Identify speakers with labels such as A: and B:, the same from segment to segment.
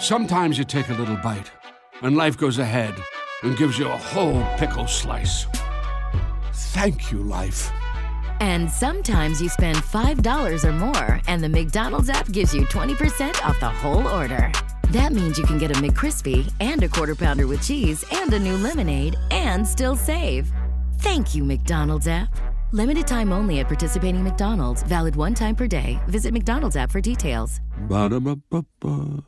A: Sometimes you take a little bite, and life goes ahead and gives you a whole pickle slice. Thank you, life.
B: And sometimes you spend $5 or more, and the McDonald's app gives you 20% off the whole order. That means you can get a McCrispy and a quarter pounder with cheese and a new lemonade and still save. Thank you, McDonald's app. Limited time only at participating McDonald's, valid one time per day. Visit McDonald's app for details.
A: Ba-da-ba-ba-ba.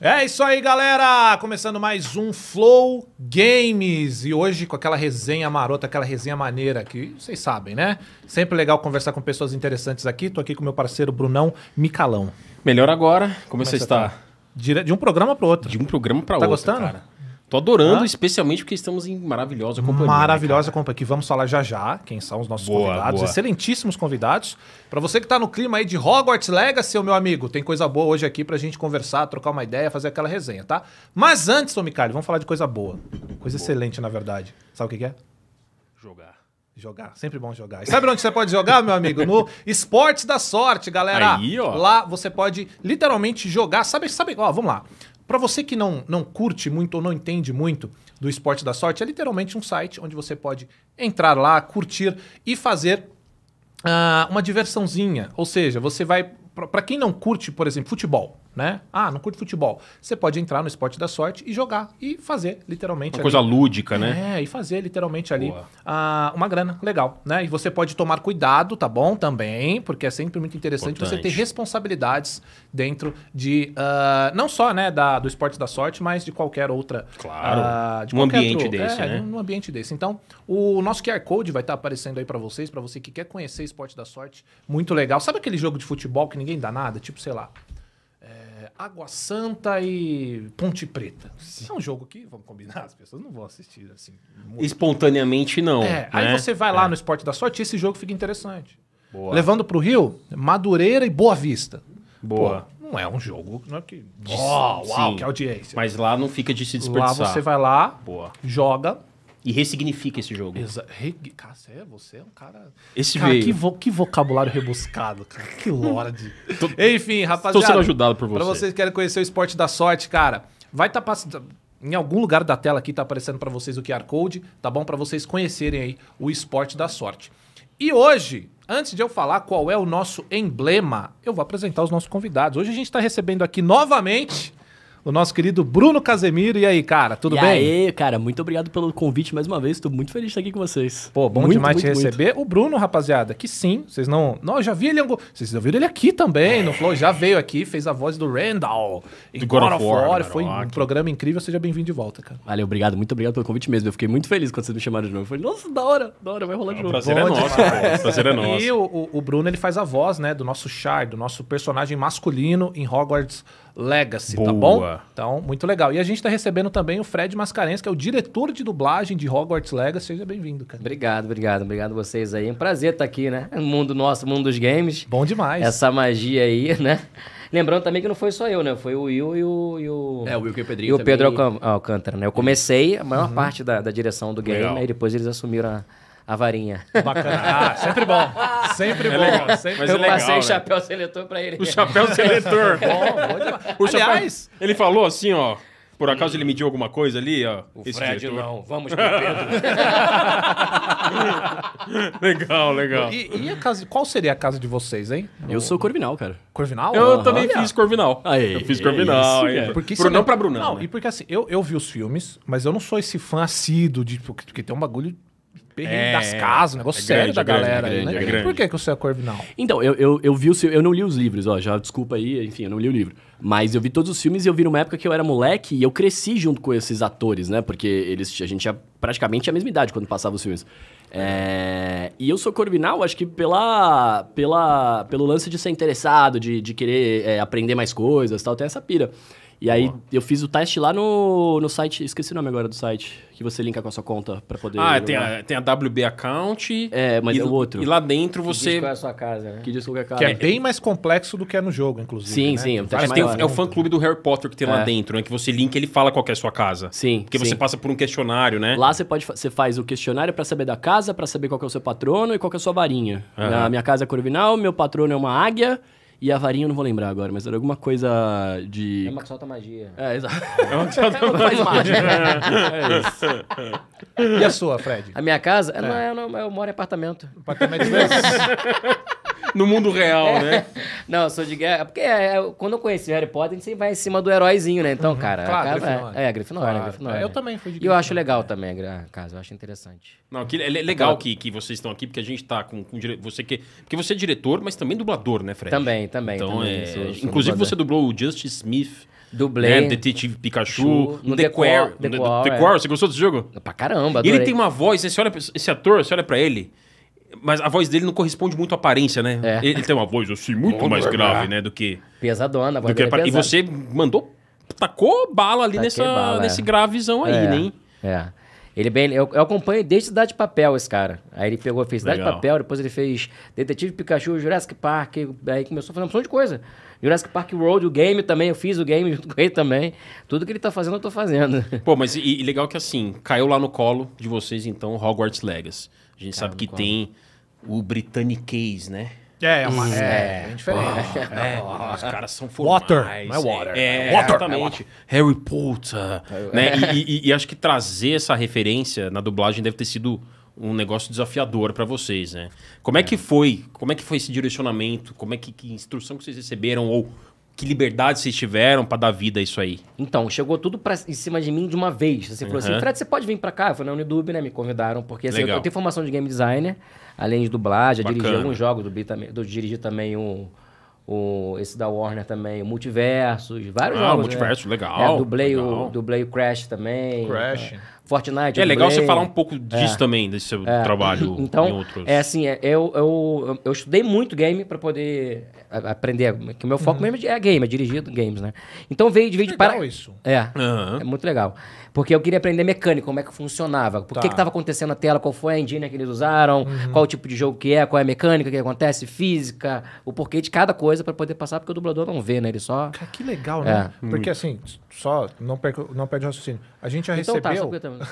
C: É isso aí, galera! Começando mais um Flow Games. E hoje com aquela resenha marota, aquela resenha maneira que vocês sabem, né? Sempre legal conversar com pessoas interessantes aqui. Tô aqui com meu parceiro Brunão Micalão.
D: Melhor agora,
E: é
D: como, você
C: você
E: tá?
D: está?
C: Dire- De um programa pro outro.
D: De um programa para
C: Tá
D: outro,
C: gostando?
D: cara. Tô adorando,
E: Ah.
C: Hã?
D: especialmente porque estamos em maravilhosa companhia. né?
C: Maravilhosa companhia, que vamos falar já já, quem são os nossos
D: Boa,
C: convidados,
D: boa.
C: excelentíssimos convidados. Pra você que tá no clima aí de Hogwarts Legacy, ô meu amigo, tem coisa boa hoje aqui pra gente conversar, trocar uma ideia, fazer aquela resenha, tá? Mas antes, ô Micali, vamos falar de coisa boa. Coisa excelente, na verdade. Sabe o que que é?
D: Jogar.
C: Jogar, sempre bom jogar. E sabe onde você pode jogar, meu amigo? No Esportes da Sorte, galera.
D: Aí, ó.
C: Lá você pode literalmente jogar. Sabe, sabe, ó, vamos lá. Pra você que não, não curte muito ou não entende muito do Esporte da Sorte, é literalmente um site onde você pode entrar lá, curtir e fazer ah, uma diversãozinha. Ou seja, você vai. pra- Pra quem não curte, por exemplo, futebol, né? Ah, não curte futebol. Você pode entrar no Esporte da Sorte e jogar e fazer, literalmente.
D: Uma
C: ali.
D: coisa lúdica, né?
C: É, e fazer literalmente ali
D: Boa.
C: ah, uma grana legal, né? E você pode tomar cuidado, tá bom? Também, porque é sempre muito interessante você ter
D: Importante.
C: responsabilidades dentro de ah, não só né da, do esporte da sorte, mas de qualquer outra.
D: Claro.
C: ah, de
D: Um
C: qualquer
D: ambiente
C: outro-
D: desse,
C: é,
D: né?
C: Um ambiente desse. Então, o nosso QR Code vai estar aparecendo aí pra vocês, pra você que quer conhecer esporte da sorte. Muito legal. Sabe aquele jogo de futebol que ninguém dá nada? Tipo, sei lá. é, Água Santa e Ponte Preta. É um jogo que, vamos combinar, as pessoas não vão assistir assim.
E: É.
C: muito.
D: Espontaneamente, não.
C: É, aí
D: né?
C: você vai lá no Esporte da Sorte e esse jogo fica interessante.
D: Boa.
C: Levando pro Rio, Madureira e Boa Vista.
D: Boa.
C: Pô, não é um jogo não é que... Ó, uau,
D: sim.
C: que audiência.
D: Mas lá não fica de se
C: lá
D: desperdiçar.
C: você vai lá,
D: Boa.
C: joga...
D: E ressignifica esse jogo.
C: Exa... Re... Cara, você é- você é um cara...
D: Esse
C: cara,
D: veio.
C: que, vo- que vocabulário rebuscado, cara. Que lora de... Enfim, rapaziada.
D: sendo ajudado por
C: Pra
D: você.
C: vocês que querem conhecer o esporte da sorte, cara, vai estar passando... Em algum lugar da tela aqui tá aparecendo pra vocês o QR Code, tá bom? Pra vocês conhecerem aí o esporte da sorte. E hoje, antes de eu falar qual é o nosso emblema, eu vou apresentar os nossos convidados. Hoje a gente tá recebendo aqui novamente o nosso querido Bruno Casemiro. E aí, cara, tudo
E: e
C: bem?
E: aí, cara, muito obrigado pelo convite mais uma vez. Tô muito feliz de estar aqui com vocês.
C: Pô, bom
E: Muito,
C: demais te
E: muito, muito.
C: receber. O Bruno, rapaziada, que sim, vocês não. Não, eu já vi ele. em algum- Vocês ouviram ele aqui também, no Flow. Já veio aqui, fez a voz do Randall. Em
D: Do God of War,
C: War,
D: do
C: Foi um
D: Ragnarok.
C: programa incrível. Seja bem-vindo de volta, cara.
E: Valeu, obrigado, muito obrigado pelo convite mesmo. Eu fiquei muito feliz quando vocês me chamaram de novo. Eu falei, nossa, da hora, da hora, vai rolar de
D: O
E: novo.
D: prazer
C: Bom
D: é nosso, pô. O prazer é nosso.
C: E o, o- o Bruno, ele faz a voz, né, do nosso Char, do nosso personagem masculino em Hogwarts Legacy, tá
D: Boa.
C: bom? Então, muito legal. E a gente tá recebendo também o Fred Mascarenhas, que é o diretor de dublagem de Hogwarts Legacy. Seja bem-vindo, cara.
F: Obrigado, obrigado, obrigado vocês aí. É um prazer estar aqui, né? No mundo nosso, mundo dos games.
C: Bom demais.
F: Essa magia aí, né? Lembrando também que não foi só eu, né? Foi o Will e o. E o...
E: É, o Will e o Pedrinho
F: E o
E: também.
F: Pedro Alcan- Alcântara, né? Eu comecei a maior parte da, da direção do game,
D: Uhum. Legal.
F: aí depois eles assumiram a, a varinha.
C: Bacana. Ah, sempre bom. Sempre bom. Sempre
D: Mas
F: eu
D: é legal,
F: passei
D: né?
F: o chapéu seletor pra ele.
D: O chapéu seletor.
C: bom. bom demais.
D: O chapéu-
C: Aliás,
D: Ele falou assim, ó. Por acaso
E: Hum.
D: ele mediu alguma coisa ali, ó?
F: O
D: esse
F: Fred
D: diretor.
F: não, "Ah, vamos pro Pedro.
D: Legal, legal.
C: E, e a casa, qual seria a casa de vocês, hein?
E: Eu sou Corvinal, cara.
C: Corvinal?
D: Eu
C: Aham.
D: também fiz Corvinal.
E: Aí,
D: eu fiz
E: é
D: Corvinal.
E: isso,
D: hein?
E: cara.
C: Porque isso
D: Brunão
C: é-
D: pra Brunão.
C: Não,
D: né?
C: e porque assim, eu, eu vi os filmes, mas eu não sou esse fã assíduo de. Porque, porque tem um bagulho perrengue
D: É,
C: das casas, um negócio
D: é
C: sério
D: grande,
C: da
D: é grande,
C: galera
D: é
C: aí,
D: grande,
C: né?
D: é grande.
C: Por que, que você é Corvinal?
E: Então, eu, eu, eu vi os fi- eu não li os livros, ó, já desculpa aí, enfim, eu não li o livro. Mas eu vi todos os filmes e eu vi numa época que eu era moleque e eu cresci junto com esses atores, né? Porque eles, a gente tinha praticamente a mesma idade quando passava os filmes. É, e eu sou Corvinal, acho que pela, pela, pelo lance de ser interessado, de, de querer é, aprender mais coisas e tal, tem essa pira. E aí eu fiz o teste lá no, no site, esqueci o nome agora do site, que você linka com a sua conta pra poder.
D: Ah,
E: jogar.
D: tem a, tem a WB Account.
E: É, mas
D: e,
E: é o outro.
D: E lá dentro você.
F: Diz qual é a sua casa, né?
E: Que disco que é
C: Que
E: cara?
C: é bem mais complexo do que é no jogo, inclusive.
E: Sim,
C: né?
E: sim, é um teste
D: Mas tem o,
E: maior.
D: é o fã clube do Harry Potter que tem lá
E: É.
D: dentro, né? Que você linka e ele fala qual que é a sua casa.
E: Sim,
D: Porque
E: sim.
D: você passa por um questionário, né?
E: Lá você pode fa- você faz o questionário pra saber da casa, pra saber qual que é o seu patrono e qual que é a sua varinha. Na minha casa é corvinal, meu patrono é uma águia e a varinha eu não vou lembrar agora, mas era alguma coisa de
F: É uma que solta magia.
E: É, exato. faz mágica. É isso.
C: E a sua, Fred?
F: A minha casa, ela é. não, eu moro em apartamento.
C: Apartamento de-
D: No mundo real, né?
F: Não, eu sou de guerra. Porque é, é, quando eu conheci o Harry Potter, a gente sempre vai em cima do heróizinho, né? Então, cara,
C: Claro,
F: a casa
C: Grifinória.
F: é, é a Grifinória,
C: Claro.
F: a Grifinória.
C: Eu também fui de
F: E eu acho
C: Grifinória.
F: legal também a gri- a casa, eu acho interessante.
D: Não, que, é le- legal que, que vocês estão aqui, porque a gente tá com, com dire- você que Porque você é diretor, mas também dublador, né, Fred?
F: Também, também.
D: Então,
F: também,
D: é,
F: sou- sou
D: inclusive
F: dublador.
D: você dublou o Justice Smith,
F: Dublei.
D: né, Detetive Pikachu,
F: Pikachu,
D: no
F: no
D: The
F: The
D: Quarry.
F: Quarry,
D: no-
F: é.
D: no The Quarry, você gostou desse jogo?
F: Pra caramba,
D: E
F: adorei.
D: ele tem uma voz, né, você olha pra- esse ator, você olha pra ele, mas a voz dele não corresponde muito à aparência, né?
F: É.
D: Ele, ele tem uma voz assim muito mais grave, né, do que
F: Pesadona, a voz
D: do que
F: dele é
D: apare- E
F: pesada.
D: você mandou tacou bala ali
F: Taquei
D: nessa
F: bala, é.
D: nesse gravezão aí,
F: é,
D: né? hein?
F: É. Ele bem, eu, eu acompanho desde Cidade de Papel esse cara. Aí ele pegou, fez Cidade de
D: Legal.
F: Papel, depois ele fez Detetive Pikachu, Jurassic Park, aí começou a fazer um monte de coisa. Jurassic Park World, o game também, eu fiz o game junto com ele também. Tudo que ele tá fazendo, eu tô fazendo.
D: Pô, mas e, e legal que assim, caiu lá no colo de vocês então Hogwarts Legacy. A gente sabe que tem o Britanniquez, né?
C: É, é, uma, é, bem diferente.
D: É, os caras são formais.
C: Water, não é water,
D: É,
C: é water,
D: exatamente. Harry Potter. Né? E, e- e acho que trazer essa referência na dublagem deve ter sido um negócio desafiador pra vocês, né? Como é, que foi? Como é que foi esse direcionamento? Como é que, que instrução que vocês receberam ou que liberdade vocês tiveram pra dar vida a isso aí?
F: Então, chegou tudo pra, em cima de mim de uma vez. Assim, falou
D: Uhum.
F: assim, Fred, você pode vir pra cá? Eu falei, não, Unidub, né? Me convidaram, porque assim, eu,
D: Legal.
F: eu tenho formação de game designer, além de dublagem, já dirigi
D: Bacana.
F: alguns jogos, dublei também, do- dirigi também um, o- esse da Warner também, o Multiversos, vários
D: Ah,
F: jogos.
D: Multiverso,
F: né?
D: legal,
F: É, dublei,
D: legal.
F: O, dublei o Crash também.
C: Crash.
F: tá? Fortnite,
D: É
F: eu
D: legal você
F: dublei.
D: falar um pouco disso também, desse seu trabalho
F: Então,
D: em outros.
F: é assim, é, eu, eu, eu estudei muito game pra poder a- aprender, que o meu foco mesmo é game, é dirigir games, né? Então veio de vídeo
C: Uhum. Legal
F: para...
C: isso.
F: É,
D: Aham.
F: é muito legal. Porque eu queria aprender mecânica, como é que funcionava, por
C: Tá. Uhum.
F: que estava acontecendo na tela, qual foi a engine que eles usaram, qual o tipo de jogo que é, qual é a mecânica que acontece, física, o porquê de cada coisa pra poder passar, porque o dublador não vê, né? Ele só...
C: Cara, que legal,
E: É.
C: né? Porque assim, só, não, perco, não perde o raciocínio. A gente já
F: Então tá, só
C: recebeu.
F: que eu também.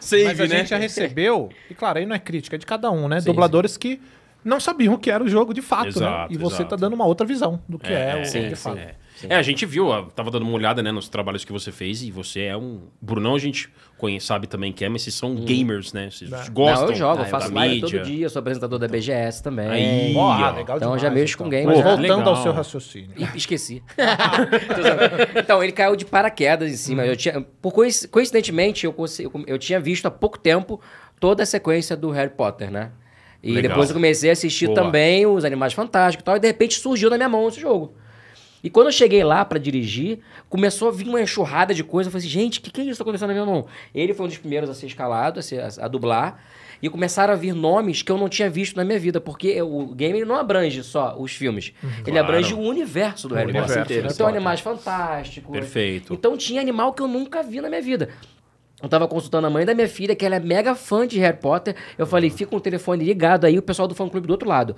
D: Save,
C: Mas a gente já recebeu, e claro, aí não é crítica, é de cada um, né? Dubladores que não sabiam o que era o jogo de fato,
D: Exato,
C: né? E você
D: exato.
C: tá dando uma outra visão do que é, o jogo de fato.
D: É. É, a gente viu, eu tava dando uma olhada né, nos trabalhos que você fez e você é um. Brunão a gente conhece, sabe também que é, mas vocês são gamers, né? Vocês gostam.
F: Uhum.
D: né,
F: não, eu jogo, eu
D: da Então.
F: faço live todo dia, sou apresentador da BGS também.
D: Aí,
C: Ó, ah,
D: ó.
C: legal
F: Então,
C: demais,
F: já mexo com game,
C: Mas
F: já.
C: voltando
D: Legal.
C: ao seu raciocínio.
F: Ih, esqueci. então, ele caiu de paraquedas em cima. Eu tinha, por coinc- coincidentemente, eu, conse- eu, eu tinha visto há pouco tempo toda a sequência do Harry Potter, né? E
D: Legal.
F: depois eu comecei a assistir
D: Boa.
F: também os Animais Fantásticos e tal, e de repente surgiu na minha mão esse jogo. E quando eu cheguei lá pra dirigir, começou a vir uma enxurrada de coisa. Eu falei assim, gente, o que, que é isso que tá acontecendo na minha mão? Ele foi um dos primeiros a ser escalado, a, ser- a- a dublar. E começaram a vir nomes que eu não tinha visto na minha vida, porque o game ele não abrange só os filmes. Ele
D: Claro.
F: abrange o universo do Harry
C: universo
F: Potter.
C: inteiro,
F: Então,
C: Harry
F: animais fantásticos.
D: Perfeito.
F: Então tinha animal que eu nunca vi na minha vida. Eu tava consultando a mãe da minha filha, que ela é mega fã de Harry Potter. Eu falei, fica com o telefone ligado aí, o pessoal do fã clube do outro lado.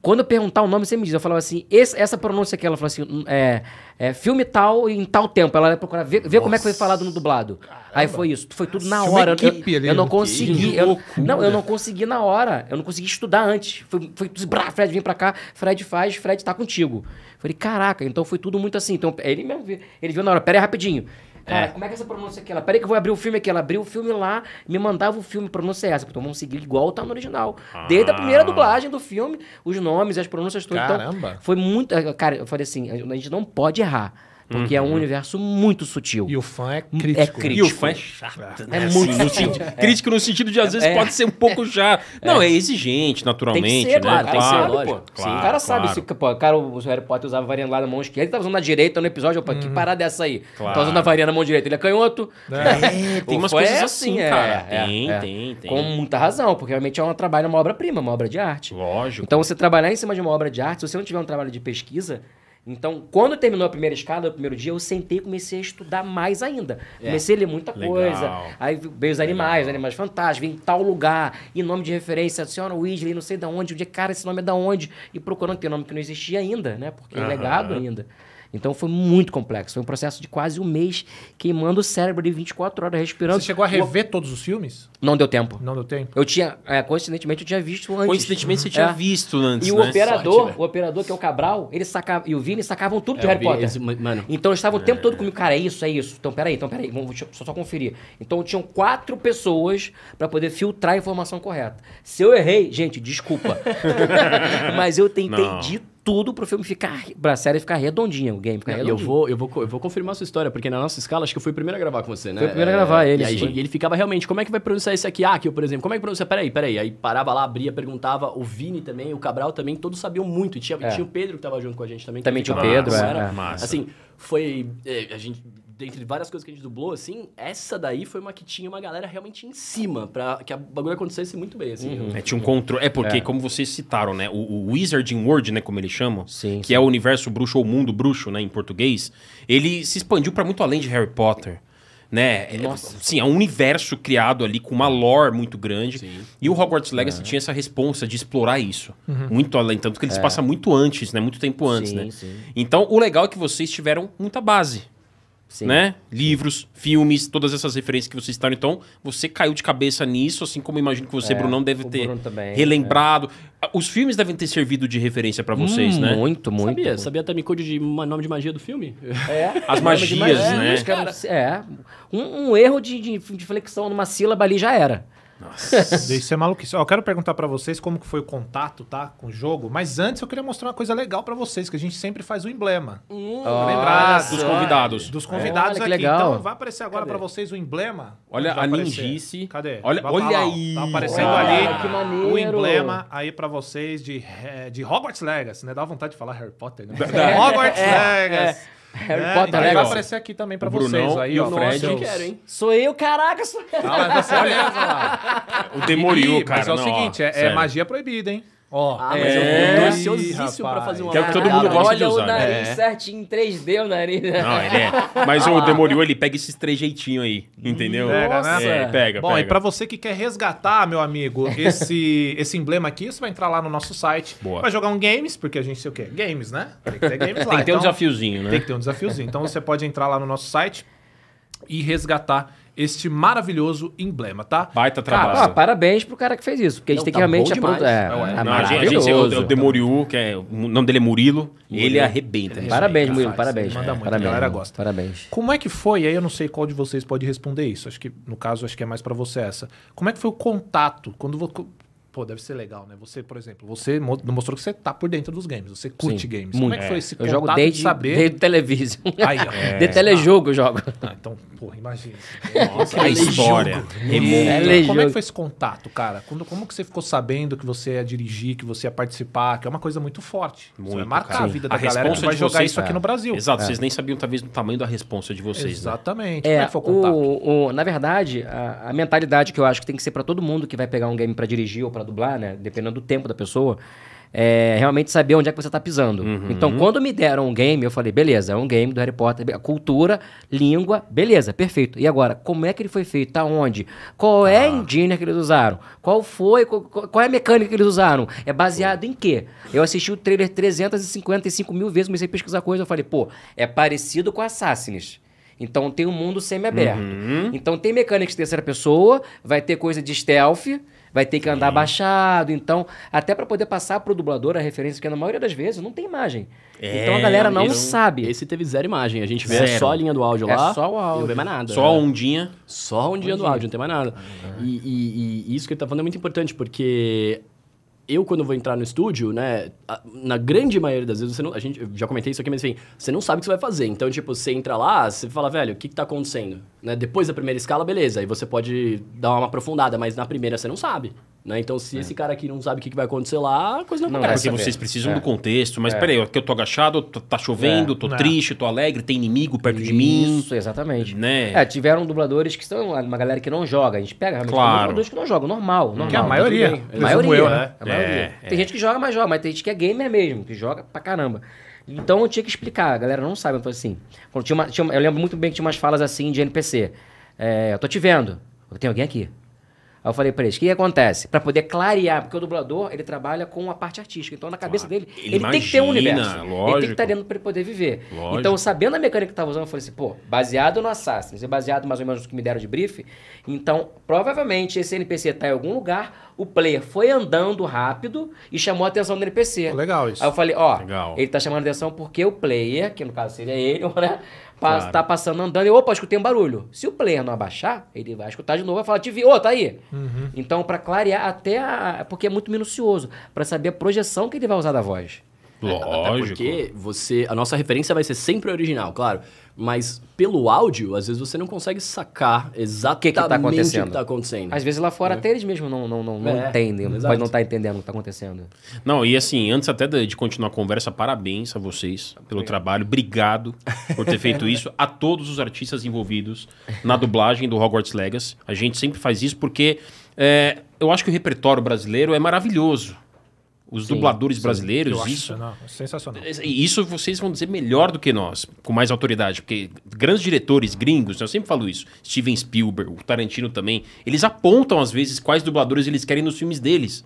F: Quando eu perguntar o nome, você me diz. Eu falava assim, "Esse- essa pronúncia aqui, ela falou assim, "Hum, é, é filme tal em tal tempo. Ela ia procurar ver, ver como é que foi falado no dublado. Aí foi isso. Foi tudo na
C: Isso é uma
F: hora. Eu-
C: equipe
F: eu,
C: ali.
F: eu não
C: Que
F: consegui.
D: Que
F: eu-
D: loucura.
F: não, eu não consegui na hora. Eu não consegui estudar antes. Foi, foi tudo, brá, Fred, vem pra cá. Fred faz, Fred tá contigo. Falei, caraca, então foi tudo muito assim. Então, ele mesmo viu, ele viu na hora, pera aí rapidinho. Cara, como é que é essa pronúncia aqui? Ela, peraí que eu vou abrir o filme aqui. Ela abriu o filme lá, me mandava o filme, pronúncia é essa. Então vamos seguir igual tá no original. Desde a primeira dublagem do filme, os nomes, as pronúncias todas.
C: Caramba.
F: Então, foi muito... Cara, eu falei assim, a gente não pode errar. Porque é um universo muito sutil.
C: E o fã é
F: É
C: crítico.
F: crítico.
D: E o fã é chato, né?
F: É muito
D: no
F: chato.
D: sentido- Crítico no sentido de, às vezes,
F: É.
D: pode ser um pouco chato. Não, é exigente, naturalmente,
F: Tem que ser,
D: né?
F: claro, tem que ser, lógico.
D: pô.
F: Sim, o cara sabe
D: claro.
F: se pô, o cara, o Harry Potter usava a varinha lá na mão esquerda, ele tava usando na direita no episódio, opa, que parada é essa aí?
D: Uhum. Claro.
F: Tá usando a varinha na mão direita, ele é canhoto.
C: né?
D: É, tem
F: O
D: umas
F: fã
D: coisas
F: é
D: assim,
F: é,
D: cara.
F: é,
D: tem,
F: é.
D: tem, tem.
F: Com muita razão, porque realmente é um trabalho, uma obra-prima, uma obra de arte.
D: Lógico.
F: Então você trabalhar em cima de uma obra de arte, se você não tiver um trabalho de pesquisa, Então, quando terminou a primeira escala, o primeiro dia, eu sentei e comecei a estudar mais ainda. Comecei a ler muita
D: Legal.
F: coisa. Aí veio os animais, os animais fantásticos, vem em tal lugar, e nome de referência, senhora Weasley, não sei de onde, onde, cara, esse nome é da onde, e procurando ter nome que não existia ainda, né? Porque é legado ainda. Então foi muito complexo. Foi um processo de quase um mês queimando o cérebro de 24 horas respirando.
C: Você chegou a rever todos os filmes?
F: Não deu tempo.
C: Não deu tempo?
F: Eu tinha, é, coincidentemente, eu tinha visto antes.
D: Coincidentemente, você tinha
F: É.
D: visto antes,
F: E o
D: né?
F: operador,
D: Sorte, né?
F: o operador que é o Cabral, ele sacava, e o Vini sacavam tudo
E: É,
F: de
E: eu
F: Harry
E: vi
F: Potter.
E: esse- ma- mano.
F: Então eles estavam o tempo todo comigo, cara, é isso, é isso. Então peraí, então peraí, vamos deixa eu só, só conferir. Então tinham quatro pessoas pra poder filtrar a informação correta. Se eu errei, gente, desculpa. Mas eu tentei
D: Não.
F: de tudo pro filme ficar, pra série ficar redondinha, o game ficar
E: Eu
F: redondinho.
E: vou, eu, vou, co- eu vou confirmar a sua história, porque na nossa escala, acho que eu fui o primeiro a gravar com você, né?
F: Foi o primeiro a gravar, ele,
E: E aí,
F: foi.
E: gente, ele ficava realmente, como é que vai pronunciar esse aqui? Ah, aqui, por exemplo, como é que pronuncia? Peraí, peraí. Aí parava lá, abria, perguntava. O Vini também, o Cabral também, todos sabiam muito. E tinha, e
F: É.
E: tinha o Pedro que tava junto com a gente também. que
F: Também tinha o
E: ficava lá,
F: Pedro,
E: assim,
F: é,
E: era-
F: é.
D: Massa.
E: Assim, foi... é, a gente... Dentre várias coisas que a gente dublou, assim, essa daí foi uma que tinha uma galera realmente em cima, pra que a bagulho acontecesse muito bem, assim.
F: Uhum.
E: Eu-
D: É, tinha um controle. É porque, como vocês citaram, né? O, o Wizarding World, né? Como eles chamam.
F: Sim,
D: que é o universo bruxo ou mundo bruxo, né? Em português. Ele se expandiu pra muito além de Harry Potter. Né? É,
F: Nossa.
D: sim, é um universo criado ali com uma lore muito grande. E o Hogwarts Legacy
F: É.
D: tinha essa responsa de explorar isso. Muito além. Tanto que ele se passa muito antes, né? Muito tempo antes,
F: Uhum. Sim,
D: né?
F: sim.
D: Então, o legal é que vocês tiveram muita base
F: Sim.
D: né? Livros, filmes, todas essas referências que vocês citaram. Então, você caiu de cabeça nisso, assim como eu imagino que você,
F: É,
D: Brunão, deve
F: o
D: ter
F: Bruno também,
D: relembrado. Ah, Os filmes devem ter servido de referência pra vocês,
F: Hum,
D: né?
F: Muito, muito.
E: Sabia? Sabia até me code de ma- nome de magia do filme?
F: É.
D: As magias,
F: Imagina,
D: né?
F: os caras- é. Um, um erro de, de, de flexão numa sílaba ali já era.
C: Isso é maluquice. Ó, eu quero perguntar pra vocês como que foi o contato, tá? Com o jogo. Mas antes eu queria mostrar uma coisa legal pra vocês, que a gente sempre faz o emblema.
F: Hum.
C: Pra lembrar
D: Dos convidados.
E: É.
C: Dos convidados
F: Olha,
C: aqui.
F: que legal.
C: Então vai aparecer agora pra vocês o emblema.
D: Olha
C: Vai
D: a
C: aparecer.
D: ninjice.
C: Cadê?
D: Olha-
C: Vai
D: olha
C: pra lá, ó.
D: aí.
C: Tá aparecendo
D: Olha,
F: que
C: ali
F: maneiro.
C: o emblema aí pra vocês de, eh, de Hogwarts Legacy, né? Dá vontade de falar Harry Potter, né? Hogwarts
E: É,
C: Legacy.
F: Harry
C: né?
F: Potter
C: Aí Vai
F: Legacy.
C: aparecer aqui também pra
D: O Brunão
C: vocês. Aí,
D: e
C: ó,
D: o
C: pra
D: Fred.
C: vocês.
E: Eu quero, hein?
F: Sou eu, caraca! Sou...
C: Ah, mas você olha lá.
D: O Demoriu,
C: Ih,
D: cara.
C: Mas é o
D: não, ó,
C: seguinte, é- é,
D: sério. É.
C: magia proibida, hein? Ó, é
E: Ah, mas eu tô ansiosíssimo pra fazer uma
D: Que é o que todo
E: parada.
D: mundo gosta. de
F: Olha
D: usar,
F: o
D: né?
F: nariz
C: É.
F: certinho em 3D, o nariz.
D: Não, ele é. Mas o Demoriu, ele pega esses três jeitinhos aí, entendeu?
C: Pega, né?
D: É, pega,
C: Bom,
D: pega.
C: e pra você que quer resgatar, meu amigo, esse, esse emblema aqui, você vai entrar lá no nosso site,
D: Boa.
C: vai jogar um games, porque a gente sei o quê? Games, né? Tem que ter games lá.
D: Tem que ter
C: então,
D: um desafiozinho, né?
C: Tem que ter um desafiozinho. Então você pode entrar lá no nosso site e resgatar este maravilhoso emblema, tá?
D: Baita trabalho.
F: Cara, ó, Ah, parabéns pro cara que fez isso, porque a gente
E: Não,
F: tem
E: tá
F: que realmente
E: bom demais.
F: aprontar. É,
E: Não, é.
F: é
D: Não, a gente, a gente,
F: maravilhoso.
D: o, o Demoriu, que é, o nome dele é Murilo, ele arrebenta. nisso aí,
F: Parabéns,
D: cara.
F: Murilo, parabéns.
C: Manda
F: cara,
C: muito,
F: parabéns.
C: a galera gosta.
F: Parabéns.
C: Como é que foi? Aí eu não sei qual de vocês pode responder isso. Acho que, no caso, acho que é mais pra você essa. Como é que foi o contato? Quando vo- co- Pô, deve ser legal, né? Você, por exemplo, você mo- mostrou que você tá por dentro dos games, você curte
F: Sim,
C: games. Como
F: muito.
C: é que foi esse
F: Eu
C: contato
F: jogo
C: de
F: desde,
C: saber?
F: desde televisão.
C: Aí, ó.
F: De telejogo eu jogo.
C: É. Ah, então, porra, imagina.
D: Nossa, É a história. Remonta.
F: Telejogo.
C: Como é que foi esse contato, cara? Quando, como que você ficou sabendo que você ia dirigir, que você ia participar? Que é uma coisa muito forte. isso vai
D: Muito,
C: marcar
D: cara.
C: a vida da
D: A
C: galera que
D: responsa
C: vai
D: de
C: jogar
D: vocês,
C: isso aqui
D: é.
C: no Brasil.
D: Exato, vocês nem sabiam talvez do tamanho da responsa de vocês, né?
C: Exatamente. Como
F: É,
C: é que foi o contato?
F: o, o- na verdade, a, a mentalidade que eu acho que tem que ser pra todo mundo que vai pegar um game pra dirigir ou pra dublar, né? Dependendo do tempo da pessoa, é realmente saber onde é que você tá pisando. Então, quando me deram um game, eu falei, beleza, é um game do Harry Potter, be- cultura, língua, beleza, perfeito. E agora, como é que ele foi feito? Tá onde? Qual é a engine que eles usaram? Qual foi? Qual, qual é a mecânica que eles usaram? É baseado em quê? Eu assisti o trailer 355 mil vezes, comecei a pesquisar coisas, eu falei, pô, é parecido com Assassin's. Então tem um mundo semi-aberto. Então tem mecânicas de terceira pessoa, vai ter coisa de stealth, vai ter que andar baixado. Então, até pra poder passar pro dublador a referência, porque na maioria das vezes não tem imagem.
D: É,
F: então a galera não
D: eles-
F: sabe.
E: Esse teve zero imagem. A gente vê
D: Zero.
E: só a linha do áudio
F: É
E: lá.
F: só um. o áudio.
E: E não vê mais nada.
D: Só a
E: né?
D: ondinha.
E: Só um dia do áudio, não tem mais nada. E, e- e isso que ele tá falando é muito importante, porque eu, quando vou entrar no estúdio, né, a- na grande maioria das vezes, você não, a gente, eu já comentei isso aqui, mas assim, você não sabe o que você vai fazer. Então, tipo, você entra lá, você fala, velho, o que, que tá acontecendo? Né, depois da primeira escala, beleza, aí você pode dar uma aprofundada, mas na primeira você não sabe. Né? Então, se esse cara aqui não sabe o que, que vai acontecer lá, a coisa não,
F: É. Não,
D: É
F: Vai
E: acontece.
D: porque
F: saber.
D: vocês precisam
F: É.
D: do contexto. Mas peraí, ó, que eu tô agachado, tô- tá chovendo, tô
C: É.
D: triste, tô alegre, tem inimigo perto de mim.
F: Isso, exatamente.
D: Né?
F: É, tiveram dubladores que são uma galera que não joga. A gente pega realmente
D: Claro.
F: tem dubladores que não jogam, normal. normal
C: Que é a
F: tá
C: maioria.
F: tudo bem.
C: Presumo
F: maioria,
C: eu, né?
F: né? A maioria.
D: É,
F: tem gente que joga, mas joga, mas tem gente que é gamer mesmo, que joga pra caramba. Então eu tinha que explicar, a galera não sabe. Eu falei assim. quando tinha uma- tinha uma- eu lembro muito bem que tinha umas falas assim de NPC. É, eu tô te vendo. Tem alguém aqui. Aí eu falei pra eles, o que, que acontece? Pra poder clarear, porque o dublador, ele trabalha com a parte artística. Então, na cabeça
D: Claro.
F: dele, ele,
D: Ele
F: tem que ter um
D: imagina,
F: universo. Ele tem que
D: lógico.
F: estar dentro pra ele poder viver.
D: Lógico.
F: Então, sabendo a mecânica que tava usando, eu falei assim, pô, baseado no Assassin's, e baseado mais ou menos no que me deram de brief, então, provavelmente, esse NPC tá em algum lugar, o player foi andando rápido e chamou a atenção do NPC.
C: Pô, legal isso.
F: Aí eu falei, ó,
D: Legal.
F: ele tá chamando a atenção porque o player, que no caso seria ele, né? pa-
D: Claro.
F: Tá passando andando e, opa, escutei um barulho. Se o player não abaixar, ele vai escutar de novo, vai falar, te vi, ô, tá aí. Então, pra clarear até a... Porque é muito minucioso, pra saber a projeção que ele vai usar da voz.
E: É, Até
D: Lógico.
E: porque você, a nossa referência vai ser sempre original, claro. Mas pelo áudio, às vezes você não consegue sacar exatamente o que
F: que tá
E: está acontecendo.
F: acontecendo. Às vezes lá fora até eles mesmos não, não, não, não
E: É,
F: entendem,
E: exato.
F: pode não estar entendendo o que tá acontecendo.
D: Não, e assim, antes até de de continuar a conversa, parabéns a vocês pelo trabalho. Obrigado por ter feito isso. A todos os artistas envolvidos na dublagem do Hogwarts Legacy. A gente sempre faz isso porque é, eu acho que o repertório brasileiro é maravilhoso. Os dubladores brasileiros,
C: Eu acho
D: isso. É,
C: sensacional, é Sensacional.
D: E Isso vocês vão dizer melhor do que nós, com mais autoridade, porque grandes diretores gringos, eu sempre falo isso, Steven Spielberg, o Tarantino também, eles apontam às vezes quais dubladores eles querem nos filmes deles.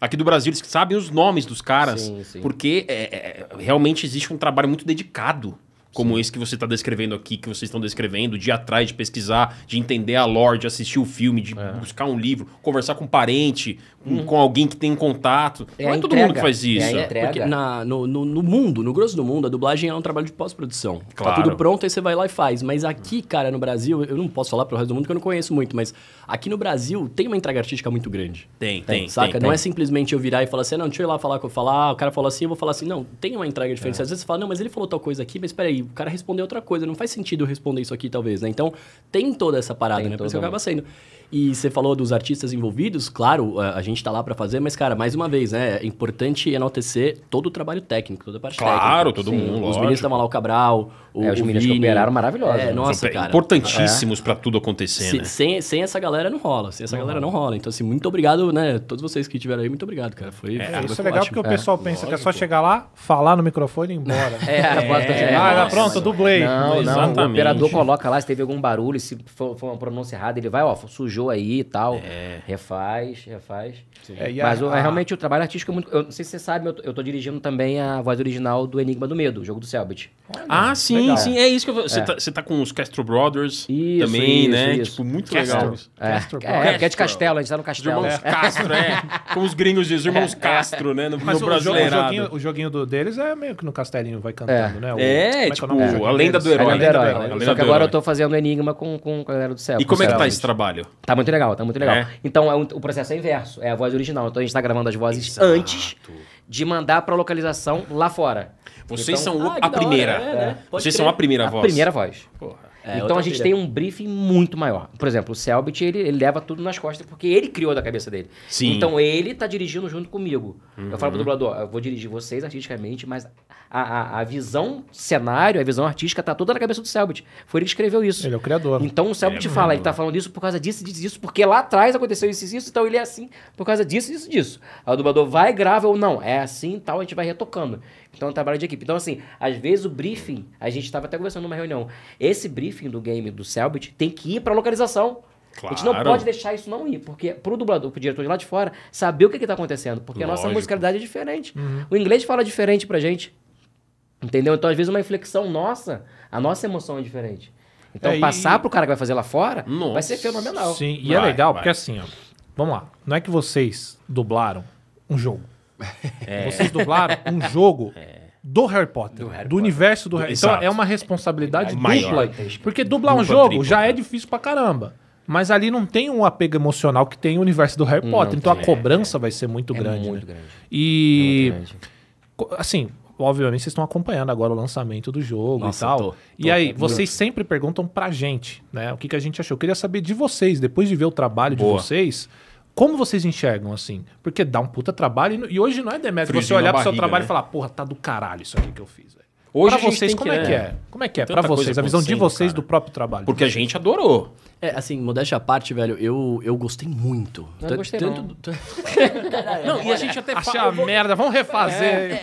D: Aqui do Brasil, eles sabem os nomes dos caras,
F: Sim, sim.
D: porque é, é, realmente existe um trabalho muito dedicado, como esse que você está descrevendo aqui, que vocês estão descrevendo, de ir atrás, de pesquisar, de entender a lore, de assistir o filme, de
F: É.
D: buscar um livro, conversar com um parente, com- com alguém que tem um contato.
F: Uhum. É
D: Não
F: a
D: é todo mundo que
F: entrega.
D: faz isso.
F: É a entrega.
E: Porque na- no, no- no mundo, no grosso do mundo, a dublagem é um trabalho de pós-produção.
D: Claro.
E: Tá tudo pronto, aí você vai lá e faz. Mas aqui, cara, no Brasil, eu não posso falar pro resto do mundo que eu não conheço muito, mas aqui no Brasil tem uma entrega artística muito grande.
D: Tem, tem,
E: saca?
D: tem,
E: não
D: tem.
E: é simplesmente eu virar e falar assim, não, deixa eu ir lá falar o que eu falar, o cara falou assim, eu vou falar assim, não, tem uma entrega
D: É.
E: diferente. Às vezes você fala, não, mas ele falou tal coisa aqui, mas peraí, o cara respondeu outra coisa, não faz sentido eu responder isso aqui, talvez, né? Então, tem toda essa parada,
F: Tem
E: né? Por isso que
F: toda
E: acaba sendo. E você falou dos artistas envolvidos, claro, a a gente tá lá pra fazer, mas, cara, mais uma vez, né? É importante enaltecer todo o trabalho técnico, toda a parte
D: Claro,
E: técnica.
D: todo
E: Sim.
D: mundo,
E: Os
D: lógico.
E: meninos estavam lá, o Cabral, o,
F: É, os
E: o
F: meninos que
E: Vini.
F: operaram maravilhosos,
E: É,
F: né?
E: nossa,
D: São
E: cara.
D: importantíssimos pra tudo acontecer,
E: Se-
D: né?
E: sem, sem essa galera não rola, sem essa galera não rola. Então, assim, muito obrigado, né? Todos vocês que tiveram aí, muito obrigado, cara. Foi, foi
C: É,
E: muito
C: isso é legal
E: ótimo.
C: porque o pessoal pensa que é só chegar lá, falar no microfone e ir embora.
F: É, a voz do
C: ah,
F: Nossa.
C: já pronto, dublei.
F: Não, não, o
D: Exatamente.
F: operador coloca lá, se teve algum barulho, se for, for uma pronúncia errada, ele vai, ó, sujou aí e tal, refaz, refaz.
C: É, e a-
F: Mas o-
C: a-
F: realmente o trabalho artístico é muito... Eu não sei se você sabe, eu tô, eu tô dirigindo também a voz original do Enigma do Medo, o jogo do Selbit.
D: Ah, sim,
C: legal.
D: sim. É isso que eu vou- Você tá, você tá com os Castro Brothers
F: Isso,
D: também,
F: isso,
D: né?
F: isso.
D: Tipo, muito
F: Castro.
D: legal. Os
F: É,
C: Castro,
F: é, porque é de Castelo, a gente tá no Castelo.
D: irmãos Castro, é. Como os gringos dizem, os irmãos Castro, né? No, no
C: Mas o, jogo, o,
D: Brasileirado.
C: joguinho, o joguinho do- deles é meio que no castelinho vai cantando,
F: É.
C: né? O-
D: É,
C: como que
D: tipo,
C: o nome É do
D: a
C: joguinho
D: lenda do
C: deles?
D: herói.
F: A lenda do herói.
D: A lenda
F: Só
D: do
F: que agora
D: herói.
F: eu tô fazendo Enigma com, com a galera do Céu.
D: E
F: com
D: como é que tá
F: Céu.
D: esse trabalho?
F: Tá muito legal, tá muito legal.
D: É?
F: Então, é um- o processo é inverso, é a voz original. Então, a gente tá gravando as vozes antes de mandar pra localização lá fora.
D: Vocês
F: Então-
D: são o-
E: Ah, que
D: a
E: da hora,
D: primeira.
E: é, né? Pode
D: Vocês
E: crer.
D: são a primeira
F: a
D: voz.
F: primeira voz.
E: É,
F: então,
E: outra
F: a gente
E: trilha.
F: tem um briefing muito maior. Por exemplo, o Selbit, ele, ele leva tudo nas costas, porque ele criou da cabeça dele.
D: Sim.
F: Então, ele tá dirigindo junto comigo. Eu falo pro dublador, eu vou dirigir vocês artisticamente, mas a, a, a visão cenário, a visão artística tá toda na cabeça do Selbit. Foi ele que escreveu isso.
C: Ele é o criador.
F: Então o Selby te fala, ele tá falando isso por causa disso, disso, disso, porque lá atrás aconteceu isso, isso, isso, então ele é assim por causa disso, disso, disso. Aí o dublador vai, grava ou não, é assim e tal, a gente vai retocando. Então é um trabalho de equipe. Então, assim, às vezes o briefing, a gente tava até conversando numa reunião, esse briefing do game do Selbit tem que ir pra localização. A gente não
D: Claro.
F: pode deixar isso não ir, porque pro dublador, pro diretor de lá de fora, saber o que que tá acontecendo, porque a nossa
D: Lógico.
F: musicalidade é diferente. O inglês fala diferente pra gente. Entendeu? Então, às vezes, uma inflexão nossa, a nossa emoção é diferente. Então,
C: É, e-
F: passar pro cara que vai fazer lá fora
D: Nossa.
F: vai ser fenomenal.
C: Sim, e é
D: Vai,
C: legal,
D: vai.
C: porque assim, ó. Vamos lá. Não é que vocês dublaram um jogo. Vocês dublaram um jogo do Harry Potter, do, universo do Harry Potter.
D: Exato.
C: Então é uma responsabilidade
D: Maior.
C: dupla. Porque dublar um
D: Dupla,
C: jogo
D: tripla.
C: já é difícil pra caramba. Mas ali não tem um apego emocional que tem o universo do Harry Potter. Então a cobrança vai ser muito grande.
F: muito
C: né?
F: grande.
C: E.
F: É muito grande.
C: Co- assim, obviamente vocês estão acompanhando agora o lançamento do jogo
E: Nossa,
C: e tal.
E: tô,
C: e aí, vocês sempre perguntam pra gente, né? O que, que a gente achou. Eu queria saber de vocês, depois de ver o trabalho
D: Boa.
C: de vocês, como vocês enxergam, assim? Porque dá um puta trabalho. e no- E, hoje não é demérito
D: Friozinho
C: você olhar
D: na
C: pro seu
D: barriga,
C: trabalho
D: né?
C: e falar, porra, tá do caralho isso aqui que eu fiz, velho.
D: Hoje
C: pra
D: a gente
C: vocês,
D: tem
C: como
D: que-
C: é que
D: é.
C: é? Como é que é?
D: Tem
C: Pra
D: tanta coisa
C: vocês, a visão de
D: acontecendo,
C: vocês do
D: cara.
C: próprio trabalho.
D: Porque a gente adorou.
E: É, assim, modéstia à parte, velho, eu, eu gostei muito.
F: Eu
E: Tan-
F: gostei
E: tanto,
F: não.
E: do- tan-
D: Não, e a gente até
C: Achei
D: fala.
C: a merda, vamos refazer.
F: é.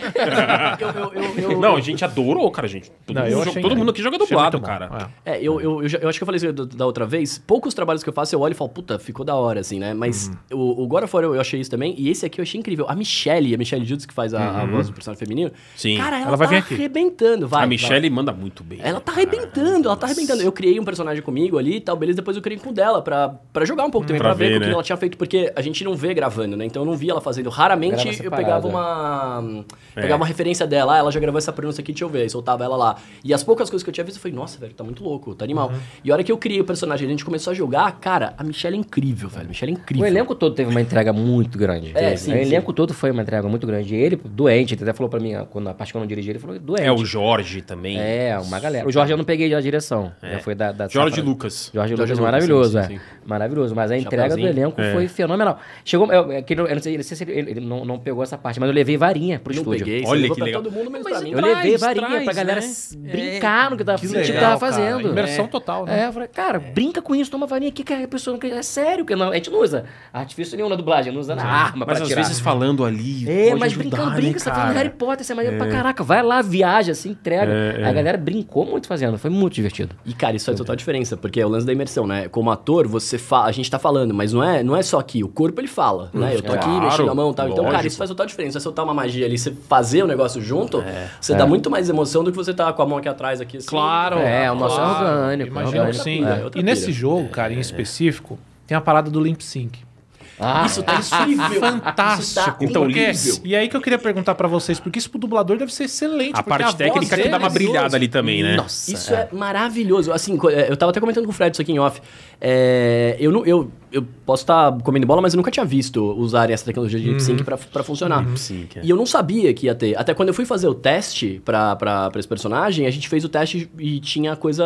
E: eu, eu, eu, eu-
D: Não, a gente adorou, cara, gente. Todo,
C: Não, eu
D: mundo,
C: achei
D: todo mundo aqui joga
C: Achei
D: dublado,
C: muito bom,
D: cara.
E: É, eu, eu, eu, já- eu acho que eu falei isso da, da outra vez. Poucos trabalhos que eu faço, eu olho e falo, puta, ficou da hora, assim, né? Mas
C: Uhum.
E: o, o God of War eu, eu achei isso também. E esse aqui eu achei incrível. A Michelle, a Michelle Judas, que faz a, a voz do personagem feminino.
D: Sim.
E: Cara, ela,
C: Uhum. Ela vai
E: tá
C: vir aqui.
E: arrebentando, vai.
D: a
E: vai.
D: Michelle manda muito bem.
E: Ela tá arrebentando, ela tá arrebentando. Eu criei um personagem comigo ali e tal, beleza, depois eu criei um com o dela pra, pra jogar um pouco também, pra,
D: Pra
E: ver,
D: ver,
E: o que
D: né?
E: ela tinha feito, porque a gente não vê gravando, né? Então eu não vi ela fazendo. Raramente
F: Grava
E: eu
F: separado,
E: pegava
F: é.
E: uma.
D: É.
E: Pegava uma referência dela, ah, ela já gravou essa pronúncia aqui, deixa eu ver, e soltava ela lá. E as poucas coisas que eu tinha visto, eu falei, nossa, velho, tá muito louco, tá animal.
D: Uhum.
E: E a hora que eu criei o personagem, a gente começou a jogar, cara, a Michelle é incrível, velho. A Michelle é incrível.
F: O elenco todo teve uma entrega muito grande.
E: É,
F: Teve.
E: sim,
F: o
E: sim.
F: elenco todo foi uma entrega muito grande. E Ele, doente, ele até falou pra mim, ah, quando a parte que eu não dirigi, ele falou doente.
D: É o Jorge também.
F: É, uma galera. O Jorge eu não peguei da direção. Já foi da, da
D: Jorge
F: safra-
D: Lucas.
F: Jorge,
E: Jorge Lucas,
F: Lucas, maravilhoso,
E: sim,
F: é.
E: sim, sim.
F: Maravilhoso. Mas a entrega do
E: Chapeuzinho.
F: elenco foi fenomenal. Chegou. Eu, é que ele- eu não sei, não sei se ele, ele- ele não, não pegou essa parte, mas eu levei varinha pro
E: Não
F: estúdio.
E: peguei, você
D: Olha
E: levou
D: que
E: pra
D: legal.
E: todo mundo, mas,
D: Mas
E: pra mim.
F: Eu
D: Traz,
F: levei varinha
D: traz,
F: pra galera
D: né?
F: s- brincar no que, tava,
C: Que
F: no que
C: legal,
F: tava
C: cara.
F: tá fazendo.
C: Imersão
F: É.
C: total, né?
F: É, eu falei, cara, brinca com isso, toma varinha aqui, que a pessoa não quer. É sério, que não, a gente não usa artifício nenhum na dublagem, não usa na arma
D: Mas
F: pra
D: às
F: tirar.
D: vezes falando ali.
F: É,
D: pode
F: mas
D: ajudar,
F: brincando,
D: né,
F: brinca, você tá falando
D: cara?
F: Harry Potter, você é maneiro pra caraca, vai lá, viaja, se entrega.
D: É,
F: A galera brincou muito fazendo, foi muito divertido.
E: E, cara, isso faz
D: Uhum.
E: total diferença, porque é o lance da imersão, né? Como ator, você fa... a gente tá falando, mas não é, não é só aqui. O corpo, ele fala, né? Eu tô aqui
D: Uhum. Claro,
E: mexendo a mão e tal. Então, cara,
D: lógico.
E: isso faz total diferença. Você soltar uma magia ali, você fazer o negócio junto,
D: É,
E: você dá muito mais emoção do que você tá com a mão aqui atrás, aqui assim.
C: Claro.
F: É, o nosso
C: claro.
F: é orgânico, é
C: Imagino que
F: orgânico.
C: sim.
E: É, outra É.
C: E nesse
E: pira.
C: jogo, cara, em específico, tem a parada do Limp Sync.
F: Ah,
E: Isso tá incrível. Isso
C: Fantástico.
E: tá
D: Então,
C: porque,
E: incrível.
C: e aí que eu queria perguntar pra vocês, porque isso pro dublador deve ser excelente.
D: A
F: Tipo,
C: porque
D: parte
C: voz
D: técnica que
C: dele
D: dá uma
C: é
D: brilhada ali também, né?
F: Nossa.
E: Isso é. maravilhoso. Assim, co- é, eu tava até comentando com o Fred isso aqui em off. É, eu, não, eu, eu posso estar comendo bola, mas eu nunca tinha visto usarem essa tecnologia de lip sync pra, pra funcionar.
D: sync, é.
E: E eu não sabia que ia ter. Até quando eu fui fazer o teste pra, pra, pra esse personagem, a gente fez o teste e tinha coisa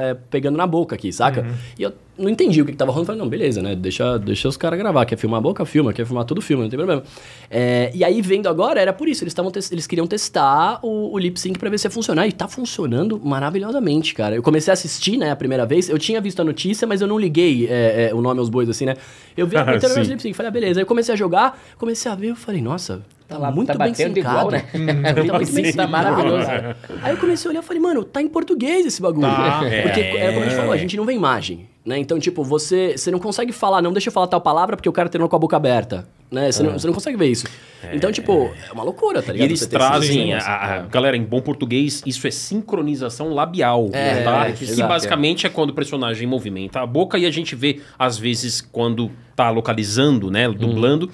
E: é, pegando na boca aqui, saca? E eu não entendi o que, que tava rolando. Falei, não, beleza, né? Deixa, deixa os caras gravar. Quer filmar a boca? Filma. Quer filmar tudo? Filma. Não tem problema. É, e aí, vendo agora, era por isso. Eles, tavam tes- eles queriam testar o, o lip sync pra ver se ia funcionar. E tá funcionando maravilhosamente, cara. Eu comecei a assistir, né, a primeira vez. Eu tinha visto a notícia, mas eu não liguei é, é, o nome aos bois, assim, né? Eu vi a
D: Ah,
E: então, era
D: sim.
E: o lip sync. Falei, ah, beleza. Aí eu comecei a jogar, comecei a ver. Eu falei, nossa, tá
F: Tá lá,
E: muito
F: tá
E: bem
F: batendo
E: sincado.
F: igual, né?
E: tá muito bem
F: Sim, tá
E: sincado.
F: maravilhoso.
E: Aí eu comecei a olhar e falei, mano, tá em português esse bagulho.
C: Tá.
E: Porque é, como a gente falou, a gente não vê imagem. Né? Então, tipo, você, você não consegue falar, não deixa eu falar tal palavra porque o cara terminou com a boca aberta. Né? Você, não, você não consegue ver isso. Então, tipo, é uma loucura,
D: É.
E: tá
D: E
E: ligado?
D: eles
E: Você ter né? esses
D: trazem, a,
E: negócios.
D: a- galera, em bom português, isso é sincronização labial,
E: É,
D: tá?
E: é,
D: que
E: exato,
D: basicamente é. quando o personagem movimenta a boca e a gente vê, às vezes, quando tá localizando, né, dublando,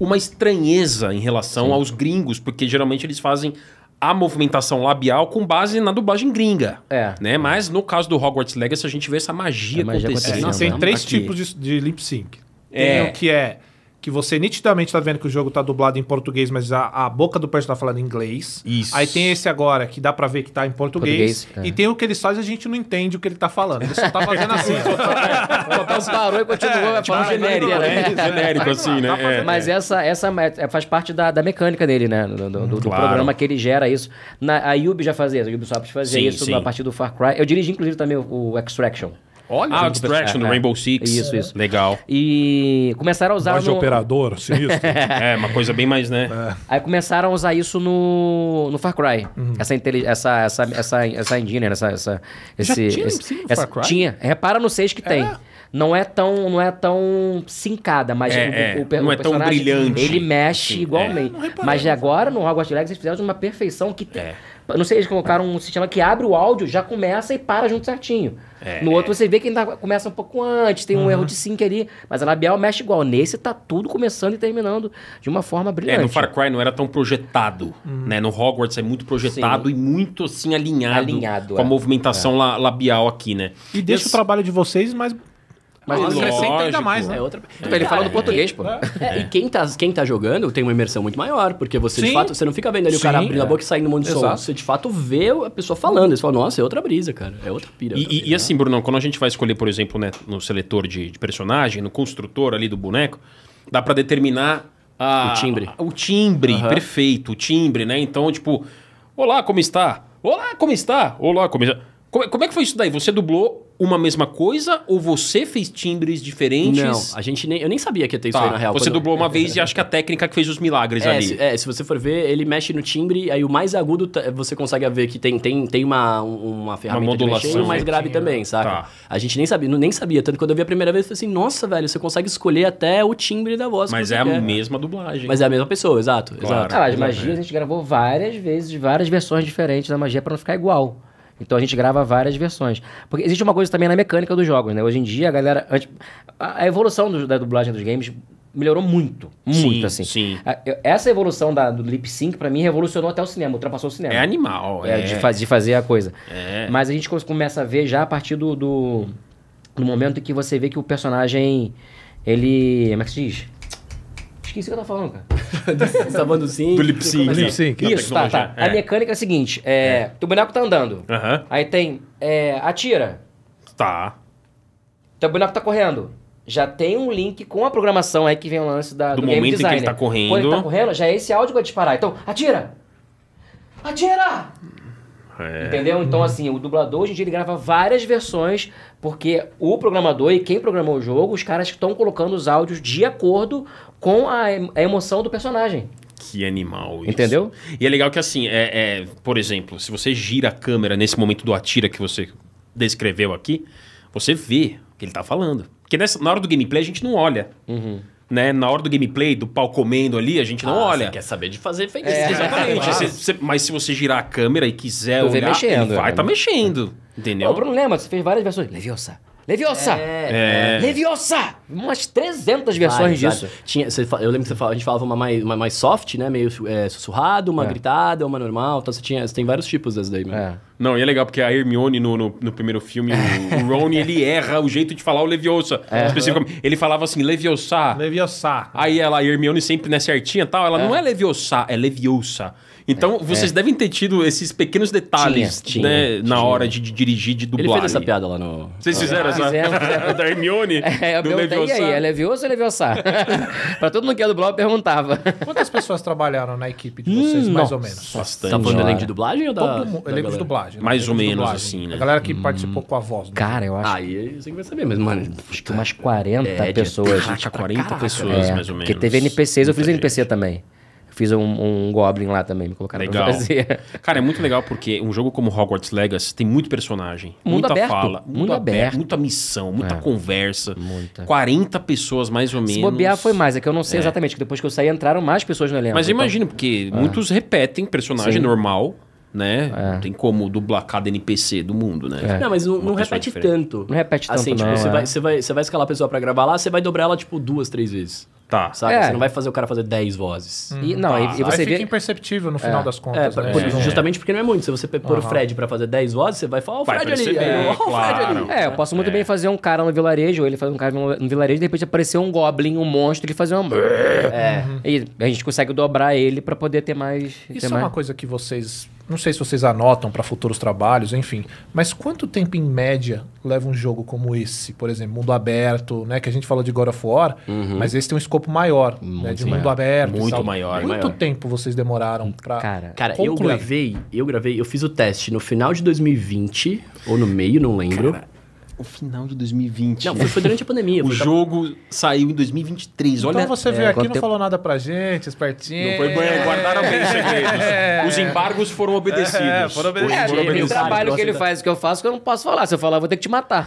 D: uma estranheza em relação aos gringos, porque geralmente eles fazem a movimentação labial com base na dublagem gringa,
F: É.
D: né? Mas no caso do Hogwarts Legacy a gente vê essa magia,
F: A magia
D: acontecendo.
C: É, Não,
F: acontecendo.
C: tem
F: né?
C: três
E: Aqui.
C: tipos de, de lip sync.
D: É.
C: Tem o que é que você nitidamente tá vendo que o jogo tá dublado em português, mas a, a boca do personagem tá falando em inglês.
D: Isso.
C: Aí tem esse agora que dá pra ver que tá em português.
F: Português, é.
C: e tem o que eles fazem e a gente não entende o que ele tá falando. Ele só tá fazendo assim. só tá-
F: O papel então parou e continuou, é,
C: vai,
F: falando
C: vai,
F: genérico,
C: vai, vai.
F: né?
D: É, genérico assim,
C: tá
D: né? É.
F: Mas essa, essa é- faz parte da, da mecânica dele, né? Do, do- do
D: Claro.
F: programa que ele gera isso. Na, a Yubi já fazia, a Ubisoft fazia
D: Sim,
F: isso
D: sim.
F: na parte do Far Cry. Eu dirigi, inclusive, também o, o Extraction.
C: Olha,
D: Ah, o
C: gente,
D: Extraction do
F: É, é.
D: Rainbow Six.
F: Isso, isso.
D: Legal.
F: E começaram a usar
C: voz de
F: no-
C: operador, sinistro.
D: É, uma coisa bem mais, né?
F: É.
C: É.
F: Aí começaram a usar isso no, no Far Cry.
C: Uhum.
F: Essa, inteli- essa, essa, essa, essa engine, né? essa, essa,
C: Já
F: esse,
C: tinha
F: esse-
C: isso no
F: essa-
C: Far Cry?
F: Tinha. Repara no 6 que tem. Não é tão, não é tão sincada, mas
D: É,
F: o-
D: é.
F: o, per-
D: Não
F: o
D: é tão
F: personagem,
D: brilhante.
F: Ele mexe
D: Sim,
C: É.
F: igualmente. Mas agora no Hogwarts Legacy eles fizeram de uma perfeição que tem.
D: É.
F: Não sei, eles colocaram um sistema que abre o áudio, já começa e para junto certinho.
D: É.
F: no outro você vê que ainda começa um pouco antes, tem um
C: Uhum.
F: erro de sync ali, mas a labial mexe igual. Nesse tá tudo começando e terminando de uma forma
D: É,
F: brilhante.
D: no Far Cry não era tão projetado,
C: Uhum.
D: né? No Hogwarts é muito projetado e muito, assim, alinhado,
F: Alinhado,
D: com a
F: é.
D: movimentação la- labial aqui, né?
C: E deixa o trabalho de vocês, mas.
D: Mas
C: Eles
D: lógico.
C: acrescentam ainda mais, né?
E: É outra...
F: Ele
E: Cara,
F: falando português, pô.
E: É, e quem tá, quem tá jogando tem uma imersão muito maior, porque você de
C: Sim.
E: fato, você não fica vendo ali o cara
C: Sim,
E: abrindo a
C: é.
E: boca e saindo um monte de som.
C: Exato.
E: Você de fato vê a pessoa falando. Você fala, nossa, é outra brisa, cara. É outra pira. outra
D: E-
E: pira.
D: E, e assim, Brunão, quando a gente vai escolher, por exemplo, né, no seletor de, de personagem, no construtor ali do boneco, dá pra determinar a-
E: O timbre.
D: a- o timbre, perfeito, o timbre, né? Então, tipo, olá, como está? Olá, como está? Olá, como está? Como, como é que foi é isso daí? Você dublou uma mesma coisa ou você fez timbres diferentes?
E: Não, a gente nem, eu nem sabia que ia ter isso
D: assim, Tá,
E: aí na real.
D: você
E: quando-
D: dublou uma vez e acho que a técnica que fez os milagres
E: É
D: ali.
E: se, é, se você for ver, ele mexe no timbre, aí o mais agudo tá- você consegue ver que tem, tem, tem uma, um- uma ferramenta de
D: modulação. né?
E: mexer e o mais grave também, saca?
D: Tá.
E: A gente nem sabia, não- nem sabia. Tanto que quando eu vi a primeira vez, eu falei assim, nossa, velho, você consegue escolher até o timbre da voz. que
D: Mas
E: você
D: é a
E: quer.
D: mesma dublagem.
E: Mas é a mesma pessoa, exato.
D: Claro.
E: exato.
F: Ah, as magias a gente gravou várias vezes, várias versões diferentes da magia pra não ficar igual. Então a gente grava várias versões. Porque existe uma coisa também na mecânica dos jogos, né? Hoje em dia a galera. antes- a a evolução do- da dublagem dos games melhorou muito.
D: Sim,
F: Muito, assim.
D: sim.
F: A- eu- essa evolução da- do lip sync, pra mim, revolucionou até o cinema, ultrapassou o cinema.
D: É animal.
F: É,
D: É,
F: De, faz- de fazer a coisa.
D: É.
F: Mas a gente come- começa a ver já a partir do, do, do momento que você vê que o personagem. Ele. Como é que se diz? Esqueci o que eu tava falando, cara.
E: Você tá falando sim.
D: Do lip sync.
C: Lip
E: né?
C: sync.
D: Da
F: Isso, tá, tá.
D: tecnologia.
F: A
D: É.
F: mecânica é a seguinte: é, teu boneco tá andando.
D: Aham.
F: Aí tem. é, atira.
D: Tá.
F: Teu boneco tá correndo. Já tem um link com a programação aí que vem o lance da,
D: Do
F: do, game
D: momento em que ele
F: designer.
D: tá correndo.
F: Quando ele tá correndo, já é esse áudio que vai disparar. Então, atira! Atira!
D: É.
F: Entendeu? Então, assim, o dublador hoje em dia ele grava várias versões, porque o programador e quem programou o jogo, os caras estão colocando os áudios de acordo com a, em- a emoção do personagem.
D: Que animal isso.
F: Entendeu?
D: E é legal que assim, é, é, por exemplo, se você gira a câmera nesse momento do atira que você descreveu aqui, você vê o que ele tá falando. Porque nessa, na hora do gameplay a gente não olha.
F: Uhum.
D: Né? Na hora do gameplay, do pau comendo ali, a gente não
F: Ah,
D: olha.
E: Você quer saber de fazer feitiço.
F: É,
D: Exatamente.
F: claro.
D: Você- você- mas se você girar a câmera e quiser
F: Tu vê
D: olhar,
F: mexendo,
D: ele vai
F: né?
D: tá mexendo. Entendeu?
F: Ô, Bruno, lembra? Você fez várias versões. Leviosa! Leviosa!
D: É.
F: Leviosa! Umas 300 versões disso.
E: Ah, Tinha, você fa- eu lembro que você fala- a gente falava uma mais, uma mais soft, né? Meio é, sussurrado, uma
F: É.
E: gritada, uma normal. Então você, tinha, você tem vários tipos dessas daí, mesmo.
F: É.
D: Não, e é legal porque a Hermione no, no, no primeiro filme, o, o Ron, ele erra o jeito de falar o Leviosa.
F: É.
D: Especificamente. Ele falava assim, Leviosa.
C: Leviosa.
D: Aí ela, a Hermione sempre né, certinha e tal, ela não é Leviosa, é Leviosa. Então, vocês devem ter tido esses pequenos detalhes
F: É, Tinha,
D: né, na hora de, de dirigir, de
E: Ele
D: dublar.
E: fez essa
D: ali.
E: piada lá no.
D: Vocês fizeram essa?
F: Fizemos, fizemos.
D: da Hermione?
F: É, eu
D: do
F: perguntei, e
D: Leviosa.
F: aí, é Leviosa ou Leviosa? pra todo mundo que ia dublar, eu perguntava.
C: Quantas pessoas trabalharam na equipe de vocês, mais ou menos?
E: Tá
D: Bastante.
E: falando
F: Senhora.
E: além de dublagem ou da.
C: Todo mundo.
E: da
C: Elenco de
E: galera?
C: dublagem. né?
D: Mais
C: Elenco
D: ou
C: de
D: menos,
C: dublagem.
D: assim, né?
C: A galera que participou com a voz. né?
F: Cara, eu
D: Ah,
F: acho
E: Ah, Aí você que vai saber, mas, mano.
F: que umas 40 pessoas.
D: é, Caraca, 40
E: Caraca,
D: pessoas,
F: É,
D: mais ou menos.
F: Porque teve NPCs, eu fiz
D: Muita
F: NPC também. Eu Fiz um, um Goblin lá também, me colocaram
D: Legal.
F: pra fazer.
D: Cara, é muito legal porque um jogo como Hogwarts Legacy tem muito personagem,
F: Mundo
D: muita
F: aberto,
D: fala,
F: mundo aberto. É.
D: muita missão, muita conversa.
F: muita.
D: 40 pessoas mais ou menos.
F: Se bobear foi mais, é que eu não sei exatamente, que depois que eu saí entraram mais pessoas no elenco.
D: Mas eu
F: então-
D: imagino porque muitos repetem personagem
F: Sim.
D: normal, né? Não tem como dublar cada NPC do mundo, né?
E: Não, mas não, não
D: pessoa
E: repete
D: diferente.
E: tanto.
F: Não repete tanto,
E: Assim, tipo,
F: não,
E: você,
F: é.
E: vai, você, vai, você vai escalar a pessoa pra gravar lá, você vai dobrar ela, tipo, duas, três vezes.
D: Tá.
E: Sabe?
F: É.
E: Você não vai fazer o cara fazer dez vozes.
F: E, não,
D: Tá.
F: e, e você
C: Aí
F: vê...
C: fica imperceptível no final das
E: É,
C: contas.
E: pra-
C: né?
E: por-
C: Eles não-
E: justamente porque não é muito. Se você pôr o Fred pra fazer 10 vozes, você vai falar, ó, o
D: Vai
E: Fred ali.
D: perceber,
E: aí, Ó, o Fred
D: claro.
E: ali.
F: É, eu posso muito bem fazer um cara no vilarejo, ou ele fazer um cara no no vilarejo, de repente aparecer um goblin, um monstro, ele fazer uma... É. E a gente consegue dobrar ele pra poder ter mais... ter
C: Isso é
F: mais...
C: uma coisa que vocês. Não sei se vocês anotam para futuros trabalhos, enfim. Mas quanto tempo em média leva um jogo como esse? Por exemplo, mundo aberto, né? Que a gente falou de God of War, mas esse tem um escopo maior, né? De mundo aberto. e
D: Muito
C: tal.
D: maior,
C: Quanto
E: maior.
C: tempo vocês demoraram pra.
F: Cara,
E: Cara, eu
C: Conclui.
E: gravei, eu gravei, eu fiz o teste no final de 2020, ou no meio, não lembro.
D: O final de 2020.
E: Não, foi, foi durante a pandemia.
D: o
E: foi-
D: jogo saiu em 2023.
C: Então
D: Olha
C: você veio aqui e
F: é, quanto
C: não
F: tempo-
C: falou nada pra gente, espertinho.
D: Não foi é bem, guardaram bem os segredos. Os embargos foram obedecidos.
C: É, foram obedecidos.
D: Hoje
F: É,
D: É. foram
E: gente,
F: o
E: obedecido.
F: trabalho que ele
E: Gosta da-
F: faz, que eu faço, que eu não posso falar. Se eu falar, eu vou ter que te matar.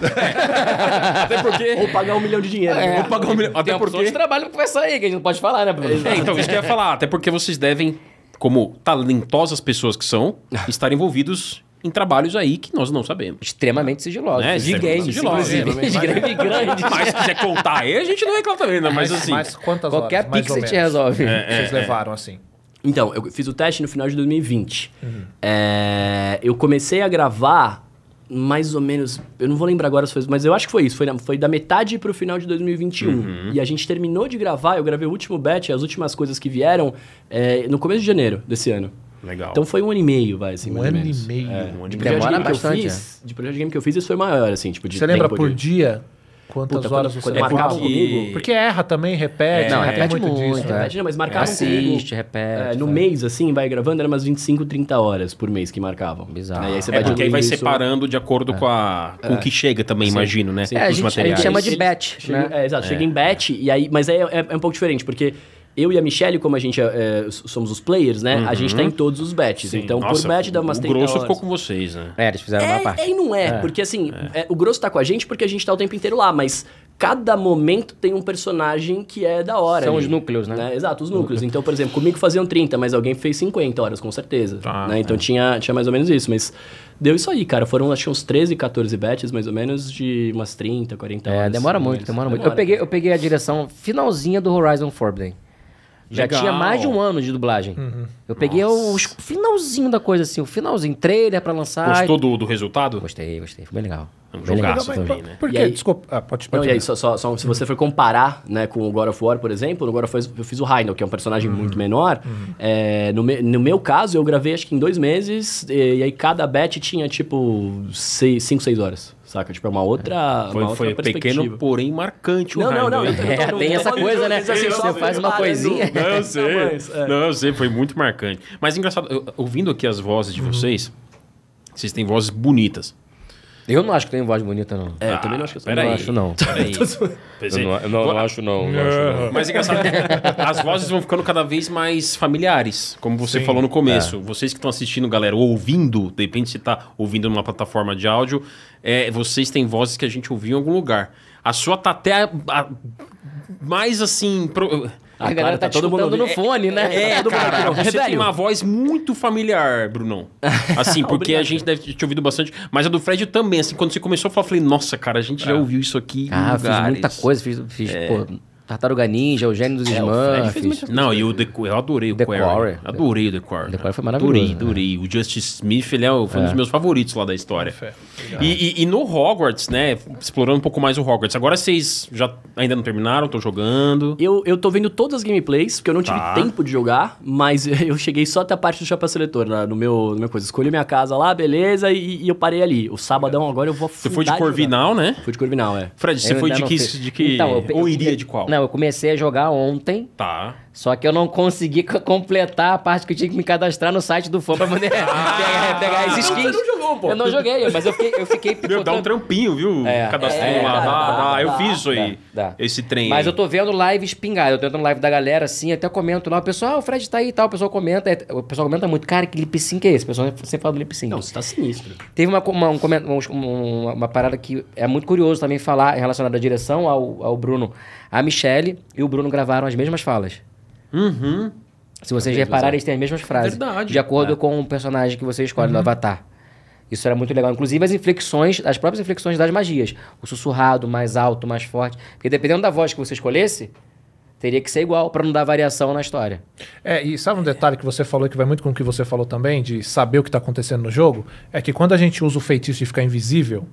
D: Até porque.
E: Ou pagar um milhão de dinheiro.
F: É.
D: Vou pagar um milhão. Até
F: Tem
D: porque.
F: porque... de trabalho pra conversar aí, que a gente não pode falar, né, Bruno?
D: É, então, isso que eu ia falar. Até porque vocês devem, como talentosas pessoas que são, estar envolvidos em trabalhos aí que nós não sabemos.
F: Extremamente sigiloso.
D: É,
F: de gays,
D: extremamente sigiloso,
F: inclusive.
D: é,
F: De grande, grande.
D: Mas se quiser contar aí, a gente não reclama também, né? Mas assim.
C: Mas quantas
F: Qualquer
C: horas? mais
F: pix
C: ou
F: a gente
C: menos,
F: resolve.
C: Vocês levaram assim.
E: Então, eu fiz o teste no final de 2020. É, eu comecei a gravar mais ou menos. Eu não vou lembrar agora as coisas, mas eu acho que foi isso. Foi, na- foi da metade pro final de 2021.
F: Uhum.
E: E a gente terminou de gravar, eu gravei o último batch, as últimas coisas que vieram, é, no começo de janeiro desse ano.
D: Legal.
E: Então foi um ano e meio, vai, assim,
C: Um
E: mais
C: ano
E: ou menos.
C: e meio. né?
D: um ano
E: De
D: de
E: projeto de
F: Demora
E: game que eu
F: bastante,
E: fiz, de projeto de game que eu fiz, isso foi maior, assim, tipo, de
C: Você lembra
E: tempo
C: por
E: de-
C: dia? Quantas
E: Puta,
C: horas
E: quando-
C: você
E: quando
C: marcava
E: marcavam comigo? né?
C: Porque erra também, repete.
F: Não,
C: tem
F: repete muito,
C: disso, né?
F: é.
E: Imagina, mas marcavam
F: Assiste,
E: comigo,
F: repete,
E: é, no
F: faz.
E: mês, assim, vai gravando, era umas 25, 30 horas por mês que marcavam.
F: Bizarro.
E: Né? E aí você
D: É
E: vai
D: porque aí vai
E: diluindo isso- É.
D: separando de acordo com, a, com o que chega também, imagino, né?
F: É, a
D: Os
F: gente- a gente
D: materiais.
F: chama de
E: Eles-
F: batch,
E: chega-
F: né?
E: é, exato, chega em batch, e aí, mas aí é, é- é um pouco diferente, porque eu e a Michelle, como a gente é, é, s- somos os players, né? A gente tá em todos os batches.
D: Uhum. Sim.
E: Então,
D: Nossa,
E: por batch dá umas
D: O
E: 30
D: grosso
E: horas.
D: ficou com vocês, né?
F: É, eles fizeram a maior
E: É,
F: parte.
E: é e não é, porque assim, é, o grosso tá com a gente porque a gente tá o tempo inteiro lá, mas cada momento tem um personagem que é da hora.
F: São os núcleos, né?
E: Exato, os núcleos. Então, por exemplo, comigo faziam 30, mas alguém fez 50 horas, com certeza.
F: Ah,
E: né?
F: é.
E: Então tinha, tinha mais ou menos isso, mas deu isso aí, cara. Foram, acho que uns 13, 14 bets, mais ou menos, de umas 30, 40 horas.
F: É, demora muito,
E: mas-
F: demora muito. Eu
D: né?
F: peguei, eu peguei a direção finalzinha do Horizon Forbidden. Já
D: Legal. Uhum.
F: tinha mais de um ano de dublagem. Eu peguei o os- finalzinho da coisa, assim, o finalzinho, trailer pra lançar.
D: Gostou do, do resultado?
F: Gostei, gostei. Foi bem legal.
D: É um
F: Bem legal.
D: jogaço também, né?
C: Por
E: E
C: quê?
E: aí- é
C: Desculpa. Ah, pode,
E: Não,
C: pode
E: e aí, só, só- só se você for comparar né, com o God of War, por exemplo, no God of War eu fiz o Rhino, que é um personagem muito
D: Uhum.
E: menor. É, no, me- no meu caso, eu gravei acho que em dois meses, e, e aí cada batch tinha tipo 5, 6 horas, saca? Tipo, é uma outra, uma
D: Foi,
E: outra
D: foi
E: perspectiva.
D: pequeno, porém marcante o né?
E: Não,
D: Raimundo,
E: não, não. eu
D: hein?
E: tô- eu tô-
F: É,
E: eu tô
F: tem essa
E: falando de
F: coisa, né?
E: coisas assim,
F: Você
E: só
F: faz uma
E: comparando
F: coisinha.
D: Não, eu sei.
E: tamanhos, é.
D: Não, eu sei, foi muito marcante. Mas engraçado, eu- ouvindo aqui as vozes
E: Uhum.
D: de vocês, vocês têm vozes bonitas. Ah,
F: Eu não acho que tem voz bonita, não.
E: É, também não acho que eu sou-
D: peraí.
F: Não acho, não.
D: Peraí. Pensei-
F: acho, não.
D: Mas é engraçado, as vozes vão ficando cada vez mais familiares, como você falou no começo. Vocês que estão assistindo, galera, ou ouvindo, depende se tá ouvindo numa plataforma de áudio, é, vocês têm vozes que a gente ouviu em algum lugar. A sua tá até a- a- mais assim. pro-
E: Ah,
F: A galera
E: claro,
F: tá,
E: tá todo mundo
F: escutando no
E: ouvindo.
F: fone, né?
D: É,
E: mundo
D: cara,
E: aqui, não.
D: você tem
F: um.
E: Velho.
D: uma voz muito familiar, Brunão. Assim, porque a gente deve ter te ouvido bastante. Mas a do Fred também, assim, quando você começou a falar, eu falei, nossa, cara, a gente já ouviu isso aqui em
F: É. Ah, fiz
D: lugares." É.
F: muita coisa, fiz, fiz pô, Tartaruga Ninja, o Gênio dos Smurfs.
D: Não, e o The, eu adorei o
F: The
D: Quarry.
F: Quarry.
D: Adorei o The Quarry.
F: The Quarry foi maravilhoso,
D: Adorei,
F: né?
D: adorei. O Justice Smith, ele é o- foi um dos meus favoritos lá da história. E, e- e no Hogwarts, né, explorando um pouco mais o Hogwarts. Agora vocês já ainda não terminaram, estão jogando.
E: Eu, eu tô vendo todas as gameplays, porque eu não tive
D: Tá.
E: tempo de jogar, mas eu cheguei só até a parte do chapa seletor, na- no meu, no meu coisa. Escolhi minha casa lá, beleza, e, e eu parei ali. O sabadão agora eu vou
D: Você foi de Corvinal, né?
E: Foi de Corvinal, é.
D: Fred, você
F: Eu
D: foi
F: ainda
D: de
F: não
D: que,
F: fiz.
D: de que
F: Então, eu pe-
D: ou
F: eu-
D: iria de qual?
F: Não, eu comecei a jogar ontem,
D: Tá.
F: só que eu não consegui co- completar a parte que eu tinha que me cadastrar no site do fã pra poder
D: Ah!
F: pegar, pegar as skins.
E: Você não jogou, pô.
F: Eu não joguei, mas eu fiquei, eu fiquei
D: Meu, dá um
F: picotando.
D: trampinho, viu?
F: É,
D: Cadastrei
F: é,
D: lá.
F: dá,
D: lá,
F: dá,
D: lá.
F: dá,
D: eu fiz isso aí.
F: dá.
D: Esse trem.
F: Mas eu
D: aí.
F: tô vendo lives pingar, eu tô entrando live da galera assim, até comento lá, o pessoal, ah, o Fred tá aí e tal, o pessoal comenta, é, o pessoal comenta muito, cara, que lip sync é esse? O pessoal sempre fala do lip sync.
E: Não, você tá sinistro.
F: Teve uma, co- uma, um comen- uns- um- uma, uma parada que é muito curioso também falar em relacionada à direção ao, ao Bruno. A Michelle e o Bruno gravaram as mesmas falas.
D: Uhum.
F: Se vocês repararem, eles têm as mesmas frases.
D: Verdade. É. Uhum.
F: De acordo com o personagem que você escolhe no Avatar. Isso era muito legal. Inclusive as inflexões, as próprias inflexões das magias. O sussurrado, mais alto, mais forte. Porque dependendo da voz que você escolhesse, teria que ser igual pra não dar variação na história.
C: É, e sabe um detalhe que você falou que vai muito com o que você falou também, de saber o que tá acontecendo no jogo? É que quando a gente usa o feitiço de ficar invisível,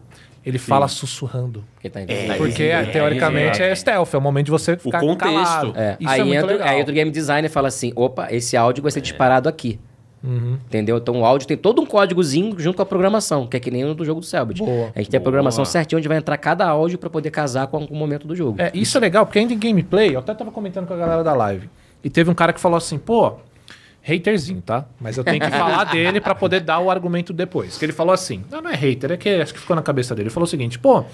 C: ele fala sussurrando.
F: Porque tá em-
C: É, Porque, teoricamente, é, stealth, é o momento de você ficar
D: contexto.
C: calado.
F: É,
C: Isso
F: aí,
C: é muito
F: entra,
C: legal. É.
F: aí entra o game designer e fala assim: opa, esse áudio vai ser disparado aqui.
C: Uhum.
F: Entendeu? Então o áudio tem todo um códigozinho junto com a programação, que é que nem o do jogo do Selbit.
C: Boa.
F: A gente tem a
D: Boa.
F: programação certinha onde vai entrar cada áudio pra poder casar com algum momento do jogo.
C: É, isso é legal, porque ainda em gameplay, eu até tava comentando com a galera da live. E teve um cara que falou assim, pô, haterzinho, tá? Mas eu tenho que falar dele pra poder dar o argumento depois. Que ele falou assim, não, não é hater, é que acho que ficou na cabeça dele. Ele falou o seguinte, pô,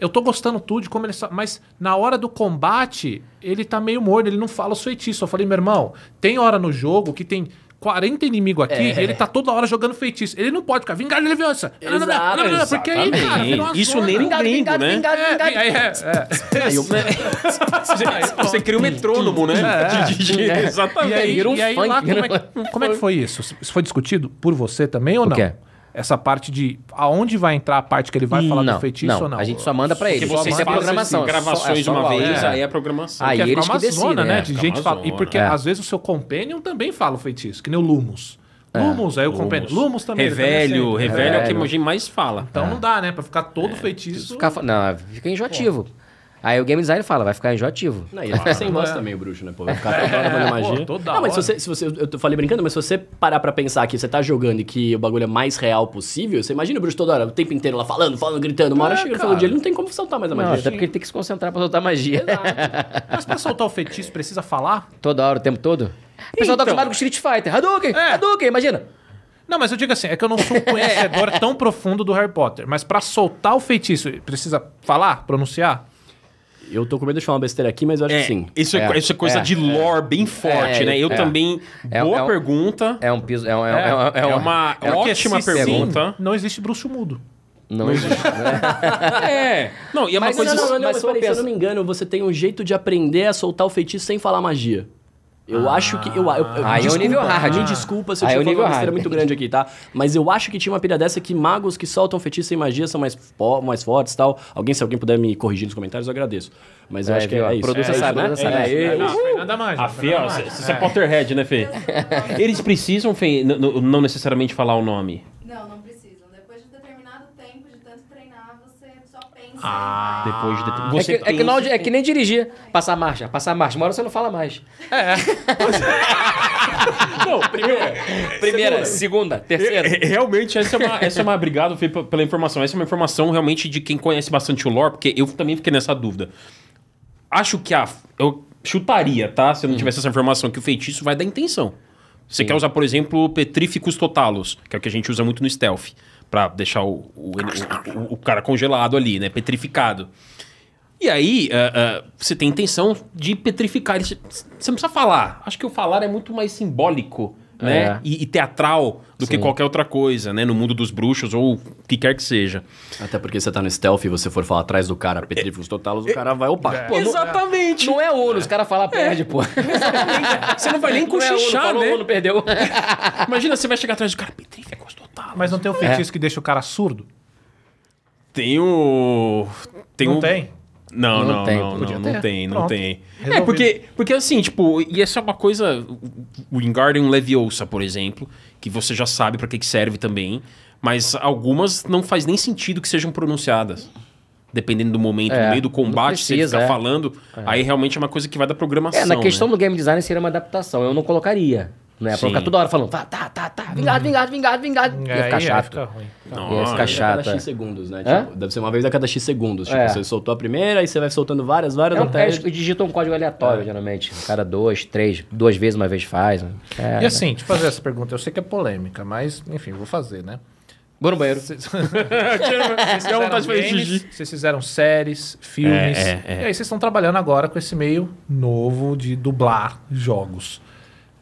C: eu tô gostando tudo de como ele... sa- Mas na hora do combate, ele tá meio morno, ele não fala o feitiço. Eu falei, meu irmão, tem hora no jogo que tem... 40 inimigo aqui e ele tá toda hora jogando feitiço. Ele não pode ficar vingar de leviança.
E: Exato,
C: Porque aí, cara, vira uma
D: Isso
C: zona.
D: nem em gringo, né?
C: É, é, é, é.
D: Você, você cria um metrônomo, né?
F: É.
D: De- de- de-
C: E
D: Exatamente.
C: aí,
F: Vira um
C: e aí
F: funk,
C: lá, como, é,
F: né?
C: que- como é que foi isso? Isso foi discutido por você também ou não?
F: quê?
C: Essa parte de aonde vai entrar a parte que ele vai falar do feitiço
F: não,
C: ou não?
F: A gente só manda pra
D: Porque
F: eles.
D: vocês
F: Isso é
D: fazem assim,
F: programação.
D: gravações
F: só- é só
D: uma
F: áudio.
D: vez,
F: É.
D: aí é a programação.
F: Aí-
C: Porque
F: eles
C: fica uma
F: que decidem,
C: zona, né?
F: é,
C: De
D: fica
C: gente
D: uma
C: fala. E
D: zona.
C: porque
F: É.
C: às vezes o seu companion também fala o feitiço, que nem o Lumos.
F: É.
C: Lumos, aí o companion. Lumos também. né? ele também
D: Revelho,
C: aceita.
D: revelho é o que a
F: Revelho.
D: gente mais fala.
F: É,
C: Então não dá, né? Pra ficar todo feitiço.
F: Ficar fa- não, fica enjoativo. Aí o game design fala, vai ficar enjoativo.
E: Não, e ele fica sem voz também, o bruxo, né? Pô, vai ficar toda hora fazendo magia.
C: toda
E: não, mas se
C: hora.
E: você, se você. Eu falei brincando, mas se você parar pra pensar que você tá jogando e que o bagulho é mais real possível, você imagina o bruxo toda hora, o tempo inteiro lá falando, falando, gritando. Uma hora chega no final do dia, ele não tem como soltar mais a
F: Não,
E: magia.
F: até porque ele tem que se concentrar pra soltar magia.
C: Mas pra soltar o feitiço precisa falar?
F: Toda hora, o tempo todo. O pessoal tá acostumado com Street Fighter. Hadouken!
C: Então. É.
F: Hadouken, imagina.
C: Não, mas eu digo assim, é que eu não sou um conhecedor tão profundo do Harry Potter. Mas pra soltar o feitiço, precisa falar, pronunciar?
E: Eu tô com medo de falar uma besteira aqui, mas eu acho
D: É,
E: que sim.
D: Isso é,
F: É,
D: isso é coisa
F: é,
D: de lore bem forte,
F: É,
D: né? Eu
F: é.
D: também.
F: É,
D: boa
F: é um-
D: pergunta.
F: É um piso. É, um, é, um- é, um-
D: É uma
C: É porque
D: ótima
C: se sim,
D: pergunta.
C: não existe bruxo mudo.
F: Não existe.
D: É. Não, e é uma
F: Mas
D: coisa.
E: não, não, não,
F: mas
E: mas
F: só
E: peraí, se eu
F: pensa-
E: não me engano, você tem um jeito de aprender a soltar o feitiço sem falar magia. Eu acho que. Eu, eu, eu-
F: Ah. Aí é o
E: desculpa,
F: nível hard.
E: Me desculpa se eu
F: Aí é
E: tiver falando
F: o nível
E: uma besteira
F: hard.
E: muito grande aqui, tá? Mas eu acho que tinha uma pira dessa que magos que soltam feitiço sem magia são mais, fo- mais fortes e tal. Alguém, se alguém puder me corrigir nos comentários, eu agradeço. Mas eu
F: É,
E: acho que
F: viu?
E: é isso.
F: Produção
E: é isso,
F: sabe,
E: né?
F: produção sabe.
E: É,
F: É,
E: isso.
C: Não, foi nada mais. foi
D: A Ah, Fê,
C: nada
D: ó, você,
C: mais.
D: você é Potterhead, né, Fê? Eles precisam, Fê, n- n- não necessariamente falar o nome.
G: Não, não precisam. Depois de um determinado tempo de tanto treinar, você só pensa em mais.
D: Depois de.
F: É
D: Você
F: que, é, que
D: pensa-
F: não, é que nem dirigir. Passar marcha, passar marcha. Uma hora você não fala mais.
D: Não, primeiro.
F: Primeira, segunda, terceira.
D: É, é, Realmente, essa é uma. Essa é uma obrigado, Fê, p- pela informação. Essa é uma informação realmente de quem conhece bastante o lore, porque eu também fiquei nessa dúvida. Acho que a. Eu chutaria, tá? Se eu não tivesse essa informação, que o feitiço vai da intenção. Você quer usar, por exemplo, petrificus totalos, que é o que a gente usa muito no stealth, pra deixar o, o, o- o- o cara congelado ali, né? Petrificado. E aí, ah, ah, você tem a intenção de petrificar. ele. Você você não precisa falar. Acho que o falar é muito mais simbólico, né?
F: É.
D: E, e teatral do que qualquer outra coisa, né? No mundo dos bruxos ou o que quer que seja.
E: Até porque você tá no stealth e você for falar atrás do cara, petrificos totalos, o cara vai opa. Pô, não-
D: Exatamente!
F: Não é ouro, os caras falam, perde, pô.
D: Você não vai nem
F: Não é ouro,
D: cochichar,
F: falou
D: né?
F: ouro, perdeu.
D: Imagina, você vai chegar atrás do cara, é petrificus totalos.
C: Mas não tem o feitiço que deixa o cara surdo?
D: Tem o. Tem
C: Não
D: o-
C: tem?
D: Não,
F: Não
D: não,
F: tem,
D: não,
F: podia
D: não, não
C: ter.
D: tem, não
C: Pronto.
D: tem. É,
C: Resolvido.
D: porque, porque assim, tipo, e essa é uma coisa. o- O Wingardium Leviosa, por exemplo, que você já sabe pra que que serve também, mas algumas não faz nem sentido que sejam pronunciadas. Dependendo do momento,
F: É,
D: no meio do
F: não
D: combate, se ele
F: precisa,
D: ficar
F: é.
D: falando, aí realmente é uma coisa que vai da programação.
F: É, na questão
D: né?
F: do game design seria uma adaptação. Eu não colocaria. Né? Pra
D: Sim.
F: ficar toda hora falando, tá, tá, tá, tá, vingado, vingado, vingado, vingado. Ia
C: Aí,
F: ficar
C: aí fica
F: chato. É,
C: É, ruim.
F: Ia
D: Nossa.
F: ficar
E: Uma vez a é cada
F: chato.
E: X segundos, né?
F: Hã?
E: Tipo, deve ser uma vez a cada X segundos. Tipo,
F: É.
E: você soltou a primeira, aí você vai soltando várias, várias
F: É um,
E: até.
F: é, digita um código aleatório, geralmente. O cara dois, três, duas vezes, uma vez faz. né? É.
C: E assim, te fazer essa pergunta, eu sei que é polêmica, mas enfim, vou fazer, né?
F: Vou no banheiro.
C: Vocês
D: Dá
C: fizeram,
D: vontade de fazer
C: games,
D: xixi.
C: vocês fizeram séries, filmes.
D: É, é, é.
C: E aí vocês estão trabalhando agora com esse meio novo de dublar jogos.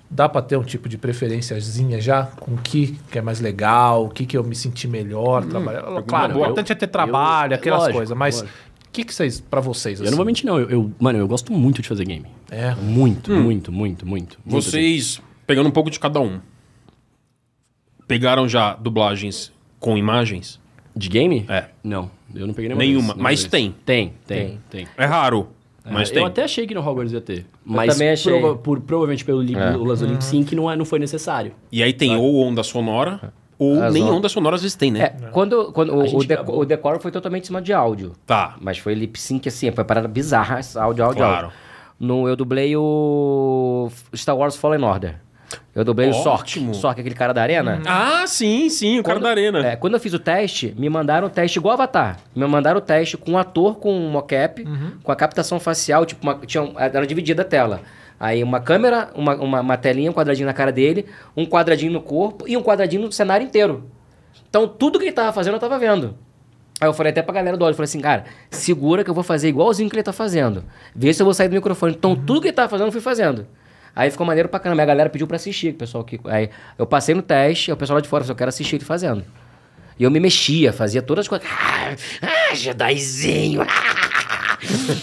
C: Dá pra ter um tipo de preferenciazinha já? Com o que, que é mais legal, o que, que eu me senti melhor trabalhando? Claro, o
E: Hum, boa.
C: importante é ter trabalho,
E: Eu-
C: aquelas
E: lógico,
C: coisas, mas o
E: lógico.
C: que, que vocês, pra vocês, assim?
E: Eu não vou mentir, não. Eu, eu- mano, eu gosto muito de fazer game.
C: É.
E: Muito,
D: Hum.
E: muito, muito, muito. muito
D: Vocês, pegando um pouco de cada um, pegaram já dublagens com imagens?
E: assim. De game?
D: É.
E: Não, eu não peguei nenhuma.
D: Nenhuma,
E: vez,
D: mas
E: vez.
D: tem.
E: Tem, tem, tem.
D: É raro, mas
E: eu
D: tem.
E: até achei que no Hogwarts ia ter. Mas
F: também achei.
E: prova- por, provavelmente pelo livro
F: É.
E: do Lazulink sim, que não, é, não foi necessário.
D: E aí tem ou onda sonora, ou
F: Tá. É. As
D: nem
F: on-
D: onda sonora às vezes tem, né?
F: É, quando, quando o,
E: gente
F: o, deco-
E: gravou.
F: o decoro foi totalmente em cima de áudio.
D: Tá.
F: Mas foi lip sync assim, foi parada bizarra, áudio, áudio,
D: Claro.
F: áudio. No, eu dublei o Star Wars Fallen Order. Eu dublei
D: Ótimo.
F: o Sork. Sork, aquele cara da arena.
D: Ah, sim, sim, o cara da arena.
F: É, quando eu fiz o teste, me mandaram o teste igual Avatar. Me mandaram o teste com um ator com um mocap,
D: Uhum.
F: com a captação facial, tipo, uma, tinha, um- era dividida a tela. Aí uma câmera, uma, uma, uma telinha, um quadradinho na cara dele, um quadradinho no corpo e um quadradinho no cenário inteiro. Então tudo que ele tava fazendo eu tava vendo. Aí eu falei até pra galera do áudio, eu falei assim, cara, segura que eu vou fazer igualzinho que ele tá fazendo. Vê se eu vou sair do microfone. Então
D: Uhum.
F: tudo que ele tava fazendo eu fui fazendo. Aí ficou maneiro pra caramba. Aí a galera pediu pra assistir, o pessoal que aí eu passei no teste, aí o pessoal lá de fora falou, eu quero assistir ele fazendo. E eu me mexia, fazia todas as coisas. Ah, ah Jedizinho! ah.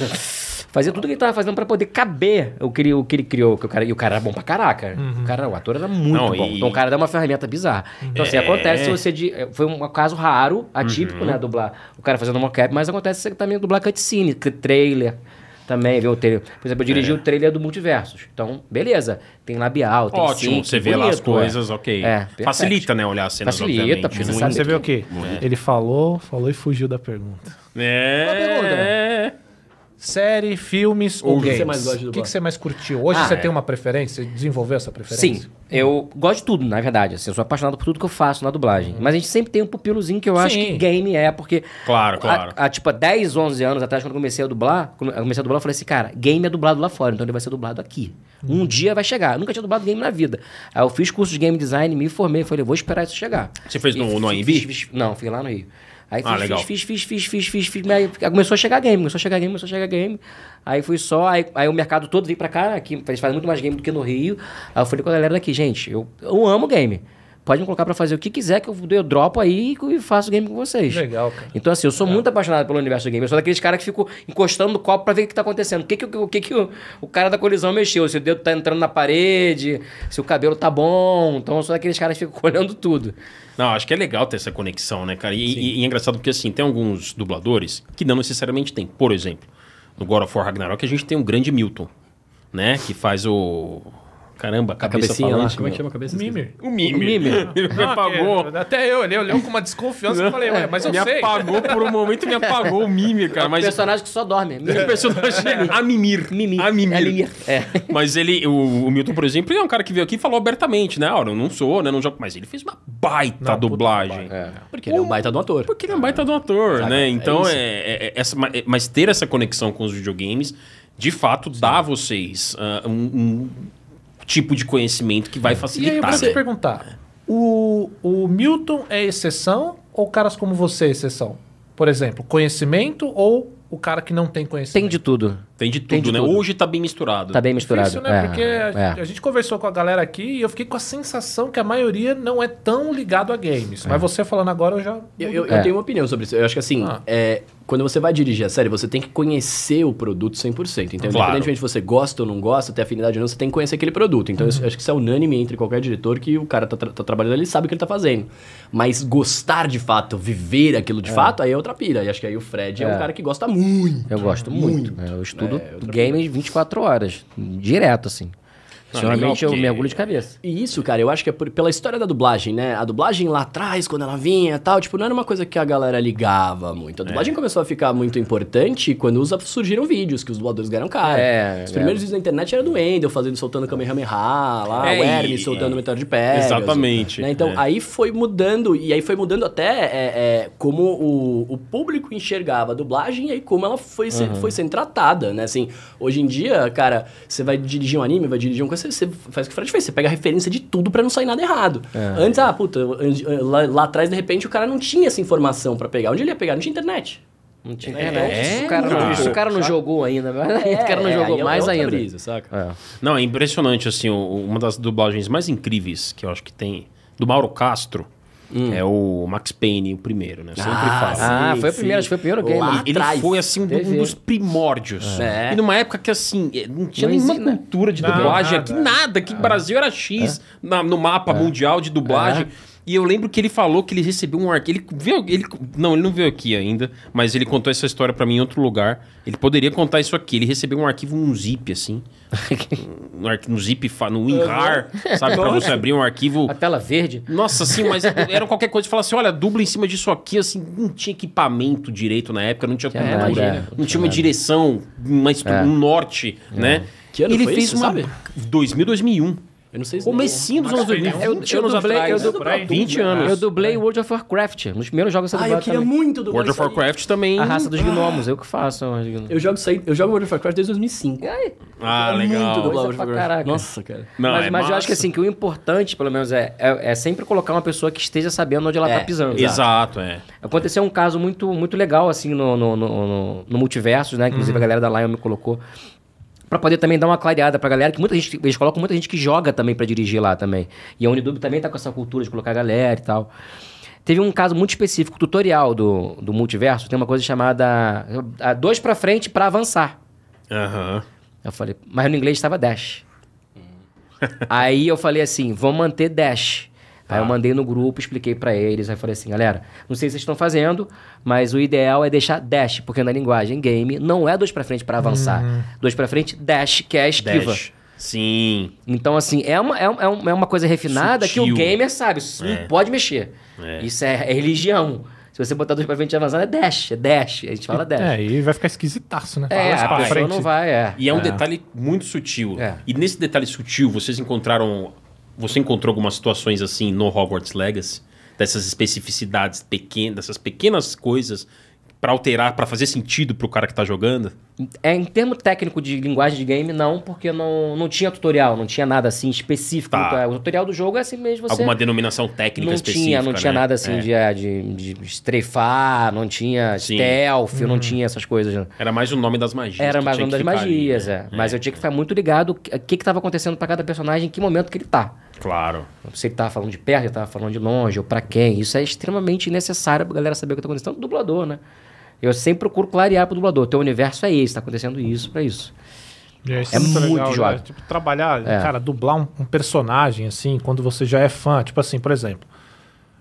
F: fazia tudo que ele tava fazendo pra poder caber o que ele, o que ele criou. Que o cara, e o cara era bom pra caraca. O, cara, o ator era muito
D: Uhum. Não,
F: bom.
D: e-
F: Então o cara dá uma ferramenta bizarra. Então
D: É.
F: assim, acontece você... De, foi um caso raro, atípico,
D: Uhum.
F: né? Dublar o cara fazendo mocap, mas acontece você também dublar cutscene, que- trailer... Também, viu o trailer. Por exemplo, eu dirigi
D: É.
F: o trailer do Multiversos. Então, beleza. Tem labial, tem
D: Ótimo,
F: sync,
D: você vê lá as
F: bonito, é.
D: coisas, ok.
F: É, perfeito.
D: Facilita, né, olhar as cenas,
F: Facilita,
D: obviamente.
F: precisa
D: né?
F: saber.
C: Você vê o
E: é.
C: quê? Ele falou, falou e fugiu da pergunta.
D: É...
C: Série, filmes ou,
E: O que
C: games?
E: você mais gosta de
C: O que,
E: dublar?
C: que você mais curtiu? Hoje
F: Ah,
C: você
F: é.
C: tem uma preferência? Você desenvolveu essa preferência?
F: Sim, eu gosto de tudo, na verdade. Assim, eu sou apaixonado por tudo que eu faço na
D: Uhum.
F: dublagem. Mas a gente sempre tem um pupilozinho que eu acho
C: Sim.
F: que game é, porque.
D: Claro,
F: a-
D: claro.
F: Há, tipo, há 10, 11 anos atrás, quando eu comecei a dublar, quando eu comecei a dublar, eu falei assim, cara, game é dublado lá fora, então ele vai ser dublado aqui.
D: Uhum.
F: Um dia vai chegar. Eu nunca tinha dublado game na vida. Aí eu fiz curso de game design, me formei, falei, vou esperar isso chegar.
D: Você fez no-
F: E
D: no
F: fi-
D: AMB?
F: fiz- fiz- Não, fui lá no Rio. Aí
D: Ah,
F: fiz,
D: legal.
F: fiz, fiz, fiz, fiz, fiz, fiz, fiz, aí começou a chegar game, começou a chegar game, começou a chegar game. Aí fui só, aí, aí o mercado todo veio pra cá, aqui eles fazem muito mais game do que no Rio. Aí eu falei com a galera daqui, gente, eu, eu amo game. Pode me colocar pra fazer o que quiser, que eu, eu dropo aí e faço game com vocês.
C: Legal, cara.
F: Então, assim, eu sou muito apaixonado pelo universo do game. Eu sou daqueles caras que ficam encostando no copo pra ver o que tá acontecendo. O que, que, o, que, que o, o cara da colisão mexeu? Se o dedo tá entrando na parede, se o cabelo tá bom. Então, eu sou daqueles caras que ficam olhando tudo.
D: Não, acho que é legal ter essa conexão, né, cara? E, e- e é engraçado porque, assim, tem alguns dubladores que não necessariamente tem. Por exemplo, no God of War Ragnarok a gente tem um grande Milton, né? Que faz o... Caramba, a
E: A
D: cabeça
E: cabecinha lá.
D: falante.
E: Como é que chama a cabeça?
C: Mimir.
D: O Mimir. Ele me
C: Não,
D: apagou.
C: que- É, Até eu, ele olhou com uma desconfiança e falei, ué, mas eu
D: me
C: sei.
D: apagou por um momento, me apagou o Mimir, cara.
F: é um
D: Mas
F: personagem que só dorme.
D: o personagem é a Mimir.
F: Mimir.
D: A
F: É
D: Mimir.
F: Mimir. É.
D: Mas ele, o, o Milton, por exemplo, ele é um cara que veio aqui e falou abertamente, né? Olha, eu não sou, né? Não jogo. Mas ele fez uma baita
C: Não, puta
D: dublagem.
E: Porque ele é um baita do ator.
D: Porque ele é um baita do ator,
E: Saca?
D: né?
E: É
D: Então,
E: isso.
D: é, é- é essa, ma- é- mas ter essa conexão com os videogames, de fato, dá a vocês ah, um, um tipo de conhecimento que
C: E aí
D: vai
C: eu
F: Tá.
D: facilitar.
C: preciso
D: né?
C: perguntar: o, o Milton é exceção ou caras como você é exceção? Por exemplo, conhecimento ou o cara que não tem
F: Tem
C: conhecimento?
F: de tudo.
D: Tem de tudo,
F: Tem de
D: né?
F: tudo.
D: Hoje tá bem misturado.
F: Tá bem misturado.
C: Difícil, né?
F: É,
C: Porque a,
F: é.
C: a gente conversou com a galera aqui e eu fiquei com a sensação que a maioria não é tão ligado a games. Mas você falando agora, eu já.
E: Eu, eu-
F: É.
E: eu tenho uma opinião sobre isso. Eu acho que assim,
C: Uhum. Ah.
E: é, quando você vai dirigir a série, você tem que conhecer o produto 100%. Então,
D: Claro.
E: independentemente se você gosta ou não gosta, ter afinidade ou não, você tem que conhecer aquele produto. Então, eu acho que isso é unânime entre qualquer diretor que o cara tá, tra- tá trabalhando, ele sabe o que ele tá fazendo. Mas gostar de fato, viver aquilo de fato, aí é outra pira. E acho que aí o Fred é, um cara que gosta muito.
F: Eu gosto muito. né? Eu estudo games 24 horas. Direto, assim.
D: Não,
F: Sinceramente,
D: legal,
F: eu
D: porque-
F: mergulho de cabeça.
E: E isso, cara, eu acho que é por- pela história da dublagem, né? A dublagem lá atrás, quando ela vinha e tal, tipo, não era uma coisa que a galera ligava muito. A dublagem começou a ficar muito importante quando os, surgiram vídeos, que os dubladores ganharam cara.
F: É,
E: os
F: é.
E: primeiros vídeos na internet eram do Endel fazendo, soltando Kamehameha lá,
D: É,
E: o Hermes
D: e-
E: soltando Meteoro de Pé.
D: Exatamente,
E: É, Né? Então,
D: é.
E: aí foi mudando, e aí foi mudando até é, é, como o, o público enxergava a dublagem e aí como ela foi, se-
D: Uhum.
E: foi sendo tratada, né? Assim, hoje em dia, cara, você vai dirigir um anime, vai dirigir um coisa, você faz o que o Fred fez, você pega a referência de tudo pra não sair nada errado.
D: É.
E: Antes, ah, puta, an- lá, lá atrás, de repente, o cara não tinha essa informação pra pegar. Onde ele ia pegar? Não tinha internet.
F: Não tinha
E: É,
F: internet.
E: é,
F: Se o cara,
D: cara.
F: não, se o cara não jogou ainda. o cara não
E: É,
F: jogou
E: aí é
F: mais
E: outra
F: ainda.
E: brisa, saca?
F: É.
D: Não, é impressionante, assim, o- uma das dublagens mais incríveis que eu acho que tem, do Mauro Castro, é o Max Payne, o primeiro, né? Eu sempre falo.
F: Hum. Ah, foi o primeiro, acho que foi o primeiro game.
E: Lá
D: Ele
E: atrás.
D: foi, assim, um, do- um
F: Teve.
D: dos primórdios.
E: É.
D: E numa época que, assim, eh, não tinha
F: Não
D: nenhuma
F: existe, né?
D: cultura de
C: Não,
D: dublagem
C: nada. É.
D: aqui, nada. Que Brasil era X na- no mapa mundial de dublagem. E eu lembro que ele falou que ele recebeu um arquivo. Ele veio. Ele, não, ele não veio aqui ainda, mas ele contou essa história pra mim em outro lugar. Ele poderia contar isso aqui. Ele recebeu um arquivo num zip, assim. um, arqui- no zip, fa- no WinRAR, sabe? Pra você abrir um arquivo.
F: A tela verde.
D: Nossa, sim, mas é, era qualquer coisa de falar assim: olha, dubla em cima disso aqui, assim, não tinha equipamento direito na época, não tinha
F: Tinha
D: cultura,
F: nada,
D: não,
F: é.
D: tinha, uma direção, uma estru- um norte, né?
E: Que ano
D: ele
E: foi
D: fez
E: isso,
D: uma.
E: sabe?
D: 2000, 2001.
E: Eu não sei se...
D: Comecinho dos anos 2000,
C: Payne é um-
D: 20 anos atrás.
F: eu
C: por aí.
F: dublei,
D: 20 anos.
F: eu dublei World of Warcraft. Nos primeiros jogos que eu
E: Ah,
F: dublava
E: eu queria
F: também.
E: muito dublar
D: World of
E: isso aí.
D: Warcraft também.
F: A raça dos gnomos, eu que faço. Eu,
E: Eu jogo, isso aí, eu jogo World of Warcraft desde 2005.
D: Ah,
F: É
E: Eu
D: legal.
E: Muito dublava World of
F: Coisa pra
E: Warcraft.
F: caraca.
E: Nossa, cara.
D: Não,
F: mas
D: é
F: mas eu
D: massa.
F: acho que assim, que o importante, pelo menos, é, é, é sempre colocar uma pessoa que esteja sabendo onde ela tá pisando.
D: Exato, é.
F: Aconteceu um caso muito, muito legal, assim, no, no, no, no- no Multiversos, né?
D: Uhum.
F: Inclusive a galera da Lion me colocou. Pra poder também dar uma clareada pra galera, que muita gente, eles colocam muita gente que joga também pra dirigir lá também. E a Unidub também tá com essa cultura de colocar a galera e tal. Teve um caso muito específico, tutorial do, do multiverso, tem uma coisa chamada a dois pra frente pra avançar.
D: Aham.
F: Eu falei, mas no inglês estava dash. aí eu falei assim, vamos manter dash. Aí eu mandei no grupo, expliquei pra eles, aí falei assim, galera, não sei se vocês estão fazendo, mas o ideal é deixar dash, porque na linguagem game não é dois pra frente pra avançar. Dois pra frente, dash, que é a esquiva.
D: Dash. Sim.
F: Então, assim, é uma, é, um- é um- é uma coisa refinada
D: Sutil.
F: que o gamer sabe, isso não pode mexer. Isso é, é religião. Se você botar dois pra frente e avançar, é dash, é dash. A gente fala dash.
C: É, e vai ficar esquisitaço, né?
F: É,
C: Passo
F: a pessoa não vai, é.
D: E é um detalhe muito sutil.
F: É.
D: E nesse detalhe sutil, vocês encontraram. Você encontrou algumas situações assim no Hogwarts Legacy? Dessas especificidades pequenas, dessas pequenas coisas pra alterar, pra fazer sentido pro cara que tá jogando?
F: É, em termo técnico de linguagem de game, não, porque não, não tinha tutorial, não tinha nada assim específico.
D: Tá.
F: Tá, O tutorial do jogo é assim mesmo, você...
D: Alguma denominação técnica
F: não
D: específica?
F: tinha, não tinha
D: né?
F: nada assim
D: É.
F: de, de, de estrefar, não tinha
D: Sim.
F: stealth, não tinha essas coisas. né?
D: Era mais o nome das magias.
F: Era
D: que
F: mais
D: tinha
F: uma das
D: que ficar ali,
F: magias,
D: né?
F: é. Mas eu tinha que ficar muito ligado o que, que que tava acontecendo pra cada personagem, em que momento que ele tá.
D: Claro.
F: Se ele tava falando de perto, ele tava falando de longe, ou pra quem. Isso é extremamente necessário pra galera saber o que tá acontecendo. Tanto do dublador, né? Eu sempre procuro clarear pro dublador. Teu universo é esse, tá acontecendo isso pra isso.
C: É,
F: É muito É.
C: né?
F: jovem.
C: Tipo, trabalhar, cara, dublar um, um personagem, assim, quando você já é fã. Tipo assim, por exemplo,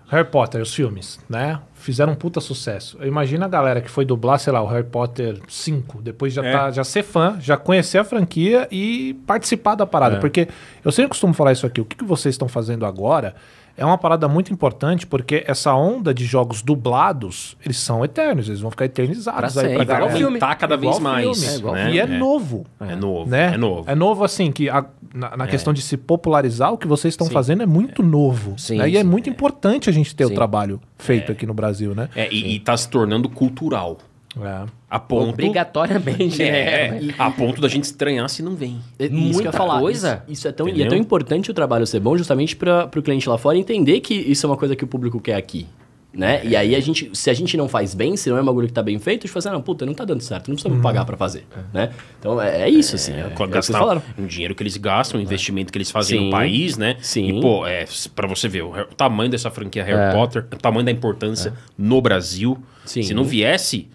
C: Harry Potter, os filmes, né? Fizeram um puta sucesso. Imagina a galera que foi dublar, sei lá, o Harry Potter 5, depois já,
D: É.
C: tá, já ser fã, já conhecer a franquia e participar da
D: É.
C: parada. Porque eu sempre costumo falar isso aqui, o que, que vocês estão fazendo agora é uma parada muito importante, porque essa onda de jogos dublados, eles são eternos, eles vão ficar eternizados
F: Pra
C: aí pra
D: Vai
F: sempre, né? É Igual
C: galera.
F: filme.
D: aumentar cada vez
C: Igual
D: mais.
C: filme.
F: É, igual
D: né?
C: E é novo.
D: É novo.
C: Né?
D: É novo.
C: É novo, assim, que a- na, na questão de se popularizar, o que vocês estão fazendo é muito novo.
F: Sim,
C: né? E é
F: sim,
C: muito importante a gente ter
F: Sim.
C: o trabalho feito aqui no Brasil, né?
D: É, e, e tá se tornando cultural.
C: É.
D: A ponto.
F: Obrigatoriamente,
D: É,
F: né?
D: a ponto da gente estranhar se não vem.
E: É isso
F: Muita
E: que eu ia falar.
F: coisa.
E: Isso, isso é tão, e é
D: Entendeu?
E: tão importante o trabalho ser bom justamente para o cliente lá fora entender que isso é uma coisa que o público quer aqui. Né? E aí, a gente, se a gente não faz bem, se não é um bagulho que tá bem feito, a gente fala assim, ah, não, puta, não tá dando certo, não precisa me
D: Uhum.
E: pagar pra fazer. Né? Então, é, é isso, assim. É, é o que vocês
D: gastar
E: falaram.
D: o dinheiro que eles gastam, o investimento que eles fazem
E: Sim.
D: no país, né?
E: Sim.
D: E, pô, é, s- pra você ver, o, Har- o tamanho dessa franquia Harry Potter, o tamanho da importância no Brasil.
E: Sim.
D: Se não viesse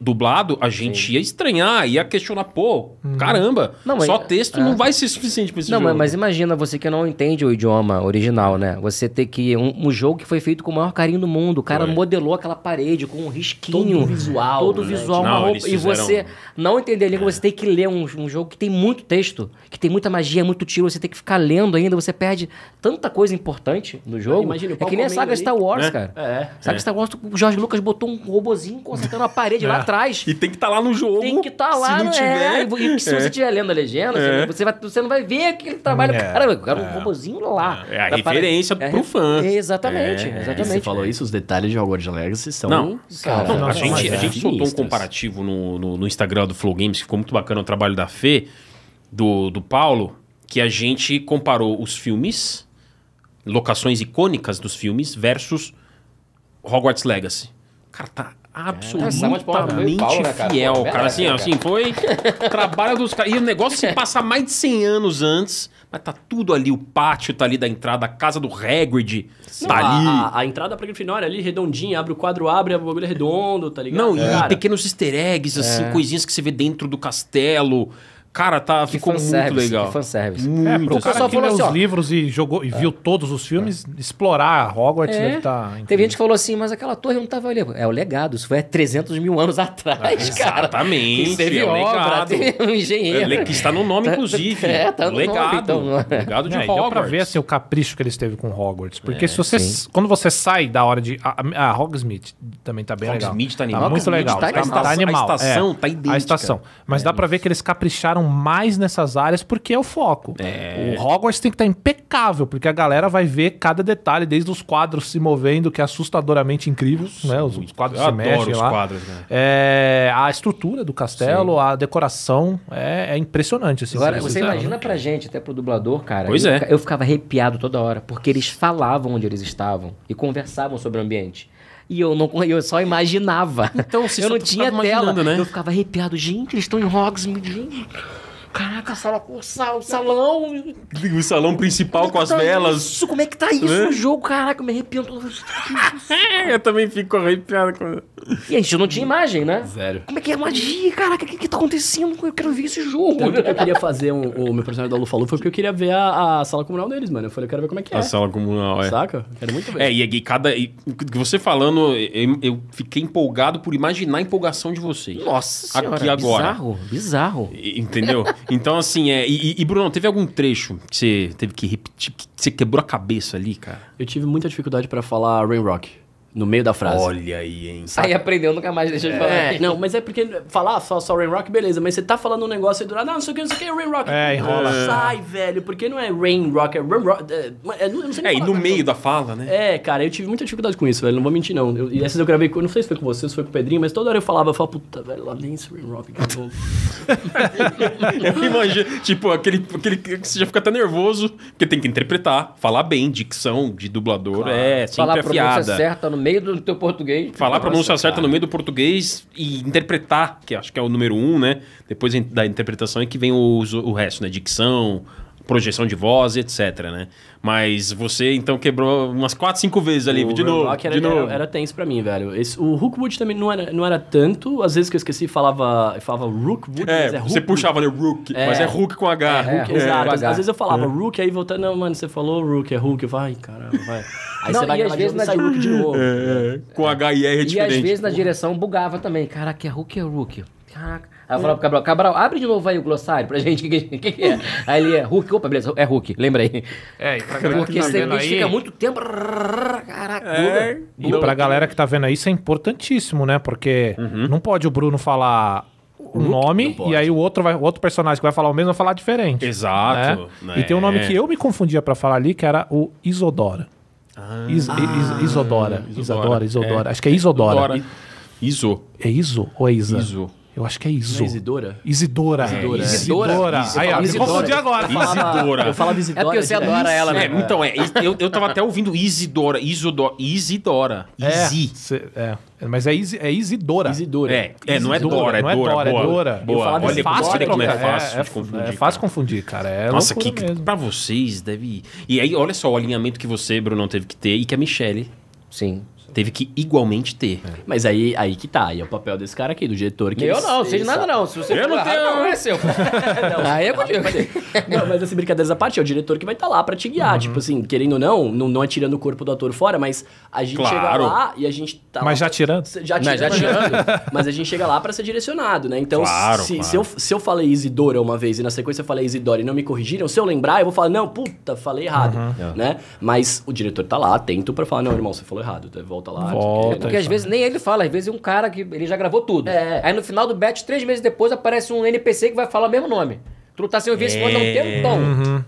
D: dublado, a gente ia estranhar, ia questionar, pô, caramba,
F: Não, mas-
D: só texto
F: é.
D: não vai ser suficiente pra esse
F: Não,
D: jogo.
F: mas, mas imagina você que não entende o idioma original, né? Você ter que. Um, um jogo que foi feito com o maior carinho do mundo. O cara modelou aquela parede com um risquinho.
E: Todo visual,
F: Todo
E: né?
F: visual,
D: Não,
F: uma roupa.
D: eles
F: E
D: fizeram- É.
F: você não entender a língua, você tem que ler um, um jogo que tem muito texto, que tem muita magia, muito tiro. Você tem que ficar lendo ainda. Você perde tanta coisa importante no jogo.
E: imagina, o
F: é
E: pau
F: que nem a
E: comendo
F: saga
E: ali.
F: Star Wars,
D: É.
F: cara.
E: É.
F: Saga Star Wars, o George Lucas botou um robozinho consertando a parede
D: É.
F: lá atrás.
D: E tem que estar lá no jogo.
F: Tem que estar lá,
D: se não
F: né?
D: tiver.
F: É, e vo- e se você
D: É.
F: estiver lendo a legenda, você- você, vai- você não vai ver aquele trabalho.
C: É,
F: Caramba, eu quero um robozinho lá.
D: É a
F: Da parada-
D: referência pro
F: re-
D: fã.
F: Exatamente, né?
D: É,
E: E Você
F: exatamente.
E: falou isso, os detalhes de Hogwarts Legacy são...
D: Não.
E: cara,
D: Não, a
C: Nossa,
D: gente,
C: mas
D: a
C: é.
D: gente soltou um
E: sinistros.
D: comparativo no, no, no Instagram do Flow Games, que ficou muito bacana o trabalho da Fê, do, do Paulo, que a gente comparou os filmes, locações icônicas dos filmes, versus Hogwarts Legacy. Cara, tá
F: Essa é uma de Paulo,
D: absolutamente
F: né? Paulo, né, cara?
D: fiel,
F: Pô,
D: cara.
F: merece,
D: Assim,
F: né,
D: ó, assim, foi trabalho dos caras. E o negócio se passa mais de 100 anos antes, mas tá tudo ali, o pátio tá ali da entrada, a casa do Hagrid
E: Não,
D: tá ali.
E: A,
F: Ah,
E: a, a entrada pra Grifinória ali, redondinha, abre o quadro, abre, o bagulho é redondo, tá ligado?
D: Não, e
F: É.
E: Cara,
D: pequenos easter eggs, assim, coisinhas que você vê dentro do castelo. Cara, tá, ficou muito legal.
F: Que fanservice.
C: É, pro
F: assim.
C: cara
F: Só
C: que leu
F: falou assim, ó.
C: os livros e jogou e viu todos os filmes, explorar Hogwarts
F: É.
C: deve tá estar.
F: Teve gente que falou assim, mas aquela torre não tava ali. É o legado, isso foi há 300 mil anos atrás, cara.
D: É, Exatamente,
F: Isso teve
D: é o
F: obra,
D: legado.
F: teve um
D: É,
F: engenheiro.
D: le- que está no nome, inclusive.
F: É, tá no nome,
D: legado.
F: então.
D: Legado de
C: É, e deu
D: Hogwarts.
C: pra ver assim, o capricho que eles teve com Hogwarts.
D: É,
C: Porque se você. Quando você sai da hora de. A, a- a Hogsmeade também tá bem legal.
D: Hogsmeade tá
C: Tá
D: animal.
C: muito
D: Hogsmeade
C: legal.
D: tá
C: Tá,
D: animal.
C: tá
D: A
C: animal.
D: estação
C: é.
D: tá idêntica.
C: A estação. Mas dá pra ver que eles capricharam mais nessas áreas porque é o foco.
D: É.
C: O Hogwarts tem que estar impecável, porque a galera vai ver cada detalhe, desde os quadros se movendo, que é assustadoramente incrível. né? Os, os quadros
D: eu
C: se
D: adoro
C: mexem
D: os
C: lá.
D: quadros, né?
C: É, a estrutura do castelo, a decoração é, é impressionante. Assim,
F: Agora,
C: se
F: você
C: fizeram,
F: imagina
C: né?
F: pra gente, até pro dublador, cara.
D: Pois
F: eu,
D: é.
F: fica- Eu ficava arrepiado toda hora, porque eles falavam onde eles estavam e conversavam sobre o ambiente. E eu, não, eu só imaginava.
D: Então, você
F: eu
D: só
F: não
D: ficava
F: tinha tela.
D: imaginando, né?
F: Eu ficava arrepiado. Gente, eles estão em Hogsmeade. gente. Caraca, sala cursal, salão.
D: O salão principal com as
F: Tá
D: velas.
F: Isso, como é que tá isso
D: Né?
F: no jogo? Caraca, eu me arrepiando. toda vez.
D: É, Eu também fico arrepiado com...
F: E a gente não tinha imagem, né?
E: Zero.
F: Como é que é magia? Caraca, o que, que tá acontecendo? Eu quero ver esse jogo.
E: Tanto que eu queria fazer um- o meu personagem da Lu falou foi porque eu queria ver a, a sala comunal deles, mano. Eu falei, eu quero ver como é que é.
D: A sala comunal, é.
E: Saca? Eu Quero muito ver.
D: É, e, e cada. E, que você falando, eu, eu fiquei empolgado por imaginar a empolgação de vocês.
F: Nossa senhora.
D: Aqui agora.
F: Bizarro, bizarro.
D: E- Entendeu? Então, assim, é. E, e- e, Bruno, teve algum trecho que você teve que repetir, que você quebrou a cabeça ali, cara?
E: Eu tive muita dificuldade pra falar Rain Rock. no meio da frase.
D: Olha aí, hein?
H: Aí aprendeu, nunca mais deixa de falar.
E: É, não, mas é porque falar só, só Rain Rock, beleza, mas você tá falando um negócio aí do lado, não, não sei o que, não sei o que, Rain Rock.
C: É, enrola.
E: Sai, velho, porque não é Rain Rock, é Rain Rock. É, é, não- eu não sei nem
D: É, e
E: falar,
D: no
E: cara.
D: meio da fala, né?
E: É, cara, eu tive muita dificuldade com isso, velho. Não vou mentir, não. Eu- e essas eu gravei com. Não sei se foi com você, se foi com o Pedrinho, mas toda hora eu falava, eu falava, puta, velho, lá nem esse Rain Rock de novo.
D: Eu imagino, tipo, aquele, aquele que você já fica até nervoso, porque tem que interpretar, falar bem, dicção de dublador é sempre
H: Falar a pronúncia
D: afiada.
H: certa no meio do teu português.
D: Falar a pronúncia certa no meio do português e interpretar, que acho que é o número um, né? Depois in- da interpretação é que vem os- o resto, né? Dicção, projeção de voz, etc, né? Mas você, então, quebrou umas quatro, cinco vezes ali, de
E: O Rain
D: novo,
E: Rock era,
D: de novo.
E: Era, era tenso pra mim, velho. Esse- o Rookwood também não era, não era tanto. Às vezes que eu esqueci, falava, eu falava
D: É,
E: Rookwood, mas é
D: você
E: Rookwood.
D: puxava, né? Rook,
E: É.
D: mas é Rook com H.
H: É, Rook,
D: É.
E: Exato. Às-
H: H.
E: Às vezes eu falava Rook, aí voltando, não, mano, você falou Rook, é Rook. Eu falo, ai, caramba, vai. Aí
H: Não,
E: você vai
H: e às
E: gravar de novo
H: vezes na
E: e sai
H: di-
E: Rook de novo.
D: É, com H e R é
H: E às
D: diferente.
H: vezes na direção bugava também. Caraca, é Hulk é Hulk. Caraca.
E: Hum.
H: Aí eu falava pro Cabral, Cabral, abre de novo aí o glossário pra gente. O que, que- que é? Aí ele é Hulk. Opa, beleza, é Hulk, lembra aí.
C: É, e pra galera
H: Porque
C: que tá
H: você
C: vendo
H: identifica
C: aí...
H: muito tempo. Caraca,
D: É,
H: muda.
C: E pra galera que tá vendo aí, isso é importantíssimo, né? Porque não pode o Bruno falar o nome e aí o outro, vai, o outro personagem que vai falar o mesmo vai falar diferente.
D: Exato.
C: né?
D: né?
C: E tem um nome que eu me confundia pra falar ali, que era o Isodora. Is- is- Isodora. Isodora, Isodora. Acho que é Isodora.
D: Dora. Iso.
C: É Iso ou é Isa?
D: Iso.
C: Eu acho que é Iso.
E: Não é Isidora?
C: Isidora.
E: Isidora, é.
C: Isidora. Aí, ó, me
E: Isidora.
C: confundi agora.
E: Eu falava-
D: Isidora.
E: Eu falava
H: É
E: Isidora.
H: porque você
E: direto.
H: adora ela,
D: É,
H: né?
D: então, é, is- eu, eu tava até ouvindo Isidora, Isodora, Isidora,
C: É,
D: Isi.
C: cê- é. Mas é, Isi- é Isidora.
E: Isidora.
D: É, é, não é
C: Isidora,
D: Dora, é
C: não é
D: Dora.
C: Dora, é
D: boa,
C: Dora.
E: Eu
D: Boa,
E: falava
D: olha,
E: Isidora,
D: olha como é
E: cara.
D: fácil
C: é,
D: de confundir.
C: é
D: cara.
C: fácil confundir, cara. É
D: Nossa, que
C: loucura mesmo.
D: pra vocês deve... E aí, olha só o alinhamento que você, Bruno, teve que ter e que a Michelle
H: Sim.
D: teve que igualmente ter.
E: Mas aí, aí que tá, aí é o papel desse cara aqui, do diretor. Que
H: Eu
E: ele-
H: não, não sei de
E: ele
H: nada
E: sabe-
H: não. Se você
D: Eu não
H: errado,
D: tenho-
H: não é seu. Aí é contigo.
E: Não, mas assim, brincadeiras à parte, é o diretor que vai estar lá pra te
C: Uhum.
E: guiar. Tipo assim, querendo ou não, não, não atirando o corpo do ator fora, mas a gente chega
D: Claro.
E: lá e a gente tá
C: Mas
E: lá-
C: já tirando?
E: Já
H: Não,
E: tirando.
H: já
E: mas a gente chega lá pra ser direcionado, né? Então,
D: Claro,
E: se,
D: claro.
E: Se, eu, se eu falei Isidora uma vez e na sequência eu falei Isidora e não me corrigiram, se eu lembrar, eu vou falar, não, puta, falei errado,
C: Uhum.
H: É.
E: né? Mas o diretor tá lá, atento pra falar, não, irmão, você falou errado, tá? volta lá.
C: Volta.
H: Porque às
C: né?
H: vezes nem ele fala, às vezes é um cara que ele já gravou tudo. Aí no final do batch, três meses depois, aparece um NPC que vai falar o mesmo nome. Tu não tá sem ouvir esse nome há
C: É.
H: um tempão.
C: Uhum.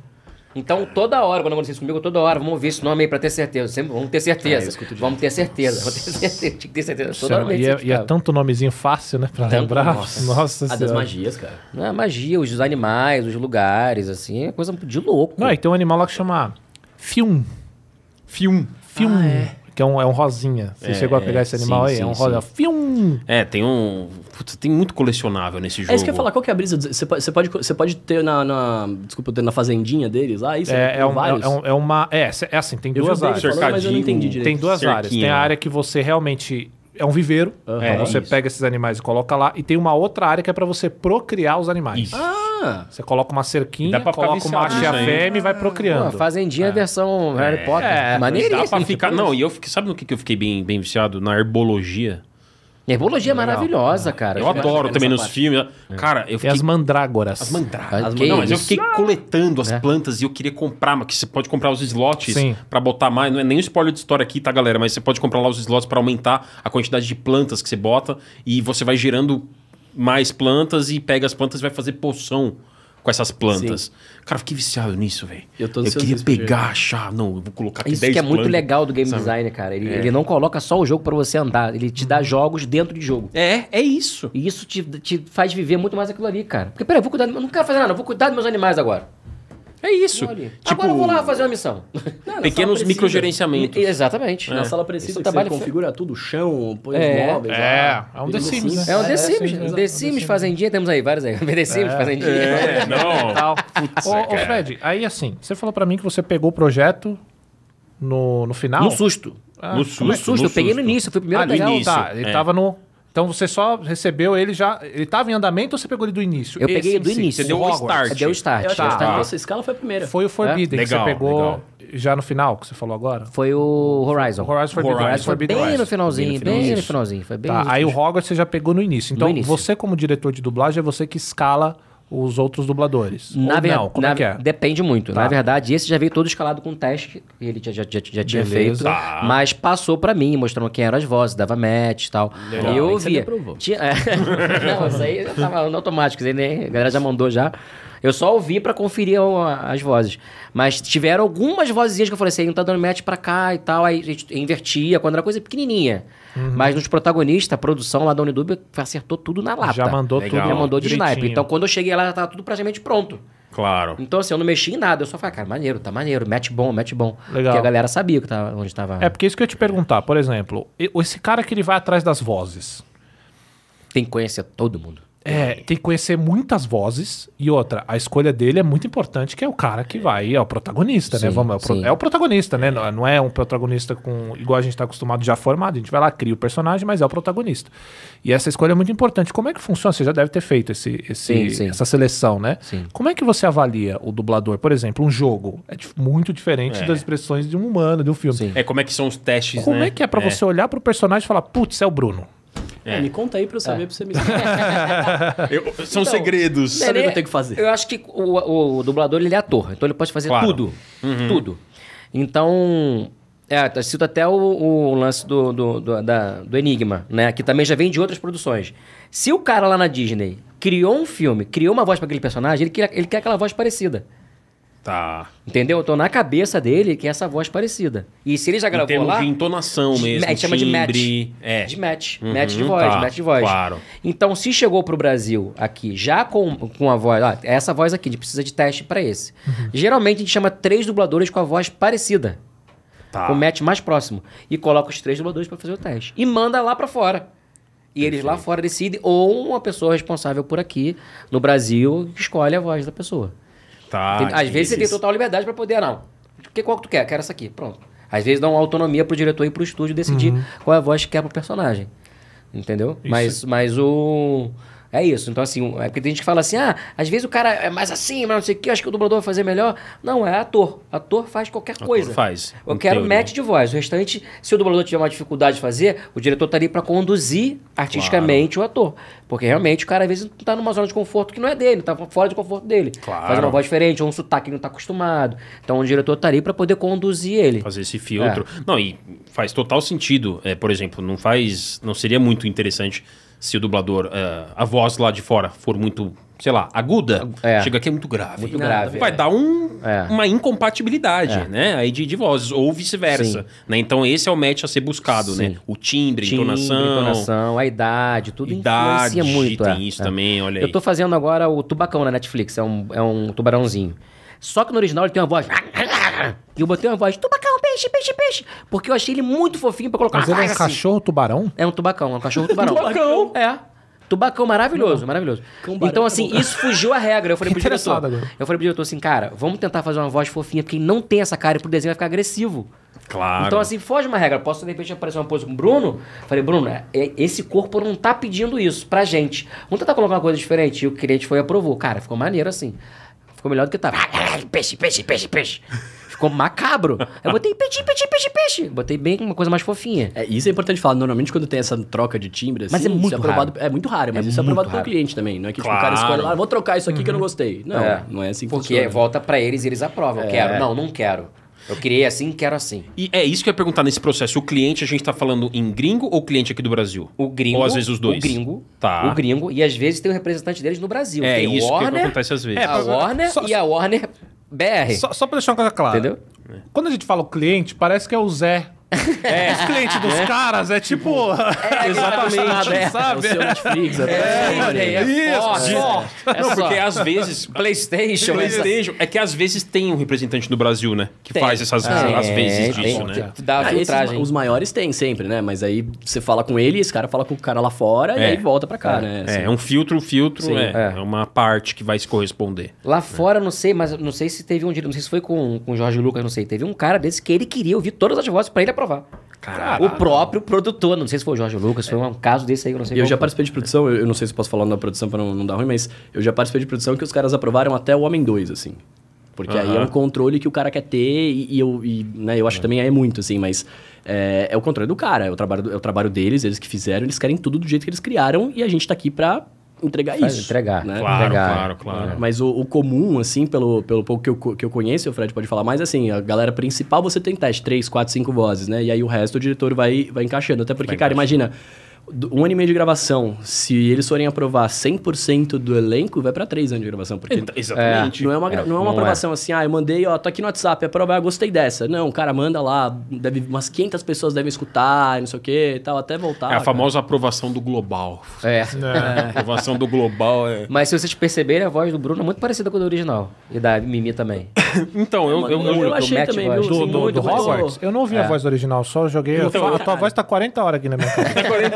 H: Então toda hora, quando acontecer isso comigo, toda hora, vamos ouvir esse nome aí pra ter certeza. Sempre, vamos ter
C: É,
H: certeza. vamos ter certeza. Vamos ter certeza. Tinha que ter certeza. Toda hora
C: e, é, e é
H: certificava.
C: tanto nomezinho fácil, né? Pra
H: Tanto,
C: lembrar.
H: nossa.
C: Nossa,
E: A Ah, das
C: senhora.
E: magias, cara.
H: Não é magia, os animais, os lugares, assim, é coisa de louco.
C: Não, e tem um animal lá que chama Fium. Fium. Fium. Que é um, é um rosinha. Você chegou a pegar esse animal
D: sim,
C: aí? é um
D: sim,
C: rosa. Fium.
D: É, tem um... Putz, tem muito colecionável nesse jogo.
E: É isso que eu ia falar, qual que é a brisa? do- Você pode, você pode, você pode ter na, na- Desculpa, ter na fazendinha deles lá, isso?
C: É, é, um-
E: vários?
C: é um- é uma. É, cê- é assim, tem
E: vi
C: duas
E: o David
C: áreas.
E: falando, mas eu não entendi direito.
C: Tem duas áreas. Tem
D: cerquinho,
C: a
D: né?
C: área que você realmente. É um viveiro.
E: É,
C: então você
E: isso.
C: pega esses animais e coloca lá. E tem uma outra área que é pra você procriar os animais.
D: Isso.
E: Ah,
C: Você coloca uma cerquinha,
D: Dá pra ficar
C: coloca o macho
D: viciado
C: e a
D: né? nisso aí.
C: fêmea e vai
H: Pô,
C: procriando.
H: fazendinha versão Harry Potter.
C: É,
H: Maneiríssimo.
D: Dá pra ficar...
H: Então,
D: Não, e eu fiquei... Sabe no que que eu fiquei bem, bem viciado? Na herbologia.
H: Herbologia é maravilhosa, cara.
D: Eu adoro também nos
E: parte.
D: filmes. Cara, eu
C: E
D: fiquei
C: as mandrágoras. As
H: As
D: Mandragoras.
H: que
D: Não, mas eu
H: isso? Né?
D: fiquei coletando as plantas e eu queria comprar, mas que você pode comprar os slots
C: Sim.
D: pra botar mais. Não é nem um spoiler de história aqui, tá, galera? Mas você pode comprar lá os slots pra aumentar a quantidade de plantas que você bota e você vai gerando mais plantas e pega as plantas e vai fazer poção com essas plantas. Cara, eu fiquei viciado nisso, velho.
E: Eu tô
D: queria
E: ansioso pra
D: pegar, achar. Não, eu vou colocar aqui
H: Isso
D: 10
H: que é muito
D: plantas.
H: legal do game design, cara. Ele, ele não coloca só o jogo pra você andar, ele te dá jogos dentro de jogo.
D: É, é isso.
H: E isso te, te faz viver muito mais aquilo ali, cara. Porque, peraí, eu vou cuidar. do- Eu não quero fazer nada, eu vou cuidar dos meus animais agora.
D: É isso.
H: Vou ali.
D: Tipo,
H: agora eu vou lá fazer uma missão.
D: pequenos
E: precisa.
D: microgerenciamentos.
H: Exatamente.
E: na sala precisa
H: Isso é
E: que
H: um
E: você
H: trabalho fe-
E: configura tudo, o chão, põe
H: É.
E: os móveis.
C: É,
E: lá,
C: é um
E: vira
C: The Sims, né?
H: É um The
C: É,
H: Sims.
C: sim,
H: The
C: é um The
H: Sims,
C: Sims.
H: Fazendinha, temos aí vários aí. The Sims, Fazendinha.
D: É, não.
C: tal.
D: Putz,
C: ô, ô,
D: cara.
C: Fred, aí assim, você falou pra mim que você pegou o projeto no, no final.
H: No susto.
D: no
H: No um susto, eu peguei no
D: susto.
H: início, eu fui o primeiro
C: Ah,
H: a
C: no
H: pegar.
D: início.
C: tá, ele
D: é.
C: tava no... Então você só recebeu ele já... Ele tava em andamento ou você pegou ele do início?
H: Eu
C: Esse
H: peguei
C: em
H: do
C: si,
H: início.
C: o
D: Você deu o
C: Hogwarts.
H: É,
D: start.
H: deu o start.
E: Eu acho
H: deu o
E: que
H: start.
E: a nossa escala foi a primeira.
C: Foi o Forbidden que
D: Legal,
C: você pegou
D: legal.
C: já no final, que você falou agora?
H: Foi o Horizon.
C: O Horizon Forbidden.
D: Horizon
C: Horizon
H: Foi
C: Forbidden
H: bem
C: West.
H: no finalzinho, bem no
D: Isso.
H: finalzinho. Foi bem
C: Tá,
H: no
C: aí o
H: último.
C: Hogwarts você já pegou no início. Então
H: início.
C: você como diretor de dublagem é você que escala os outros dubladores.
H: Na
C: Ou
H: ver-
C: não, como
H: na-
C: é que é?
H: Depende muito. Na verdade, esse já veio todo escalado com teste, que ele já, já, já, já tinha feito.
C: Tá.
H: Mas passou pra mim, mostrando quem eram as vozes, dava match e tal. E eu
E: Aí você me
H: ouvia.
E: aprovou.
H: Tinha- é. não, isso aí eu tava no automático, isso aí nem- a galera já mandou já. Eu só ouvi pra conferir a- as vozes. Mas tiveram algumas vozinhas que eu falei assim, não tá dando match pra cá e tal. Aí a gente invertia, quando era coisa pequenininha.
C: Uhum.
H: Mas nos protagonistas, a produção lá da Unidub acertou tudo na lata.
C: Já mandou
D: Legal.
C: tudo.
H: Já mandou de
C: direitinho.
H: sniper. Então quando eu cheguei lá, já tava tudo praticamente pronto.
D: Claro.
H: Então, assim, eu não mexi em nada. Eu só falei, cara, maneiro, tá maneiro, match bom, match bom.
C: Legal.
H: Porque a galera sabia que tava, onde tava.
C: É porque isso que eu ia te perguntar, por exemplo, e- esse cara que ele vai atrás das vozes.
H: Tem que conhecer todo mundo.
C: É, tem que conhecer muitas vozes e outra, a escolha dele é muito importante, que é o cara que vai, é o protagonista, né?
H: Sim,
C: Vamos, é o, pro-
H: sim.
C: é o protagonista, né? Não, não é um protagonista com igual a gente tá acostumado já formado, a gente vai lá cria o personagem, mas é o protagonista. E essa escolha é muito importante. Como é que funciona? Você já deve ter feito esse, esse-
H: Sim, sim.
C: essa seleção, né?
H: Sim.
C: Como é que você avalia o dublador, por exemplo, um jogo? É dif- muito diferente das expressões de um humano, de um filme.
H: Sim.
D: É como é que são os testes,
C: Como
D: né?
C: é que é pra você olhar pro personagem e falar, putz, é o Bruno?
E: É, me conta aí pra eu saber, pra você me
D: Eu-
H: Então,
D: são segredos.
H: né?
E: Sabe o que eu tenho que fazer?
H: Eu acho que o, o dublador, ele é ator. Então, ele pode fazer
D: Claro.
H: tudo.
E: Uhum.
H: Tudo. Então... É, eu cito até o, o lance do, do, do- da- do Enigma, né? Que também já vem de outras produções. Se o cara lá na Disney criou um filme, criou uma voz pra aquele personagem, ele quer, ele quer aquela voz parecida.
D: Tá.
H: Entendeu? Então, na cabeça dele, que é essa voz parecida. E se ele já
D: Em
H: gravou
D: termos
H: lá...
D: de entonação
H: De-
D: mesmo.
H: A gente chama de
D: timbre,
H: match.
D: É.
H: De match.
D: Uhum,
H: match de voz,
D: tá,
H: match de voz.
D: claro.
H: Então, se chegou pro Brasil aqui já com, com a voz... Ah, essa voz aqui, a gente precisa de teste pra esse. Geralmente, a gente chama três dubladores com a voz parecida.
D: Tá.
H: Com o match mais próximo. E coloca os três dubladores pra fazer o teste. E manda lá pra fora. E eles lá fora decidem, ou uma pessoa responsável por aqui, no Brasil, escolhe a voz da pessoa.
D: Tá.
H: Tem- Às vezes você tem
D: esses-
H: total liberdade pra poder, ah, não. Que, qual que tu quer? Quero essa aqui. Pronto. Às vezes dá uma autonomia pro diretor e pro estúdio decidir
D: Uhum.
H: qual é a voz que quer pro personagem. Entendeu? Mas, mas o. É isso. Então, assim, o- é porque tem gente que fala assim, ah, às vezes o cara é mais assim, mas não sei o que, acho que o dublador vai fazer melhor. Não, é ator. Ator faz qualquer coisa.
D: faz,
H: Eu
D: em
H: quero um
D: teoria.
H: match de voz. O restante, se o dublador tiver uma dificuldade de fazer, o diretor tá ali pra conduzir artisticamente o ator. Porque realmente o cara, às vezes, tá numa zona de conforto que não é dele, tá fora de conforto dele.
D: Claro.
H: Faz uma voz diferente, ou um sotaque que não tá acostumado. Então o diretor tá ali pra poder conduzir ele.
D: Fazer esse filtro.
H: É.
D: Não, e faz total sentido. É, por exemplo, não faz. Não seria muito interessante se o dublador. é, a voz lá de fora for muito, sei lá, aguda.
H: É.
D: Chega aqui é muito grave.
H: Muito grave,
D: Vai
H: é.
D: dar um-
H: É.
D: uma incompatibilidade, né? Aí de, de vozes, ou vice-versa.
H: Sim.
D: Né? Então esse é o match a ser buscado, né?
H: Sim.
D: O timbre,
H: Timbre,
D: entonação.
H: entonação, a idade, tudo
D: Idade,
H: influencia muito.
D: tem
H: é,
D: isso
H: é.
D: também, olha aí.
H: Eu tô fazendo agora o Tubacão na Netflix, é um, é um tubarãozinho. Só que no original ele tem uma voz... E eu botei uma voz, tubacão, peixe, peixe, peixe. Porque eu achei ele muito fofinho pra colocar
C: Mas ele é
H: voz
C: um
H: assim.
C: cachorro tubarão?
H: É um tubacão, é um cachorro tubarão. tubacão? É. Tubacão maravilhoso, maravilhoso. Então, assim, isso fugiu a regra. Eu falei pro diretor.
C: interessado agora.
H: Eu falei pro diretor assim, cara, vamos tentar fazer uma voz fofinha, porque não tem essa cara e pro desenho vai ficar agressivo.
D: Claro.
H: Então, assim, foge uma regra. Posso, de repente, aparecer uma pose com o Bruno? Falei, Bruno, é- é- esse corpo não tá pedindo isso pra gente. Vamos tentar colocar uma coisa diferente. E o cliente foi e aprovou. Cara, ficou maneiro assim. Ficou melhor do que tava. Peixe, peixe, peixe, peixe. Ficou macabro. Eu botei peixe, peixe, peixe, peixe. Botei bem uma coisa mais fofinha.
E: É, isso é importante falar. Normalmente, quando tem essa troca de timbre, assim,
H: Mas é muito
E: isso é aprovado.
H: raro.
E: É muito raro, mas
H: É
E: isso é
H: muito
E: aprovado pelo
H: raro. Uhum.
E: cliente também. Não é que tipo, o
D: Claro.
E: cara escolhe lá, vou trocar isso aqui que eu não gostei. Não, não é assim que
H: Porque
E: funciona. É.
H: volta pra eles e eles aprovam. Quero. Não, não quero. Eu criei assim, quero assim.
D: E é isso que eu ia perguntar nesse processo. O cliente, a gente tá falando em gringo ou cliente aqui do Brasil?
H: O gringo.
D: Ou às vezes os dois.
H: O gringo.
D: Tá.
H: O gringo. E às vezes tem o representante deles no Brasil.
D: É
H: tem o
D: isso que
H: Warner,
D: acontece às vezes.
C: É,
H: a
C: mas-
H: Warner
C: só-
H: e a Warner BR.
C: Só, só pra deixar uma coisa clara.
H: É. Entendeu?
C: Quando a gente fala o cliente, parece que é o Zé.
F: É.
C: Os clientes dos caras é tipo.
H: É,
E: Exatamente.
H: É,
E: É o seu Netflix, é,
H: é, é, é, só,
C: Isso,
H: só. É
D: Não,
H: só.
D: porque às vezes.
H: PlayStation.
D: PlayStation. É que às vezes tem um representante do Brasil, né? Que
H: Tem.
D: faz essas
H: Ah,
D: às
H: é,
D: vezes
H: tem,
D: disso,
H: tem.
D: né?
H: Dá
E: Ah,
H: a
E: esses
H: filtragem.
E: ma- os maiores têm sempre, né? Mas aí você fala com ele, esse cara fala com o cara lá fora e
D: É.
E: aí volta pra cá, né?
D: É,
E: Assim.
D: é um filtro, o filtro
E: Sim,
D: é,
H: é.
D: é uma parte que vai se corresponder.
H: Lá fora, não sei, mas não sei se teve um dia, não sei se foi com, com o Jorge Lucas, não sei. Teve um cara desse que ele queria ouvir todas as vozes pra ele aprovar. O próprio produtor, não sei se foi o Jorge Lucas, foi um caso desse aí, eu não sei
E: E eu
H: qual é.
E: já
H: foi.
E: participei de produção, eu, eu não sei se eu posso falar na produção pra não, não dar ruim, mas eu já participei de produção que os caras aprovaram até o Homem 2, assim. Porque aí é um controle que o cara quer ter e, e eu, e, né, eu acho que também é muito, assim, mas é, é o controle do cara, é o, trabalho, do- é o trabalho deles, eles que fizeram, eles querem tudo do jeito que eles criaram e a gente tá aqui pra entregar
H: Faz-
E: isso.
H: entregar,
E: né?
D: Claro,
H: Legal.
D: claro, claro.
E: É. Mas o, o comum, assim, pelo, pelo pouco que eu, co- que eu conheço, o Fred pode falar mais, assim, a galera principal você tem teste, três, quatro, cinco vozes, né? E aí o resto o diretor vai, vai encaixando. Até porque,
D: Vai
E: cara,
D: encaixando.
E: imagina, do- um ano e meio de gravação, se eles forem aprovar 100% do elenco, vai pra três anos de gravação. Porque
D: Então, Exatamente.
E: não é uma, gra-
H: É,
E: não é uma
H: não é.
E: aprovação assim, ah, eu mandei, ó, tô aqui no WhatsApp, é aprovar, gostei dessa. Não, cara, manda lá, deve, umas 500 pessoas devem escutar, não sei o que e tal, até voltar.
D: É a
E: cara.
D: famosa aprovação do global.
H: É.
D: A aprovação do global é.
H: Mas se vocês perceberem, a voz do Bruno é muito parecida com a do original. E da Mimi também. É,
D: Então, eu. eu,
E: Eu,
D: eu-
E: achei
H: Matt
E: também,
H: vai.
E: viu?
H: Do-
E: assim,
F: do,
E: muito,
F: do
E: mas, pô,
F: Hogwarts? Eu não ouvi a voz original, só joguei. eu
D: Então,
F: falo,
D: eu-
F: a tua voz tá 40 horas aqui na minha cabeça.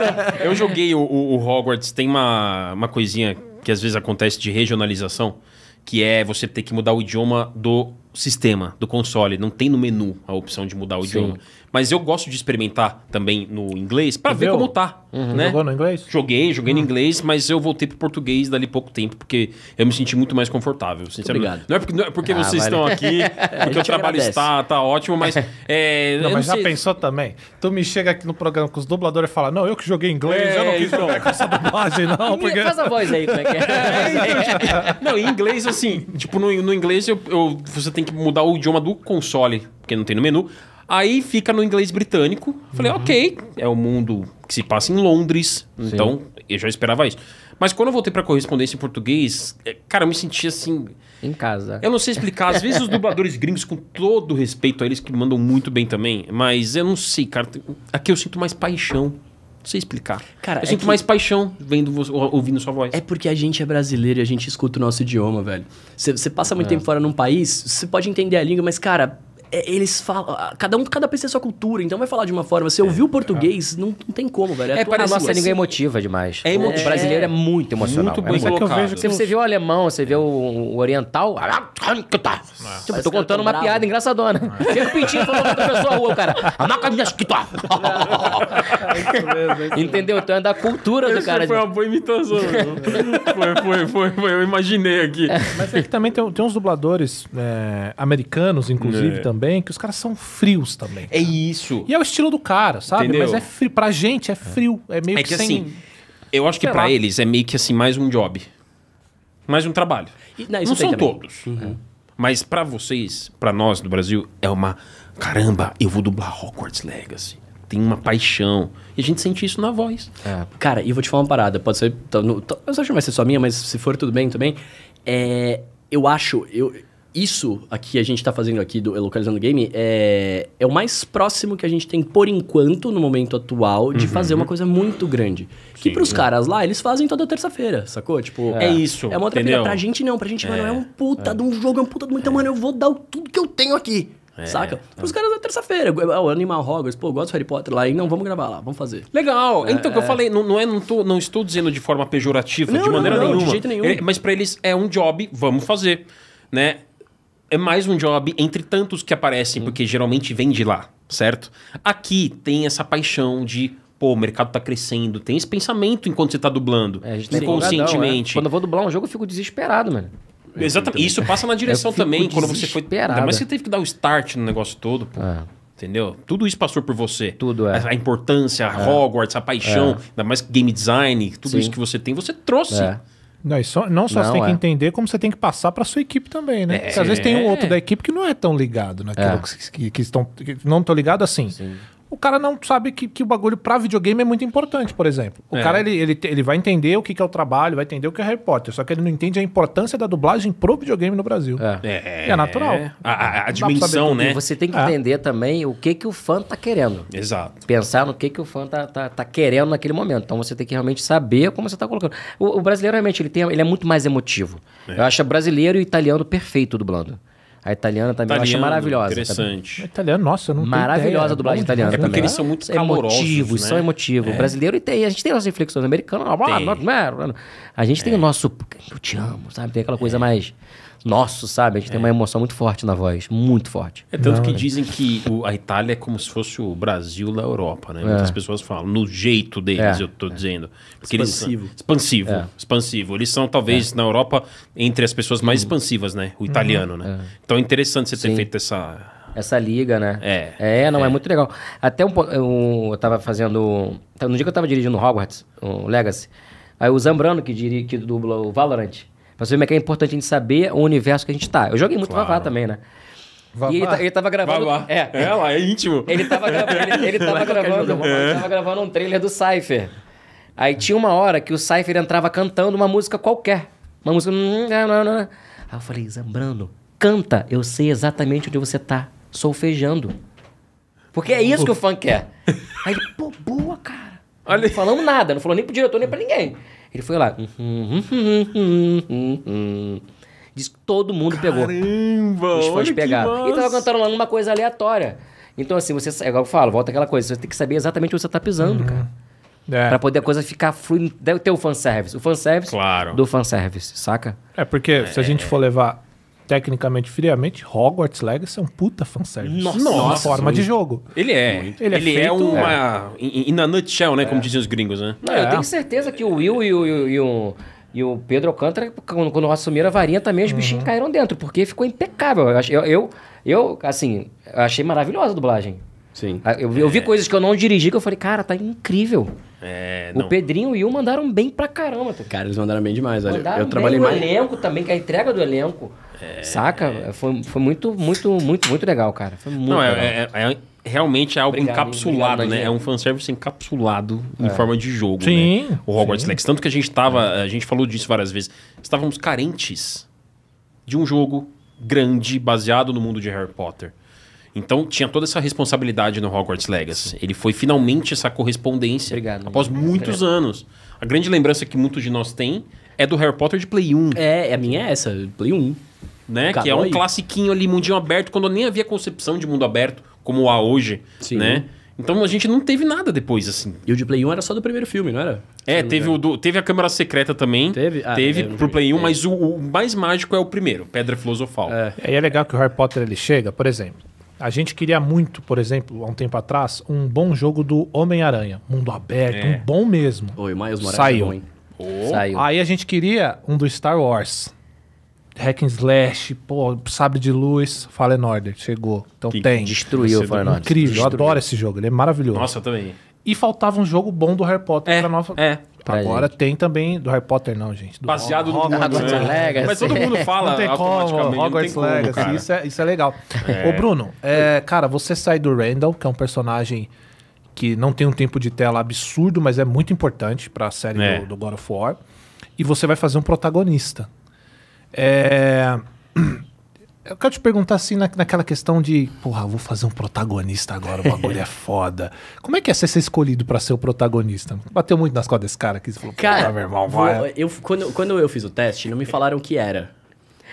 D: eu joguei o, o- o Hogwarts, tem uma, uma coisinha que às vezes acontece de regionalização, que é você ter que mudar o idioma do sistema, do console. Não tem no menu a opção de mudar o idioma. Mas eu gosto de experimentar também no inglês pra ver
F: Entendeu?
D: como tá.
C: Uhum.
D: Né?
F: Jogou no inglês?
D: Joguei, joguei no inglês, mas eu voltei pro português dali pouco tempo, porque eu me senti muito mais confortável, sinceramente.
E: obrigado.
D: Não é porque, não é porque
H: Ah,
D: vocês
H: vale.
D: estão aqui, porque o
E: gente
D: trabalho
E: agradece.
D: está tá ótimo, mas. é, eu
F: Não, mas já
D: sei-
F: pensou também? Tu me chega aqui no programa com os dubladores e fala: Não, eu que joguei inglês,
D: É,
F: eu não quis
D: então.
F: jogar com essa dublagem, não. Porque...
H: Faz a voz aí, como é que é?
D: Não, em inglês, assim, tipo, no, no inglês eu, eu- você tem que mudar o idioma do console, porque não tem no menu. Aí fica no inglês britânico. Falei, ok, é o mundo que se passa em Londres, então eu já esperava isso. Mas quando eu voltei pra correspondência em português, é, cara, eu me senti assim.
H: em casa.
D: Eu não sei explicar. Às vezes os dubladores gringos, com todo respeito a eles, que mandam muito bem também, mas eu não sei, cara. tem- Aqui eu sinto mais paixão. Não sei explicar.
E: Cara,
D: eu
E: é
D: sinto
E: que-
D: mais paixão vendo você- ou- ouvindo sua voz.
E: É porque a gente é brasileiro e a gente escuta o nosso idioma, velho. Você você passa
H: É.
E: muito tempo fora num país, você pode entender a língua, mas, cara, é- eles falam. ah, Cada um, cada país tem a sua cultura, então vai falar de uma forma. Você ouviu o português, não, não tem como, velho.
H: É,
E: a tua assim.
H: para a nossa
E: língua.
H: língua é emotiva demais.
D: É
H: O
D: emotivo.
H: brasileiro é muito emocional.
D: Muito
H: é
D: bem colocado.
F: vejo
H: Se você vê o alemão, você vê o, o oriental. ah, Tipo, eu
E: Parece
H: tô
E: que eu
H: contando
E: tô
H: uma
E: bravo.
H: piada engraçadona. De repente falou pra outra pessoa, o cara. "Anakamiashikita."
D: É
H: Entendeu? Então é da cultura do
D: Essa
H: cara.
D: foi uma boa imitação. foi, foi, foi, foi. Eu imaginei aqui.
F: Mas é que também tem, tem uns dubladores é, americanos, inclusive,
D: É.
F: também, que os caras são frios também.
D: É isso.
F: E é o estilo do cara, sabe?
D: Entendeu?
F: Mas é frio. Pra gente é frio. É meio
D: É
F: que,
D: que
F: sem.
D: assim, eu acho que
F: sei
D: pra
F: lá.
D: eles é meio que assim, mais um job. Mais um trabalho.
H: é
E: E- não,
D: não
E: É, isso tem
D: são
E: também.
D: todos. É. Mas pra vocês, pra nós do Brasil, é uma... Caramba, eu vou dublar Hogwarts Legacy. Tem uma paixão. E a gente sente isso na voz.
E: Cara, e eu vou te falar uma parada, pode ser. tá no- tá- eu acho que vai ser só minha, mas se for tudo bem também. É, eu acho. Eu, isso aqui a gente tá fazendo aqui do Localizando Game é, é o mais próximo que a gente tem, por enquanto, no momento atual, de fazer uma coisa muito grande. Que pros caras lá, eles fazem toda terça-feira, sacou? Tipo.
D: É isso,
E: É uma outra
D: entendeu?
E: pira. Pra gente não, pra gente, mano, é um puta de um jogo, é É. um puta do. Então, mano, eu vou dar o- tudo que eu tenho aqui. Saca? Pros caras da terça-feira. Ah, O Animal Hogwarts, pô, eu gosto do Harry Potter lá. E não, vamos gravar lá, vamos fazer.
D: Legal. então, que eu falei, não, não, é, não, tô- não estou dizendo de forma pejorativa,
E: Não,
D: de
E: não,
D: maneira
E: não, de
D: nenhuma.
E: jeito nenhum.
D: É, mas pra eles é um job, vamos fazer, né? É mais um job entre tantos que aparecem, porque geralmente vem de lá, certo? Aqui tem essa paixão de, pô, o mercado tá crescendo, tem esse pensamento enquanto você tá dublando,
H: É, a gente tá empolgadão, né?
D: inconscientemente.
H: Quando eu vou dublar um jogo, eu fico desesperado, mano.
D: Exatamente. É, Isso passa na direção
H: Eu fico
D: também, quando você foi.
H: desesperado.
D: Mas você teve que dar o start no negócio todo, pô.
H: É.
D: Entendeu? Tudo isso passou por você.
H: Tudo, é.
D: A, a importância, a Hogwarts, a paixão, ainda mais game design, tudo
H: Sim.
D: isso que você tem, você trouxe.
H: É.
F: Não, e só- não só
H: Não,
F: você tem
H: é.
F: que entender, como você tem que passar pra sua equipe também, né? Porque às vezes tem um outro da equipe que não é tão ligado naquilo que, que- que estão. que não tô ligado assim. O cara não sabe que, que o bagulho pra videogame é muito importante, por exemplo. O
D: É.
F: cara, ele, ele, te- ele vai entender o que, que é o trabalho, vai entender o que é Harry Potter, só que ele não entende a importância da dublagem pro videogame no Brasil.
D: É,
F: E é natural.
D: A, a- a
F: Não dá pra saber
D: dimensão,
F: tudo.
D: né?
H: E você tem que
F: É.
H: entender também o que, que o fã tá querendo.
D: Exato.
H: pensar no que, que o fã tá, tá, tá querendo naquele momento. Então você tem que realmente saber como você tá colocando. O, o brasileiro realmente ele, tem, ele é muito mais emotivo.
D: É.
H: Eu acho brasileiro e italiano perfeito dublando. A italiana também eu acho
D: Italiano,
H: maravilhosa.
D: Interessante.
F: Italiano, nossa, eu não tenho ideia,
H: Maravilhosa
F: é
H: a dublagem
F: bom
H: italiana
F: demais,
D: É porque
F: né?
H: também.
D: eles são muito
H: emotivos,
D: calorosos,
H: são
D: né?
H: emotivos. O brasileiro e tem, a gente tem nossas inflexões americanas. ah,
D: Tem.
H: não- não é, não é. A gente tem o nosso eu te amo, sabe? Tem aquela
D: É.
H: coisa mais nosso, sabe? A gente tem uma emoção muito forte na voz, muito forte.
D: É tanto que dizem que o- a Itália é como se fosse o Brasil da Europa, né? Muitas pessoas falam, no jeito deles,
H: É.
D: eu tô dizendo. Porque Eles,
E: Expansivo.
D: são- expansivo, expansivo. Eles são, talvez, na Europa, entre as pessoas mais expansivas, né? O italiano, né? Então é interessante você ter feito essa...
H: Essa liga, né?
D: É.
H: É, não, é, muito legal. tá, Até um, po- eu, eu tava fazendo. No dia que eu tava dirigindo o Hogwarts, o Legacy, Aí o Zambrano, que, diri, que dubla o Valorant. Pra você ver como é que é importante a gente saber o universo que a gente tá. Eu joguei muito Vavá também, né? E ele, ta- ele tava gravando. É,
D: É, lá, é íntimo.
H: ele tava, gra- ele, ele tava gravando, ele tava gravando um trailer do Cypher. Aí tinha uma hora que o Cypher entrava cantando uma música qualquer. Uma música. Aí eu falei, Zambrano, canta, eu sei exatamente onde você tá, solfejando. Porque é isso que o funk quer. Aí ele, pô, boa, cara. Não falamos nada, não falou nem pro diretor, nem pra ninguém. Ele foi lá. "Uhum, Diz que todo mundo pegou.
D: Caramba,
H: Os
D: olha
H: fãs
D: que
H: pegaram. E tava
D: massa.
H: cantando lá numa coisa aleatória. Então, assim, você. sa- É igual eu falo, volta aquela coisa. Você tem que saber exatamente onde você tá pisando, cara.
C: É.
H: Pra poder a coisa ficar fluindo. Deve ter o fanservice. O fanservice
D: Claro.
H: do fanservice, saca?
C: É, porque se a gente for levar tecnicamente, friamente, Hogwarts Legacy é um puta fanservice.
D: Nossa,
C: uma
D: nossa,
C: forma de
D: muito.
C: jogo.
D: Ele é.
C: Ele
D: Ele,
C: é
D: é,
C: feito-
D: uma. In, in a nutshell, né? Como dizem os gringos, né?
H: Não,
C: É.
H: eu tenho certeza que o Will e o, e o- e o- e o Pedro Alcântara, quando, quando assumiram a varinha também, os bichinhos caíram dentro, porque ficou impecável. Eu, achei- eu, eu, eu, assim, eu achei maravilhosa a dublagem.
E: Sim.
H: Ah, Eu, eu vi coisas que eu não dirigi que eu falei, cara, tá incrível.
D: É,
H: O
D: não.
H: Pedrinho e o mandaram bem pra caramba. Tá?
E: Cara, eles mandaram bem demais, olha.
H: Mandaram
E: Eu trabalhei
H: bem
E: mais. É.
H: o elenco também, que é a entrega do elenco. Saca? Foi, foi muito, muito, muito, muito legal, cara. Foi muito
D: Não,
H: legal.
D: é, é- é- realmente é algo
H: Obrigado, É.
D: encapsulado,
H: obrigado,
D: né?
H: Nandinho.
D: É um fanservice encapsulado em forma de jogo,
C: Sim,
D: né? O Hogwarts
C: sim.
D: Legacy. Tanto que a gente tava... A gente falou disso várias vezes. Estávamos carentes de um jogo grande baseado no mundo de Harry Potter. Então tinha toda essa responsabilidade no Hogwarts Legacy. Ele foi finalmente essa correspondência
H: Obrigado,
D: após muitos anos. A grande lembrança que muitos de nós tem é do Harry Potter de Play 1
E: É, a minha é essa, Play 1.
D: né?
E: Acabou
D: Que é um
E: aí.
D: classiquinho ali, mundinho aberto, quando nem havia concepção de mundo aberto como há hoje,
E: Sim.
D: né? Então a gente não teve nada depois, assim.
E: E o de Play 1 era só do primeiro filme, não era?
D: É, teve, o do- teve a Câmara Secreta também.
E: Teve? Ah,
D: teve
E: eu não
D: pro
E: vi.
D: Play 1, mas o, o mais mágico é o primeiro, Pedra Filosofal. É.
C: E aí é legal que o Harry Potter ele chega, por exemplo. A gente queria muito, por exemplo, há um tempo atrás, um bom jogo do Homem-Aranha. Mundo aberto,
D: É.
C: um bom mesmo.
E: Oi, Miles Morales
C: Saiu.
E: é bom, hein?
H: Saiu.
C: Aí a gente queria um do Star Wars. Hack and Slash, pô, sabre de luz, Fallen Order, chegou. Então tem.
D: é
H: Destruiu o Fallen Order.
C: Incrível, eu adoro esse jogo, ele é maravilhoso.
D: Nossa, eu também.
C: E faltava um jogo bom do Harry Potter pra nova.
D: é.
H: Pra
C: Agora tem também do Harry Potter, não, gente. Do
D: Baseado no mundo,
C: Hogwarts
H: Hogwarts
D: né?
H: Legacy.
D: Mas todo mundo fala
C: Não tem como,
D: automaticamente, não tem
C: Hogwarts
D: como, cara.
C: Legacy, isso é, isso é legal. Ô, Bruno, é, cara, você sai do Randall, que é um personagem que não tem um tempo de tela absurdo, mas é muito importante pra série
D: É.
C: do, do God of War, e você vai fazer um protagonista. É... Eu quero te perguntar assim, na, naquela questão de, porra, eu vou fazer um protagonista agora, o bagulho é foda. Como é que é você ser escolhido pra ser o protagonista? Bateu muito nas costas desse cara aqui, você falou, porra, Ah, meu irmão,
E: vou-
C: vai.
E: eu, quando, quando eu fiz o teste, não me falaram o que era.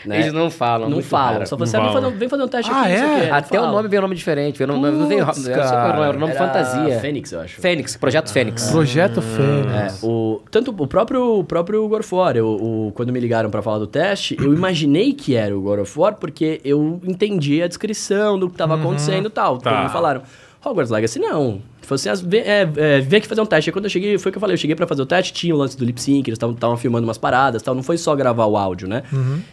E: né?
H: Eles não falam.
E: Não
H: muito
E: falam.
H: raro.
E: Só você ah, vem, fazer, um- vem fazer um teste
C: Ah,
E: aqui. não
C: é?
E: sei o que, não
H: Até o
E: fala.
H: nome veio nome diferente. Veio um nome, não veio, não
C: Putz,
H: sei qual era, era o nome
E: Era
H: fantasia.
E: Fênix, Ah. eu acho.
H: Fênix, Projeto Fênix.
D: Hum.
C: Projeto Fênix.
E: É, o, tanto o próprio, o próprio God of War, eu- o, quando me ligaram pra falar do teste, eu imaginei que era o God of War porque eu entendi a descrição do que tava acontecendo e tal.
D: Tá.
E: Quando me falaram, Hogwarts Legacy, não. Falei assim, as- vem, é, é, vem aqui fazer um teste. Aí quando eu cheguei, foi o que eu falei, eu cheguei pra fazer o teste, tinha o lance do lip sync, eles estavam filmando umas paradas e tal, não foi só gravar o áudio, né?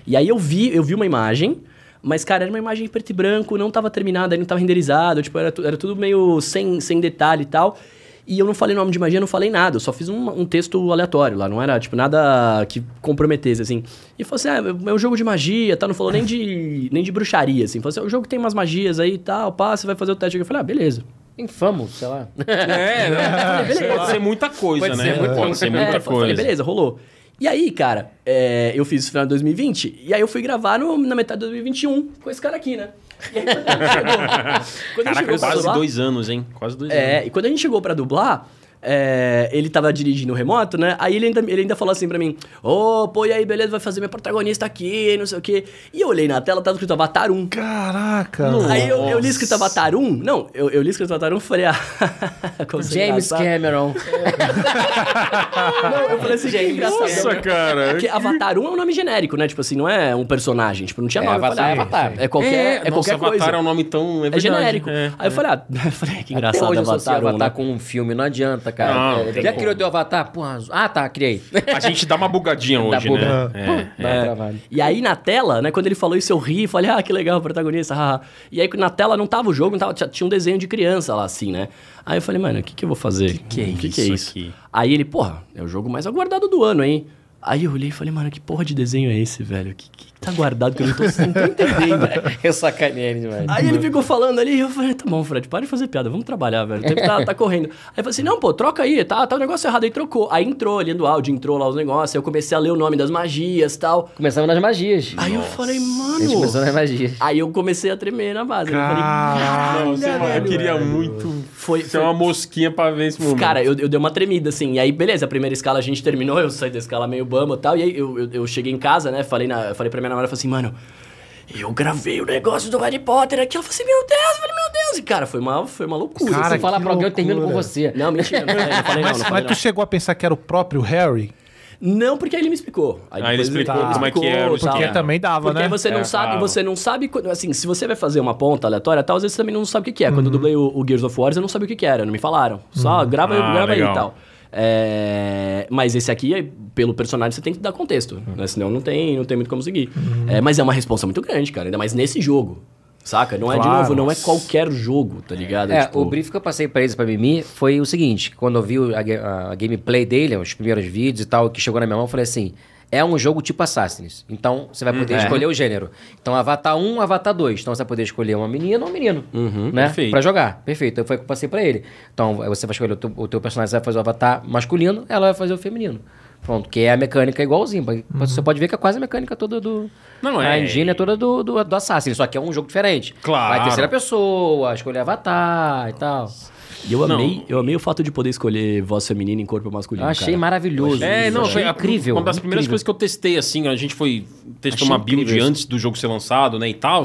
E: E aí eu vi, eu vi uma imagem... Mas, cara, era uma imagem em preto e branco, não tava terminada, não tava renderizado, tipo, era, tu- era tudo meio sem, sem detalhe e tal. E eu não falei nome de magia, não falei nada. Eu só fiz um, um texto aleatório lá. Não era, tipo, nada que comprometesse, assim. E falou assim, ah, é um jogo de magia, tá? Não falou nem de, nem de bruxaria, assim. Falou assim, o jogo tem umas magias aí e tal, pá, você vai fazer o teste. aqui. Eu falei, ah, beleza.
H: Infamo, sei lá.
D: É, né?
E: Beleza.
D: Pode ser muita coisa,
H: Pode
D: né?
H: ser muito-
D: Pode ser
E: É,
D: muita
E: eu falei,
D: coisa.
E: beleza, rolou. E aí, cara, é, eu fiz isso no final de 2020. E aí eu fui gravar no- na metade de 2021 com esse cara aqui, né? E aí, quando ele chegou... quando ele
D: Caraca,
E: chegou pra
D: quase
E: dublar-
D: dois anos, hein? Quase dois anos.
E: É, e quando a gente chegou pra dublar, é, ele tava dirigindo remoto, né? Aí ele ainda, ele ainda falou assim pra mim: Ô, pô, e aí, beleza, vai fazer minha protagonista aqui, não sei o quê. E eu olhei na tela, tava escrito Avatar 1.
C: Caraca.
E: Aí eu, eu li escrito Avatar 1. Não, eu, eu li escrito Avatar 1 e falei: Ah, como você é
H: James
E: engraçado."
H: Cameron.
E: Não, eu falei assim: James
D: Nossa, cara.
E: Porque Avatar 1 é um nome genérico, né? tipo assim, não é um personagem, tipo, não tinha
H: É,
E: nome. Eu
H: Avatar
E: falei,
H: é Avatar.
E: É qualquer, é
D: nossa,
E: qualquer
D: Avatar
E: coisa.
D: é um nome tão... É,
E: É
D: verdade,
E: genérico.
D: é.
E: Aí eu falei, ah, eu falei, que
H: Até
E: engraçado
H: hoje eu associo
E: Avatar 1,
H: Avatar
E: né?
H: com um filme, não adianta, cara.
D: Não, não tem
H: Já
D: como.
H: criou teu avatar? Porra, azul. Ah, tá, criei.
D: A gente dá uma bugadinha
H: Dá
D: hoje,
H: buga.
D: né? É.
H: Dá travado.
E: E aí na tela, né, quando ele falou isso, eu ri e falei, ah, que legal, protagonista, haha. E aí na tela não tava o jogo, não tava, tinha tinha um desenho de criança lá, assim, né? Aí eu falei, mano, o que, que eu vou fazer? O
D: que é isso aqui?
E: Aí ele, porra, é o jogo mais aguardado do ano, hein? Aí eu olhei e falei, mano, que porra de desenho é esse, velho? Que, que tá guardado que eu não tô, não tô entendendo?
H: Eu sacanei ele demais.
E: Aí ele ficou falando ali, eu falei, tá bom, Fred, para de fazer piada, vamos trabalhar, velho. O tempo tá, tá correndo. Aí eu falei assim, não, pô, troca aí, tá, tá o negócio errado. Aí trocou. Aí entrou ali no áudio, entrou lá os negócios, aí eu comecei a ler o nome das magias e tal.
H: Começamos nas magias.
E: Aí eu
C: É
E: falei,
H: A gente começou
E: mano.
H: nas magias.
E: Aí eu comecei a tremer na base. né? Eu falei,
D: Não, sei lá, eu queria muito
E: Foi-
D: ser
E: foi-
D: uma mosquinha pra ver esse momento.
H: é
E: Cara, eu, eu dei uma tremida, assim. E aí, beleza, a primeira escala a gente terminou, eu saí da escala meio bamba e tal. E aí eu, eu, eu cheguei em casa, né? Falei, na, falei pra minha namorada, falei assim, mano, eu gravei o negócio do Harry Potter aqui. Ela falou assim, meu Deus, eu falei, meu Deus. E cara, foi uma, foi uma loucura.
C: Cara,
E: assim.
H: Se falar
C: que
H: pra alguém, eu termino com
C: loucura.
H: você.
E: Não, mentira, não falei, não falei, não, não,
C: Mas,
E: falei,
C: mas tu
E: não.
C: chegou a pensar que era o próprio Harry?
E: Não, porque aí ele me explicou.
D: Ah, ele
E: depois
D: explicou como é que
E: explicou
D: era o
E: e tal.
D: esquema.
C: Porque também dava,
E: Porque
C: né?
E: você não
D: É,
E: sabe,
D: claro.
E: você não sabe. quando- Assim, se você vai fazer uma ponta aleatória, tal, às vezes você também não sabe o que, que é.
C: Uhum.
E: Quando eu dublei o, o Gears of War, eu não sabia o que, que era, não me falaram. Só grava,
D: Ah,
E: grava aí
D: legal.
E: e tal. É, mas esse aqui, pelo personagem, você tem que dar contexto,
C: Uhum.
E: né? Senão não tem, não tem muito como seguir. É, mas é uma responsa muito grande, cara, ainda mais nesse jogo. Saca? Não é, de
C: Claro.
E: novo, não é qualquer jogo, tá ligado?
H: É,
E: Tipo,
H: o brief que eu passei pra eles, pra Mimi, foi o seguinte: que quando eu vi o- a, ga- a- a gameplay dele, os primeiros vídeos e tal, que chegou na minha mão, eu falei assim: é um jogo tipo Assassin's. Então você vai poder escolher o gênero. Então, Avatar 1, Avatar 2. Então você vai poder escolher uma menina ou um menino. né?
D: perfeito.
H: Pra jogar. Perfeito. Então, Foi o que eu passei pra ele. Então você vai escolher o teu, o teu personagem, você vai fazer o Avatar masculino, ela vai fazer o feminino. Pronto, que é a mecânica igualzinho. Você pode ver que é quase a mecânica toda do.
D: Não,
H: A
D: é-
H: engine é toda do, do, do Assassin, só que é um jogo diferente.
D: Claro.
H: Vai terceira pessoa, escolher avatar e tal.
E: E eu amei, eu amei o fato de poder escolher voz feminina em corpo masculino.
H: Eu achei
E: cara.
H: maravilhoso.
D: É,
H: isso.
D: não,
H: achei
D: foi a-
H: incrível.
D: Uma das primeiras coisas
H: incrível.
D: que eu testei, assim, a gente foi testou
H: Achei
D: uma build
H: incrível isso.
D: antes do jogo ser lançado, né, e tal.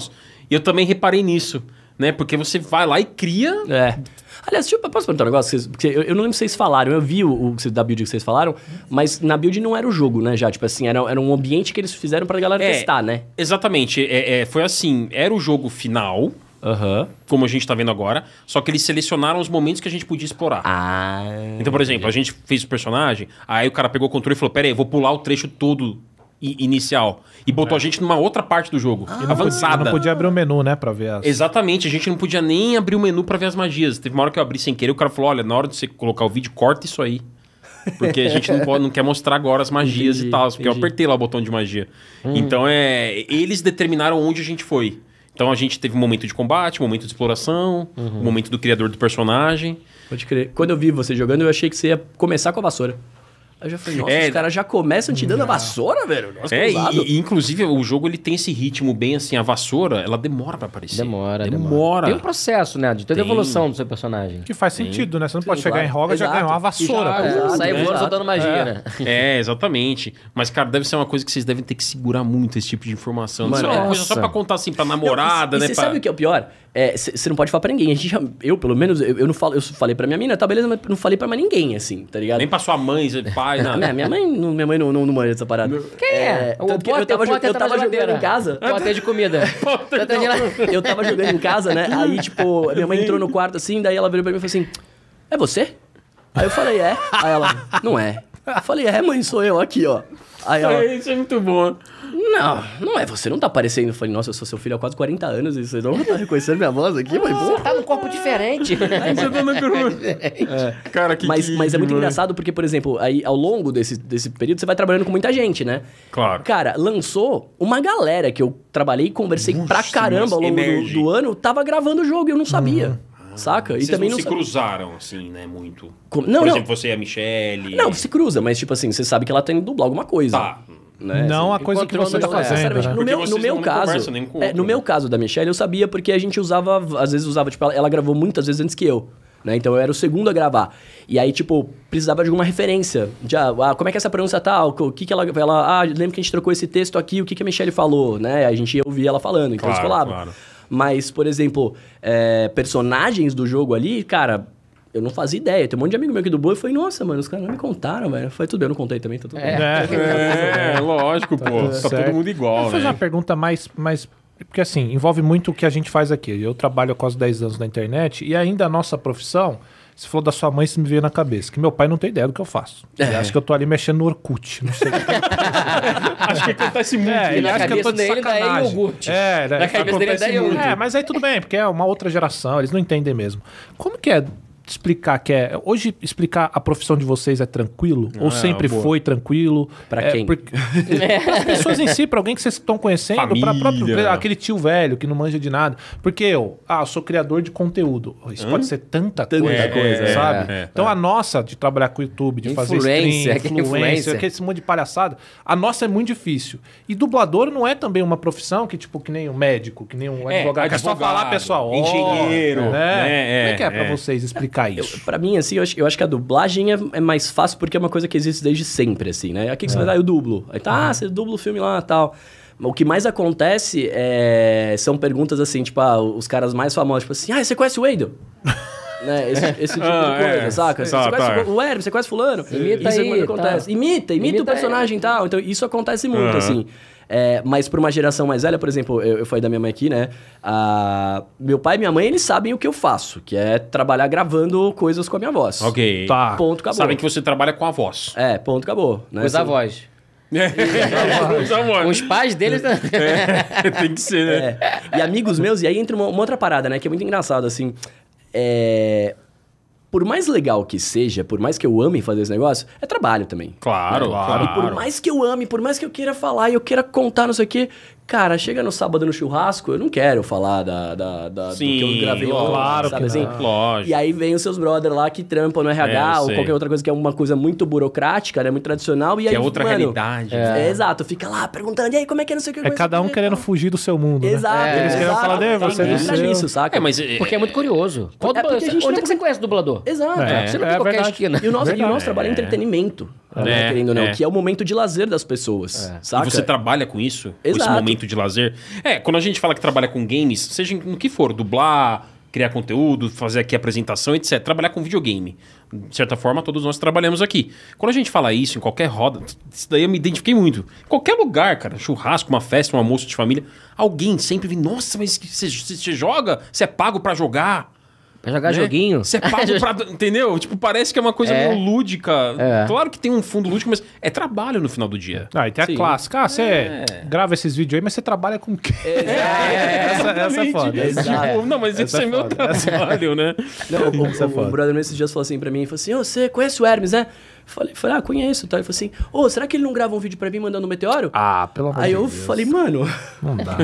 D: E eu também reparei nisso, né? Porque você vai lá e cria.
E: É. Aliás, deixa eu, posso perguntar um negócio? Vocês- porque eu, eu não lembro se vocês falaram, eu vi o, o que vocês- da build que vocês falaram, mas na build não era o jogo, né? Já, tipo assim, era, era um ambiente que eles fizeram pra galera
D: É.
E: testar, né?
D: Exatamente. é- é, foi assim, era o jogo final,
E: Aham.
D: como a gente tá vendo agora, só que eles selecionaram os momentos que a gente podia explorar.
E: Ah.
D: Então, por exemplo, a gente fez o personagem, aí o cara pegou o controle e falou: Pera aí, eu vou pular o trecho todo i- inicial. E botou a
E: É.
D: gente numa outra parte do jogo,
E: Ah.
D: avançada.
C: Não podia abrir o menu, né? Pra ver as...
D: Exatamente, a gente não podia nem abrir o menu pra ver as magias. Teve uma hora que eu abri sem querer, o cara falou: Olha, na hora de você colocar o vídeo, corta isso aí. Porque a gente não, pode- não quer mostrar agora as magias e
E: Entendi,
D: tal, porque eu
E: entendi.
D: apertei lá o botão de magia. Então é. Eles determinaram onde a gente foi. Então a gente teve um momento de combate, um momento de exploração, um momento do criador do personagem.
E: Pode crer. Quando eu vi você jogando, eu achei que você ia começar com a vassoura. Aí eu já falei, nossa,
D: É.
E: os caras já começam te dando a vassoura, velho? Nossa,
D: É,
E: que ousado.
D: e, e, inclusive o jogo ele tem esse ritmo bem assim, a vassoura, ela demora pra aparecer.
H: Demora, demora.
D: demora.
H: Tem um processo, né? De toda a
D: Tem.
H: evolução do seu personagem.
C: Que faz sentido, né? Você não pode
E: Sim,
C: chegar em
E: claro.
C: roga e já
E: Exato.
C: ganhar uma
E: E já-
C: vassoura. pô.
E: Exato,
H: Sai voando
E: exato.
H: soltando magia,
E: É.
H: né?
D: Ah, É, exatamente. Mas, cara, deve ser uma coisa que vocês devem ter que segurar muito esse tipo de informação.
E: Mano,
D: Isso é uma coisa
H: nossa.
D: só pra contar assim pra namorada,
E: Não, e-
D: né?
E: E você
D: pra-
E: sabe o que é o pior? Você não pode falar pra ninguém. A gente já- eu, pelo menos, eu, eu não falo, eu falei pra minha mina, tá beleza, mas não falei pra mais ninguém, assim, tá ligado?
D: Nem pra sua mãe, seu pai,
E: Ah,
D: nada.
E: minha, minha mãe, não, minha mãe não, não, não manja dessa parada.
H: Quem é?
E: tanto que eu tava, jo- eu tava jogando em casa.
H: Potter de comida. Potter de geladeira.
E: Eu tava jogando em casa, né? Aí, tipo, a minha mãe entrou no quarto assim, daí ela virou pra mim e falou assim: É você? Aí eu falei, é. Aí ela, não é. Eu falei, é, mãe, sou eu aqui, ó. Aí ela,
D: É, Isso é muito bom.
E: não, não é você, não tá aparecendo. Eu falei, nossa, eu sou seu filho há quase 40 anos e você não tá reconhecendo minha voz aqui, mãe. Pô.
H: Você tá num corpo diferente.
D: Você tá na cruz. Cara, que
E: Mas,
D: que-
E: mas é muito
D: demais.
E: engraçado porque, por exemplo, aí ao longo desse, desse período você vai trabalhando com muita gente, né?
D: Claro.
E: Cara, lançou uma galera que eu trabalhei e conversei pra caramba ao longo do,
D: emerge.
E: do ano, tava gravando o jogo e eu não sabia.
D: Uhum.
E: Saca? E
D: Vocês
E: também
D: não
E: não,
D: se
E: sa-
D: cruzaram, assim, né? Muito.
E: Como- não,
D: Por
E: não.
D: exemplo, você e a Michelle.
E: Não, se cruza, mas tipo assim, você sabe que ela tem que dublar alguma coisa.
D: Tá.
E: Né?
C: Não a coisa
H: enquanto
C: que você
H: não
C: tá
H: joga,
C: fazendo,
E: Sinceramente,
C: né?
E: no
D: Porque
E: meu,
D: vocês
E: no meu
D: não
E: caso,
D: conversam nem um com o
E: é,
D: outro,
E: no meu
D: né?
E: caso da Michelle eu sabia porque a gente usava, às vezes usava, tipo, ela, ela gravou muitas vezes antes que eu, né? Então eu era o segundo a gravar. E aí tipo, precisava de alguma referência, de ah, ah, como é que essa pronúncia tá, o que- o que que ela, ela, ah, lembro que a gente trocou esse texto aqui, o que que a Michelle falou, né? A gente ia ouvir ela falando, então
D: Claro,
E: isso colava.
D: claro.
E: Mas, por exemplo, é, personagens do jogo ali, cara, eu não fazia ideia. Tem um monte de amigo meu que dublou e falei, nossa, mano, os caras não me contaram, velho. Foi tudo bem, eu não contei também, tá
C: É.
E: tudo bem.
D: É, lógico, pô. Tá todo
C: Certo.
D: mundo
C: Eu
D: igual,
C: Vou fazer uma
D: né?
C: pergunta mais, mais... Porque, assim, envolve muito o que a gente faz aqui. Eu trabalho há quase 10 anos na internet e ainda a nossa profissão... Você falou da sua mãe, isso me veio na cabeça. Que meu pai não tem ideia do que eu faço. Ele acha que eu tô ali mexendo no Orkut. Não sei.
D: Acho que acontece muito.
C: É, ele
H: na
C: acha que eu tô
H: cabeça
C: de
H: dele ainda é
C: sacanagem.
H: iogurte.
C: É, né?
H: Na cabeça dele ainda é
C: Acontece muito.
H: iogurte.
C: É, mas aí tudo bem, porque é uma outra geração, eles não entendem mesmo. Como que é explicar que é... Hoje, explicar a profissão de vocês é tranquilo? Ou sempre
D: Ah, boa.
C: foi tranquilo?
E: Pra
C: É,
E: quem?
C: porque- As pessoas em si, pra alguém que vocês estão conhecendo, pra próprio,
D: Família.
C: aquele tio velho que não manja de nada. Porque eu, ah, eu sou criador de conteúdo. Isso pode ser tanta, coisa,
E: coisa, é,
C: sabe?
D: Hum? é,
C: então a nossa de trabalhar com o YouTube, de fazer
H: Influencer,
C: stream,
H: que
C: influencer,
H: influencer.
C: que esse monte de palhaçada, a nossa é muito difícil. E dublador não é também uma profissão que, tipo, que nem um médico, que nem um advogado, que é só
D: advogado,
C: falar, pessoal. ó, né?
D: engenheiro, né,
C: Como é que é,
D: é,
C: pra
D: é.
C: vocês explicar isso?
E: Pra mim, assim, eu acho, eu acho que a dublagem é, é mais fácil porque é uma coisa que existe desde sempre, assim, né? Aqui que você vai dar, eu dublo. Aí tá, ah, você dubla o filme lá e tal. O que mais acontece é, são perguntas assim, tipo, ah, os caras mais famosos, tipo assim, ah, você conhece o Wendel? né? Esse, esse tipo
D: Ah,
E: de coisa,
D: é. Tá,
E: saca? você conhece
D: tá.
E: o- o Hermes, você conhece fulano?
H: Imita
E: isso é
H: aí,
E: quando acontece.
H: tá.
E: Imita, imita, o
H: Imita
E: personagem e tal. Então, isso acontece muito,
D: Aham.
E: assim. É, mas pra uma geração mais velha, por exemplo, eu, eu falei da minha mãe aqui, né? Ah, meu pai e minha mãe, eles sabem o que eu faço, que é trabalhar gravando coisas com a minha voz.
D: Ok.
C: Tá.
E: Ponto, acabou.
D: Sabem que você trabalha com a voz.
E: É, ponto, acabou. Né?
H: Os
E: Assim,
H: avós.
D: Os avós.
H: Os pais deles... né?
D: É, tem que ser, né?
E: É. E amigos meus, e aí entra uma, uma outra parada, né? Que é muito engraçado, assim. É... Por mais legal que seja, por mais que eu ame fazer esse negócio, é trabalho também.
D: Claro,
E: É,
D: É,
E: E
D: claro.
E: por mais que eu ame, por mais que eu queira falar e eu queira contar, não sei o quê, cara, chega no sábado no churrasco, eu não quero falar da, da, da- do que eu gravei ontem,
D: claro
E: sabe
D: que
E: assim?
D: não. Lógico.
E: E aí vem os seus brother lá que trampam no
D: É,
E: RH
D: eu
E: ou
D: sei.
E: qualquer outra coisa que é uma coisa muito burocrática, né? Muito tradicional. E
D: Que
E: aí,
D: é outra
E: mano,
D: realidade. né?
E: É. exato, fica lá perguntando, e aí, como é que é, não sei o que.
C: É cada um querendo fugir do seu mundo, né?
E: Exato.
H: É, eles
C: querem
E: exato,
C: falar, né,
E: tá
C: você
E: ligado?
C: é
E: Atrás
C: seu.
E: disso, saca?
D: É, mas é,
H: Porque é muito curioso. Qual
E: porque
H: dublador-
E: a gente
H: Onde é
E: não-
H: que você conhece dublador?
E: Exato.
H: Você não vê
C: é
H: qualquer
C: verdade.
H: esquina.
E: né? E o nosso, e o
C: Verdade.
E: nosso trabalho é entretenimento, né,
D: É,
E: querendo ou não,
D: é.
E: que é o momento de lazer das pessoas,
C: É.
E: saca?
D: E você trabalha com isso? Com esse
E: Exato.
D: momento de lazer? É, quando a gente fala que trabalha com games, seja no que for, dublar, criar conteúdo, fazer aqui apresentação, etc. Trabalhar com videogame. De certa forma, todos nós trabalhamos aqui. Quando a gente fala isso em qualquer roda, isso daí eu me identifiquei muito. Qualquer lugar, cara, churrasco, uma festa, um almoço de família, alguém sempre vem, nossa, mas que você- você você joga? Você é pago pra jogar?
H: Pra jogar
D: né?
H: joguinho.
D: Você é pago pra. Entendeu? Tipo, parece que é uma coisa
H: É.
D: meio lúdica.
H: É.
D: Claro que tem um fundo lúdico, mas é trabalho no final do dia.
C: Ah, e tem a
D: Sim.
C: clássica. Ah, você grava esses vídeos aí, mas você trabalha com o quê?
H: É,
C: essa, essa é foda.
D: Exatamente.
C: Essa-
D: Tipo, não, mas esse
C: Essa
D: é meu
C: foda.
D: trabalho, né?
E: Não, o,
C: Isso é
E: o- o
C: foda.
E: brother meu esses dias falou assim pra mim, falou assim, "Ô, você conhece o Hermes, né? Falei, falei, ah, conheço, tá? Ele falou assim, ô, será que ele não grava um vídeo pra mim mandando um meteoro?
C: Ah, pelo amor
E: Aí
C: de
E: eu
C: Deus.
E: falei, mano,
C: Não dá.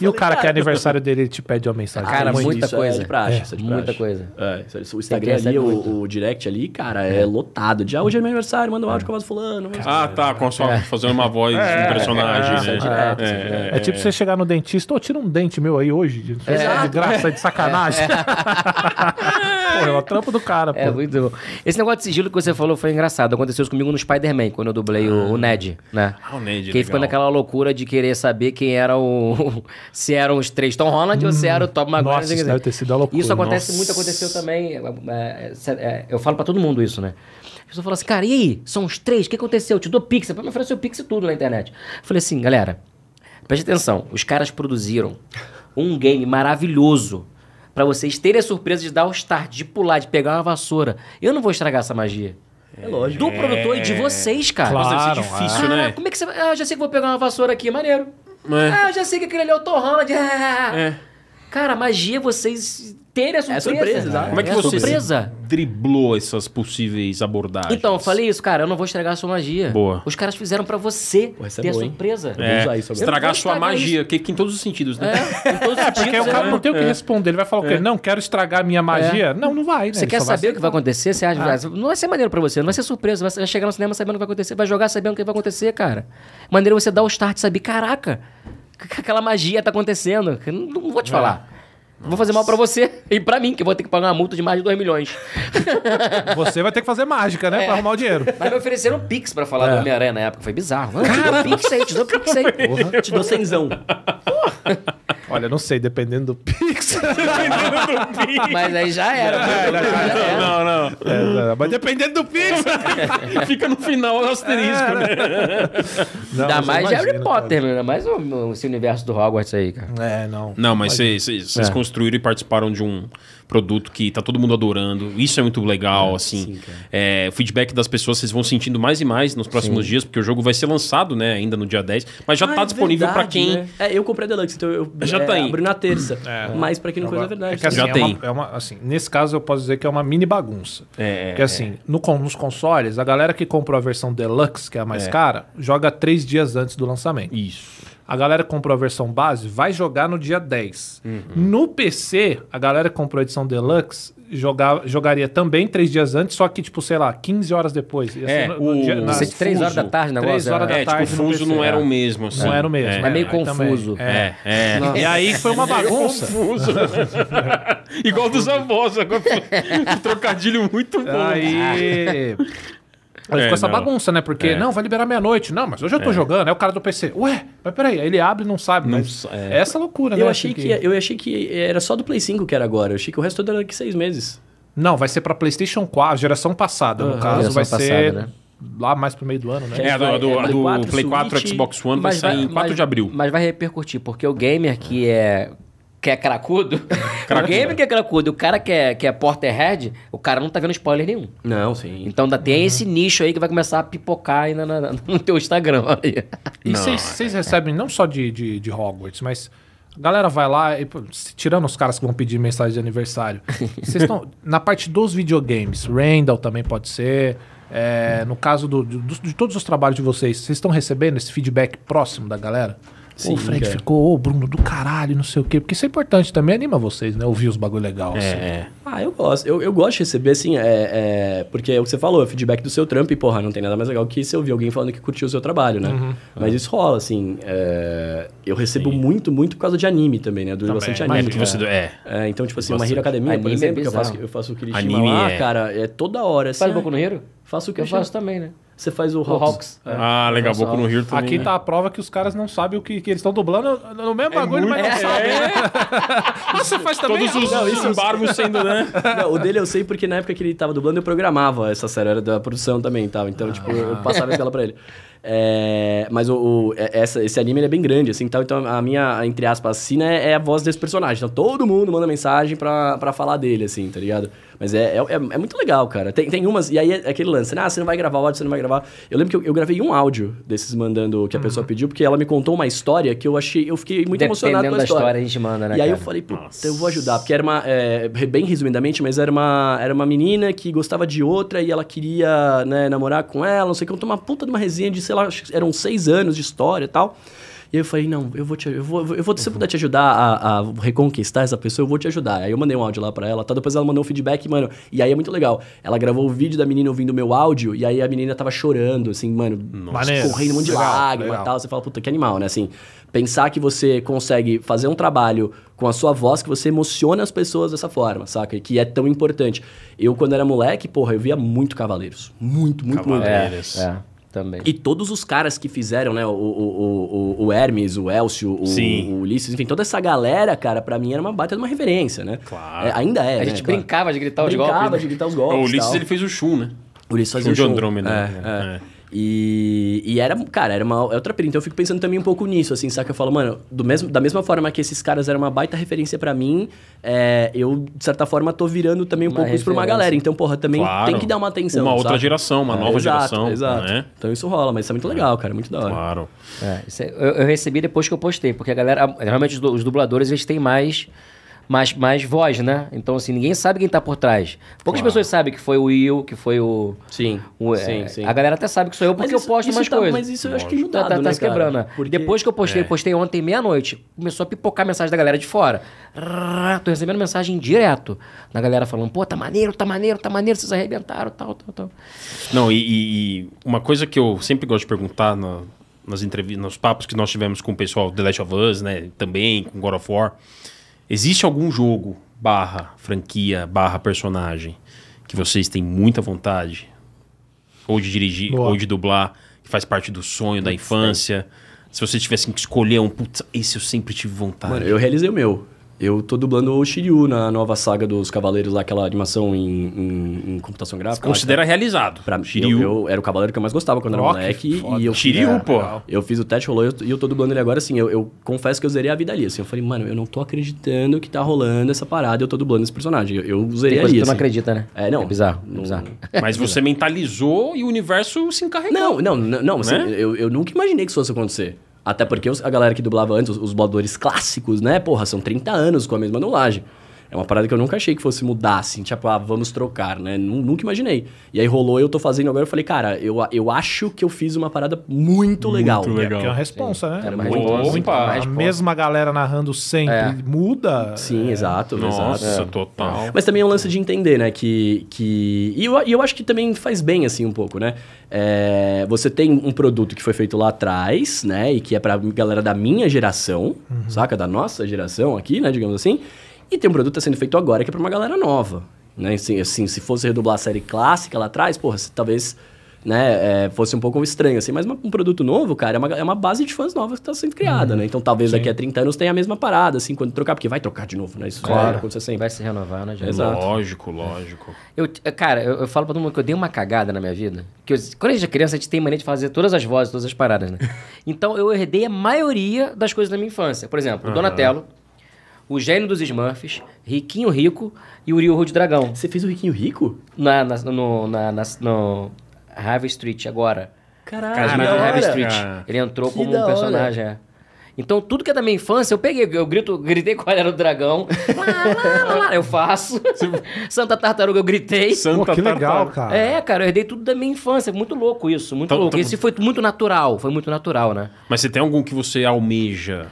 C: E o cara que é aniversário dele, ele te pede uma mensagem.
H: Cara,
E: muito
H: muita
E: isso,
H: coisa.
E: É de praxe,
H: É,
E: isso é de
H: muita
E: praxe.
H: coisa.
E: É, isso é- isso- o Instagram
H: Tem que
E: ali,
H: receber
E: o, o direct ali, cara, é, lotado. Já hoje é meu aniversário, manda um áudio com a voz do fulano. manda-
D: Ah, tá, com a
H: É.
D: sua, fazendo uma voz de um personagem,
E: é,
D: né?
E: direto,
C: É tipo você chegar no dentista, ô, tira um dente meu aí hoje, de, de graça, de sacanagem. Pô, é o trampo do cara, pô.
H: É, muito bom. Esse negócio de sigilo que você falou foi engraçado. Aconteceu isso comigo no Spider-Man, quando eu dublei o, o Ned, né?
D: Ah, o Ned,
H: Que
D: legal.
H: ficou naquela loucura de querer saber quem era o... se eram os três Tom Holland ou se era o Tom Maguire.
C: nossa,
H: não sei o que
C: isso
H: dizer.
C: deve ter sido a loucura.
H: Isso acontece
D: Nossa.
H: muito, aconteceu também. é, é, é, é, eu falo pra todo mundo isso, né? A pessoa fala assim, cara, e aí? São os três, o que aconteceu? Eu te dou pix, me ofereceu pix e tudo na internet. Eu falei assim, galera, preste atenção, os caras produziram um game maravilhoso pra vocês terem a surpresa de dar o start, de pular, de pegar uma vassoura. Eu não vou estragar essa magia.
E: É lógico.
H: Do produtor e de vocês, cara.
D: Mas deve ser
C: Claro,
D: difícil,
H: Ah,
D: né?
H: como é que você vai? Ah, já sei que vou pegar uma vassoura aqui, maneiro. Ah, já sei que aquele ali é o Tom Holland. Ah.
D: É.
H: Cara, a magia é vocês terem a surpresa.
E: surpresa, exato.
D: Como é que
H: a
D: você
H: surpresa.
D: driblou essas possíveis abordagens?
H: Então, eu falei isso, cara, eu não vou estragar a sua magia.
D: Boa.
H: Os caras fizeram pra você
E: essa é
H: ter a
E: boa, hein?
H: surpresa.
E: Vou
D: É,
E: usar isso agora.
D: estragar
H: Eu
D: a
H: vou
D: sua
H: estragar
D: magia, que, que em todos os sentidos, né?
H: É, em todos os
C: Porque
H: sentidos,
C: o cara
H: né? É.
C: não tem o que responder. Ele vai falar o quê? Não, quero estragar minha magia. Não, não vai, né?
H: Você
C: Ele
H: quer
C: só vai
H: saber o que vai Ah. acontecer? Você acha, Não vai ser maneiro pra você, não vai ser surpresa. Você vai chegar no cinema sabendo o que vai acontecer, vai jogar sabendo o que vai acontecer, cara. Maneiro é você dar o start, saber, caraca, que- que aquela magia tá acontecendo. Eu Não, não vou te falar. Vou fazer mal pra você e pra mim, que eu vou ter que pagar uma multa de mais de 2 milhões.
C: Você vai ter que fazer mágica, né? Pra arrumar o dinheiro.
H: Mas me ofereceram um Pix pra falar do Homem-Aranha na época. Foi bizarro. Ah, te dou Pix aí, te dou Pix aí.
E: Eu Te dou cenzão.
C: Olha, não sei, dependendo do Pix.
H: Mas aí já era. né? Já era.
D: Não, não.
C: É, não, mas dependendo do Pix.
H: É.
D: Fica no final o asterisco, né?
C: Não,
H: Ainda
C: mas eu
H: mais de Harry
C: imagino, cara.
H: Potter, meu. Ainda mais o- o- esse universo do Hogwarts aí, cara.
C: É, não.
D: Não, mas vocês vocês- vocês
H: É.
D: construíram e participaram de um produto que tá todo mundo adorando. Isso é muito legal, assim. É, o feedback das pessoas vocês vão sentindo mais e mais nos próximos dias, porque o jogo vai ser lançado, né, ainda no dia 10, mas já
E: Ah,
D: tá
E: é
D: disponível para
E: verdade,
D: quem
E: né? É, eu comprei a Deluxe, então eu
D: Já
E: é,
D: tá aí.
E: abri na terça. Mas pra quem não conhece, é verdade.
C: É que assim,
D: Já
C: é
D: tem.
C: uma- é uma- assim, nesse caso eu posso dizer que é uma mini bagunça.
D: É,
C: Porque assim, no con- nos consoles, a galera que comprou a versão Deluxe, que é a mais cara, joga três dias antes do lançamento.
D: Isso.
C: A galera que comprou a versão base vai jogar no dia 10.
D: Uhum.
C: No PC, a galera que comprou a edição Deluxe jogar, jogaria também três dias antes, só que, tipo, sei lá, 15 horas depois. Ia
D: É,
C: ser no- no
D: o-
C: dia- na-
D: Você-
H: Três três horas da
D: Fuso.
H: tarde, o negócio.
C: Três horas
H: é.
C: da
D: É, tipo, o
C: tarde no
D: fuso
C: PC,
D: não era
C: é.
D: o mesmo, assim.
C: Não era o mesmo. É
H: Mas meio
C: aí também.
H: confuso.
C: É.
D: É, é.
H: Nossa.
C: E aí foi uma bagunça.
D: Confuso. Igual dos avós. Agora, que trocadilho muito bom.
C: Aí. Aí
D: É,
C: ficou essa
D: não.
C: bagunça, né? Porque,
D: É.
C: não, vai liberar meia-noite. Não, mas hoje eu tô jogando. Aí o cara do PC, ué, mas peraí. Aí ele abre e não sabe.
D: Não
C: mas
D: sa-
C: é.
D: é.
C: essa loucura, né?
E: Eu achei, que,
C: Porque-
E: eu achei que era só do Play 5 que era agora. Eu achei que o resto todo era daqui seis meses.
C: Não, vai ser pra PlayStation 4, geração passada. No caso,
H: geração
C: vai ser
H: passada, né?
C: lá mais pro meio do ano, né?
D: É, a do, a do, a do Play 4,
E: Switch,
D: Xbox One vai
H: Mas
D: sair em 4
H: mas-
D: de abril.
H: Mas vai repercutir, porque o gamer que é. Que é cracudo. o gamer que é cracudo, o cara que é, que é porterhead, o cara não tá vendo spoiler nenhum.
E: Não, sim.
H: Então ainda
D: Uhum.
H: tem esse nicho aí que vai começar a pipocar ainda na- na- no teu Instagram. olha aí.
C: E vocês vocês
D: é,
C: recebem não só de, de, de Hogwarts, mas. A galera vai lá, e, pô, se- tirando os caras que vão pedir mensagem de aniversário. Vocês estão. na parte dos videogames, Randall também pode ser. é, no caso do, do- dos- de todos os trabalhos de vocês, vocês estão recebendo esse feedback próximo da galera? Pô, o Fred
D: é.
C: ficou, ô Bruno, do caralho, não sei o quê. Porque isso é importante também, anima vocês, né? Ouvir os bagulho legal. assim.
D: É,
E: Ah, eu gosto. Eu, eu gosto de receber, assim, é, é- porque é o que você falou, é feedback do seu trampo. E, porra, não tem nada mais legal que você ouvir alguém falando que curtiu o seu trabalho, né?
D: Uhum.
E: Mas isso rola, assim. é, eu recebo muito, muito por causa de anime também, né? Eu dou bastante
D: é.
E: anime.
D: É, porque
E: cara.
D: você... É.
E: É, então, tipo assim, uma
D: Bastante.
E: Hero Academia, por
H: Anime é
E: exemplo, que eu
H: bizarro.
E: faço, eu faço o Kirishima
D: Anime
E: lá,
D: é-
E: cara, é toda hora. Assim,
H: Faz
E: ah,
H: Boku no Hero?
E: Faço o que
H: Eu
E: eu faço.
H: faço também, né?
E: Você faz o
H: O
E: Hawks.
H: Hawks. É.
D: Ah, legal.
H: Nossa,
D: Boku no Hero também.
C: Aqui
D: né?
C: tá a prova que os caras não sabem o que, que eles estão dublando no mesmo bagulho, mas não sabem. Ah, Você faz também?
D: Todos os
E: Não, isso-
D: embargos sendo, né?
E: Não, o dele eu sei porque na época que ele tava dublando eu programava essa série, era da produção também e tal. Então, tipo,
H: Ah.
E: eu passava a escala pra ele. É, mas o, o- é- essa- esse anime ele é bem grande, assim, tal. Então a minha, entre aspas, assina é, é a voz desse personagem. Então todo mundo manda mensagem pra, pra falar dele, assim, tá ligado? Mas é, é, é- é muito legal, cara. Tem, tem umas, e aí é aquele lance, né? Ah, você não vai gravar o áudio, você não vai gravar. Eu lembro que eu, eu gravei um áudio desses mandando que a pessoa pediu, porque ela me contou uma história que eu achei, eu fiquei muito emocionado com
H: Uhum. Dependendo
E: a
H: da
E: história.
H: história, a gente manda, né?
E: E aí eu
H: cara?
E: falei, puta, eu vou ajudar. Porque era uma, é, bem resumidamente, mas era uma, era uma menina que gostava de outra e ela queria né, namorar com ela, não sei o que. Eu uma puta de uma resenha de, sei lá, acho que eram seis anos de história e tal. E aí eu falei, não, eu vou te eu vou, eu vou, se eu puder te ajudar a, a reconquistar essa pessoa, eu vou te ajudar. Aí eu mandei um áudio lá pra ela, tá? Depois ela mandou um feedback, mano. E aí é muito legal. Ela gravou o vídeo da menina ouvindo o meu áudio, e aí a menina tava chorando, assim, mano,
C: Maneiro.
E: correndo um monte de
C: Legal,
E: lágrima
C: legal.
E: e tal. Você fala, puta, que animal, né? Assim, pensar que você consegue fazer um trabalho com a sua voz, que você emociona as pessoas dessa forma, saca? E que é tão importante. Eu, quando era moleque, porra, eu via muito Cavaleiros. Muito, muito, muito.
D: Cavaleiros.
H: É, também.
E: E todos os caras que fizeram, né? O, o, o, o- o Hermes, o Elcio, o,
D: Sim.
E: o Ulisses, enfim, toda essa galera, cara, pra mim era uma baita de uma referência, né?
D: Claro.
E: É, ainda é.
H: a
E: né,
H: gente
E: claro.
H: brincava de gritar os
E: Brincava
H: golpes. né?
E: de gritar os
D: O
E: golpes. e
D: Ulisses
E: tal.
D: ele fez o Shun, né?
E: O Ulisses fazia
D: O
E: o
D: de
E: show.
D: Andrômeda,
E: É,
D: né?
E: é. E, e era, cara, era uma é outra pira. Então eu fico pensando também um pouco nisso, assim, saca? Eu falo, mano, do mesmo, da mesma forma que esses caras eram uma baita referência pra mim, é, eu, de certa forma, tô virando também um
H: Uma
E: pouco isso pra uma
H: referência.
E: galera. Então, porra, também
D: Claro.
E: tem que dar uma atenção.
D: Uma outra
E: saca? É,
D: geração, uma nova
E: exato,
D: geração,
E: Exato.
D: né?
E: Então isso rola, mas isso é muito legal, cara. Muito da hora.
D: Claro.
H: É, isso é- eu, eu recebi depois que eu postei, porque a galera. a- Realmente os, du- os dubladores eles têm mais, mais, mais voz, né? Então, assim, ninguém sabe quem tá por trás. Poucas pessoas sabem que foi o Will, que foi o.
E: Sim.
H: o-
E: sim,
H: é,
E: sim.
H: A galera até sabe que sou eu porque
E: isso-
H: eu posto
E: isso
H: mais
E: tá-
H: coisas.
E: Mas isso eu acho que é
H: Tá,
E: mudado,
H: tá, tá
E: né,
H: se quebrando, né?
E: cara? Porque-
H: Depois que eu postei,
D: É.
H: postei ontem meia-noite, começou a pipocar mensagem da galera de fora. Rrr, Tô recebendo mensagem direto da galera falando, pô, tá maneiro, tá maneiro, tá maneiro, vocês arrebentaram, tal, tal, tal.
D: Não, e, e- e uma coisa que eu sempre gosto de perguntar na- nas entrevistas, nos papos que nós tivemos com o pessoal do The Last of Us, né? Também, com God of War. Existe algum jogo, barra, franquia, barra, personagem, que vocês têm muita vontade? Ou de dirigir,
C: Boa.
D: ou de dublar, que faz parte do sonho, da infância? Se vocês tivessem que escolher um, putz, esse eu sempre tive vontade.
E: Mano, eu realizei o meu. Eu tô dublando o Shiryu na nova saga dos Cavaleiros, lá, aquela animação em, em- em computação gráfica. lá,
D: Considera realizado.
E: Então, Pra mim,
D: Shiryu.
E: eu, eu era o cavaleiro que eu mais gostava quando
F: Ó, que
E: era moleque.
F: foda.
E: E eu,
D: Shiryu,
E: é,
D: pô.
E: Eu fiz o teste, rolou e eu, e eu tô dublando ele agora, assim. Eu, eu confesso que eu zerei a vida ali, assim. Eu falei, mano, eu não tô acreditando que tá rolando essa parada eu tô dublando esse personagem. Eu, eu zerei
H: Tem coisa
E: ali,
H: que tu não
E: assim.
H: acredita, né?
E: É, não.
H: É bizarro, é
E: Não-
H: bizarro.
D: Mas você mentalizou e o universo se encarregou.
E: Não, não, não, não, assim,
D: Né?
E: eu, eu nunca imaginei que isso fosse acontecer. Até porque os- a galera que dublava antes, os, os dubladores clássicos, né? Porra, são 30 anos com a mesma dublagem. É uma parada que eu nunca achei que fosse mudar, assim, tipo, ah, vamos trocar, né? Nu- Nunca imaginei. E aí rolou, eu tô fazendo agora, eu falei, cara, eu, a- eu acho que eu fiz uma parada muito legal.
D: Muito legal.
C: Que é uma responsa, né?
H: É uma
D: Muito,
H: resposta,
D: muito
H: uma
D: mais
C: a
H: resposta.
C: mesma galera narrando sempre
H: É.
C: muda.
E: Sim, exato,
D: Nossa,
E: exato.
D: total.
E: Mas também é um lance de entender, né? Que. que... E, eu, e eu acho que também faz bem, assim, um pouco, né? É, você tem um produto que foi feito lá atrás, né? E que é pra galera da minha geração, saca? Da nossa geração aqui, né? Digamos assim. E tem um produto que tá sendo feito agora que é pra uma galera nova. Né? Assim, assim, se fosse redublar a série clássica lá atrás, porra, se- talvez. Né, é, fosse um pouco estranho, assim, mas uma- um produto novo, cara, é uma, é uma base de fãs novas que tá sendo criada, né? Então talvez daqui a 30 anos tenha a mesma parada, assim, quando trocar, porque vai trocar de novo, né? Isso claro. vai acontecer sempre.
H: Vai se renovar, né, gente?
E: Exato.
D: Lógico, lógico.
H: Eu, eh, cara, eu, eu falo pra todo mundo que eu dei uma cagada na minha vida. Que eu- quando a gente é criança, a gente tem mania de fazer todas as vozes, todas as paradas, né? então eu herdei a maioria das coisas da minha infância. Por exemplo, o Donatello, o gênio dos Smurfs, Riquinho Rico e o Rio de Dragão.
E: Você fez o Riquinho Rico?
H: Na, na, no, na, na, no Harvey Street agora.
E: Caralho,
D: Caralho,
H: Casimiro
D: da
H: Harvey
D: hora.
H: Street. Ele entrou
E: Ah. Que
H: como
E: da
H: um
E: hora.
H: personagem. é. Então, tudo que é da minha infância, eu peguei, eu grito, gritei qual era o dragão. Lá, lá, lá, lá, eu faço. Santa Tartaruga, eu gritei.
D: Santa tá,
C: Pô, que legal,
D: Tartaruga.
C: cara.
H: É, cara, eu herdei tudo da minha infância. Muito louco isso, muito
D: Então,
H: louco.
D: então-
H: Esse foi muito natural, foi muito natural, né?
D: Mas você tem algum que você almeja?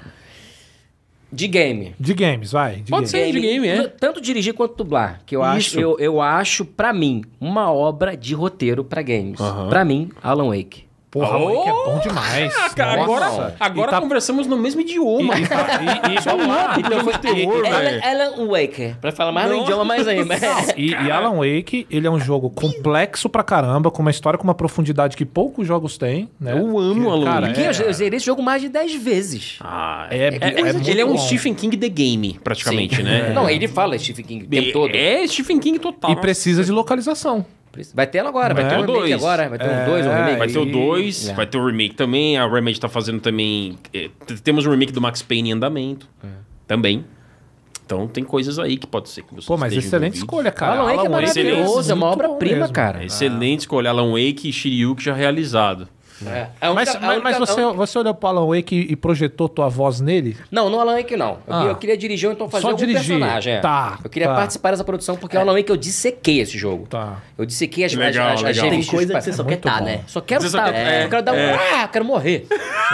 H: De game.
C: De games, vai. de games.
D: Pode ser de game, é.
H: Tanto dirigir quanto dublar, que eu acho,
D: Isso.
H: eu, eu acho para mim uma obra de roteiro pra games. Pra mim, Alan Wake.
C: Porra,
D: Oh!
C: moleque, é bom demais.
D: Ah, Cara,
C: Nossa.
D: agora
C: E
D: agora
C: tá-
D: conversamos no mesmo idioma.
C: E, e, vamos lá.
D: Então, foi- e- e-
H: Alan, Alan Wake, pra falar mais no
D: Nossa.
H: idioma mais ainda.
C: E, e Alan Wake, ele é um jogo complexo pra caramba, com uma história com uma profundidade que poucos jogos têm. Né?
D: Eu amo Alan
C: cara,
D: Wake.
H: Quem
C: é-
H: eu, eu zerei esse jogo mais de 10 vezes.
D: Ah,
C: É- é- é muito
D: ele é um
C: bom.
D: Stephen King The Game, praticamente, né?
H: Não, ele fala Stephen King o tempo
D: é,
H: todo.
D: é Stephen King total.
C: E precisa de localização.
H: Vai ter ela agora, vai
C: É.
H: ter um
D: Dois.
H: remake agora, vai ter um
C: É,
H: 2, um remake.
D: Vai ter o 2,
H: É.
D: vai ter o remake também. A Remedy tá fazendo também. é, t- temos o remake do Max Payne em andamento.
C: É.
D: Também. Então tem coisas aí que pode ser que você
C: Pô, mas excelente escolha, cara.
H: Alan Wake é
D: Wake, excelente.
H: maravilhoso, é uma
C: Muito bom
H: obra-prima,
C: mesmo.
H: cara.
D: Excelente escolha. Alan Wake e Shiryu que já realizado.
H: É. A única-
C: Mas, mas-
H: a
C: mas
H: única- a
C: você,
H: única-
C: você olhou pro Alan Wake e projetou tua voz nele?
H: um Não, não Alan Wake não. Eu,
C: Ah.
H: eu queria dirigir É. ou então fazer
C: Só
H: algum
C: dirigir.
H: personagem. é.
C: Tá,
H: Eu queria
C: tá.
H: participar dessa produção porque o Alan Wake eu dissequei esse jogo.
C: Tá.
H: Eu dissequei as
D: Legal,
H: as, as, as
D: legal.
E: Tem
H: revistas
E: coisa
H: pra-
E: que você só quer tá, né?
H: Só quero
D: Você só
H: estar.
D: quer- é,
H: eu quero dar um.
D: é.
H: Ah, quero morrer.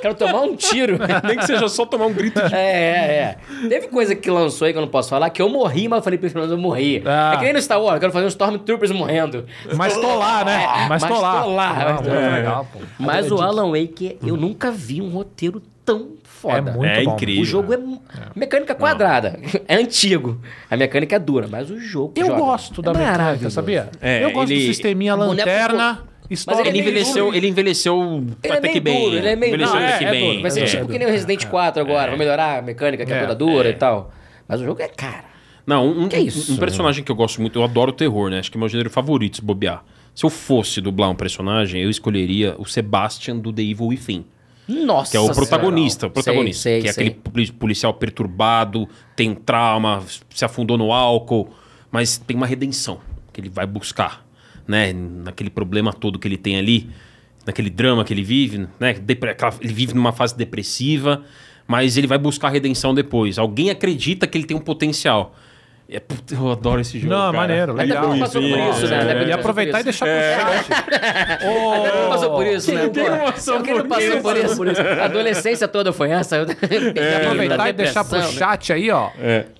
H: quero tomar um tiro.
D: Nem que seja só tomar um grito de.
H: É, é, é. Teve coisa que lançou aí que eu não posso falar, que eu morri, mas eu falei, pelo menos eu morri.
C: Ah.
H: É que nem no Star Wars, eu quero fazer um Stormtroopers morrendo.
C: Mas tô lá, né?
H: É,
C: Mas tô lá.
H: lá.
C: Não,
H: Mas-
C: é legal, pô.
H: Mas o Alan Wake, eu nunca vi um roteiro tão foda.
C: É muito
D: é
C: bom.
D: incrível.
H: O jogo é, mu- mecânica quadrada. É antigo. A mecânica é dura, mas o jogo.
C: Eu
H: joga.
C: gosto da
H: É
C: mecânica,
H: maravilhoso.
C: sabia?
D: É,
C: eu gosto
D: ele-
C: do sisteminha
H: boneco-
C: lanterna,
H: Mas
C: história.
D: Ele envelheceu, ele envelheceu
H: Ele é
D: até
H: meio
D: que bem.
H: duro, ele é meio
D: envelheceu
H: não,
D: até
H: é,
D: que
C: é
D: bem.
C: duro,
H: Vai ser
D: É.
H: tipo que nem o Resident 4 agora, vai melhorar a mecânica que é,
C: É,
H: toda dura e tal. Mas o jogo é cara.
D: Não, um,
H: Que isso?
D: um- um personagem que eu gosto muito, eu adoro o terror, né? Acho que é meu gênero favorito, se bobear. Se eu fosse dublar um personagem, eu escolheria o Sebastian do The Evil Within.
H: Nossa,
D: Que é o
H: Senhora.
D: protagonista, o protagonista.
H: Sei, sei,
D: que é
H: sei.
D: aquele poli- policial perturbado, tem trauma, se afundou no álcool, mas tem uma redenção que ele vai buscar, né? Naquele problema todo que ele tem ali, naquele drama que ele vive, né? Depre- aquela- Ele vive numa fase depressiva, mas ele vai buscar a redenção depois. Alguém acredita que ele tem um potencial. É, puta, eu adoro esse jogo.
C: Não,
D: cara. É
C: maneiro, legal.
H: Ele passou por isso, né?
C: Ele
H: Ele
C: ia aproveitar e deixar pro chat.
H: Todo mundo
C: Ô,
H: passou por isso, né?
D: Quem não
H: pô?
D: passou
H: Quem não
D: por
H: passou
D: isso?
H: por isso? A adolescência toda foi essa. Eu
D: É,
C: aproveitar e deixar pro
H: né?
D: né?
C: chat aí, ó.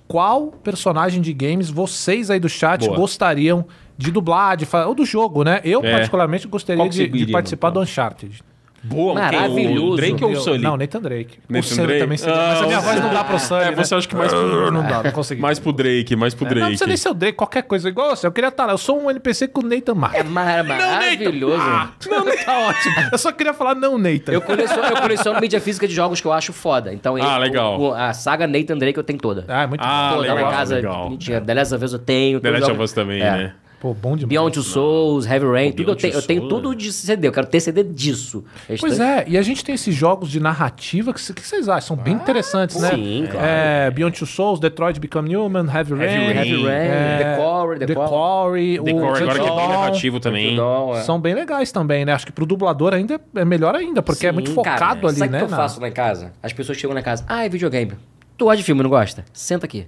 C: Qual personagem de games vocês aí do chat
D: Boa.
C: gostariam de dublar, de fa- ou do jogo, né? Eu,
D: É.
C: particularmente, gostaria
D: Qual que você
C: de, de
D: iria,
C: participar
D: mano?
C: do Uncharted.
D: Boa, quem? O
H: Maravilhoso.
D: Drake ou o
C: Eu-
D: Sully?
C: Não, Nathan Drake.
D: Nathan
C: o Sully
D: Drake?
C: também seria.
D: Ah,
C: mas a minha
D: o
C: voz não dá pro Sully,
D: É,
C: né?
D: você acha que mais pro,
C: Não dá, não consegui.
D: mais pro Drake, mais pro
C: Não, não precisa nem
D: Drake.
C: ser o Drake, qualquer coisa. Igual assim, eu queria estar lá. Eu sou um NPC com o Nathan
H: É
C: Mark.
H: mar- maravilhoso.
D: Ah!
C: Não,
D: É,
C: não tá ótimo. Eu só queria falar não, Nathan.
H: Eu coleciono, eu coleciono mídia física de jogos que eu acho foda. Então,
D: Ah,
H: eu-
D: legal.
H: o- a saga Nathan Drake eu tenho toda.
C: Ah, é muito
D: Ah,
H: toda
D: legal,
H: né? na casa.
D: legal. É.
H: Mentira, The Last of Us eu tenho.
D: The
H: todos
D: Last
H: os
D: of Us
H: jogos-
D: também,
H: É.
D: né?
C: Pô, bom demais.
H: Beyond Two Souls, Heavy Rain, tudo eu,
D: Beyond
H: tenho,
D: Two
H: eu tenho
D: Souls,
H: tudo
D: né?
H: de CD, eu quero ter CD disso.
C: Pois é, e a gente tem esses jogos de narrativa que, cê- que vocês acham? São bem interessantes, né?
H: Ah, sim, claro.
C: É, Beyond Two Souls, Detroit Become Human, Heavy Rain,
H: Heavy Rain,
C: é,
H: The Quarry, The Quarry.
C: Quarry, o
D: The Core agora que é bem
C: Dawn.
D: narrativo também.
H: Não, é.
C: São bem legais também, né? Acho que pro dublador ainda é- é melhor ainda, porque é
H: Sim,
C: muito
H: cara,
C: focado ali,
H: sabe
C: né?
H: O que eu
C: na-
H: faço lá em casa? As pessoas chegam na casa, ah, é videogame. Tu gosta de filme, não gosta? Senta aqui.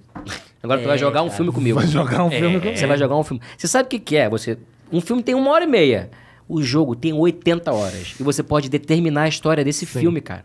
H: Agora tu
C: É,
H: vai jogar um filme comigo. Vai
C: jogar um filme
H: Você vai jogar um filme. Você sabe o que, que é? Você... Um filme tem uma hora e meia. O jogo tem 80 horas. E você pode determinar a história desse filme, cara.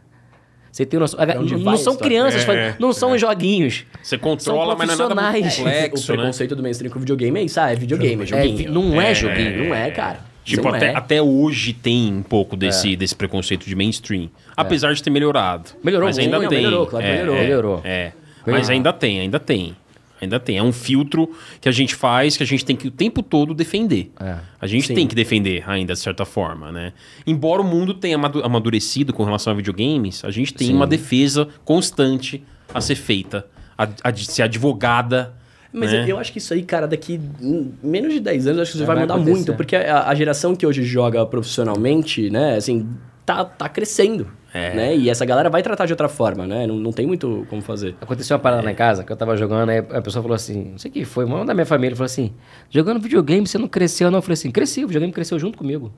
H: Você tem noção. Não, não são crianças,
D: É,
H: não são joguinhos.
D: Você
H: São
D: controla, mas não é nada muito
H: profissionais.
E: o
D: complexo, né?
E: preconceito do mainstream com videogame é isso, ah, é videogame, é
H: É,
E: joguinho.
H: não é, joguinho, não é, cara.
D: Tipo,
H: Não
D: até,
H: é.
D: até hoje tem um pouco desse, desse preconceito de mainstream. Apesar de ter melhorado.
H: É. Melhorou
D: mas ainda
H: muito,
D: tem.
H: melhorou, claro que melhorou, melhorou.
D: é.
H: Melhorou.
D: Mas ainda tem, ainda tem. Ainda tem. É um filtro que a gente faz, que a gente tem que o tempo todo defender.
H: É.
D: A gente tem que defender ainda, de certa forma, né? Embora o mundo tenha amadu- amadurecido com relação a videogames, a gente tem uma defesa constante a ser feita, a, a de ser advogada.
E: Mas
D: né?
E: eu- eu acho que isso aí, cara, daqui hum, menos de 10 anos, eu acho que isso
H: Vai
E: vai, mudar
H: acontecer.
E: muito. Porque a, a geração que hoje joga profissionalmente, né, assim, tá, tá crescendo. Né? E essa galera vai tratar de outra forma, né? Não, não tem muito como fazer.
H: Aconteceu uma parada
D: É.
H: lá em casa que eu tava jogando, aí a pessoa falou assim: não sei quem foi, uma da minha família falou assim: jogando videogame, você não cresceu, não? Eu falei assim: cresci, o videogame cresceu junto comigo.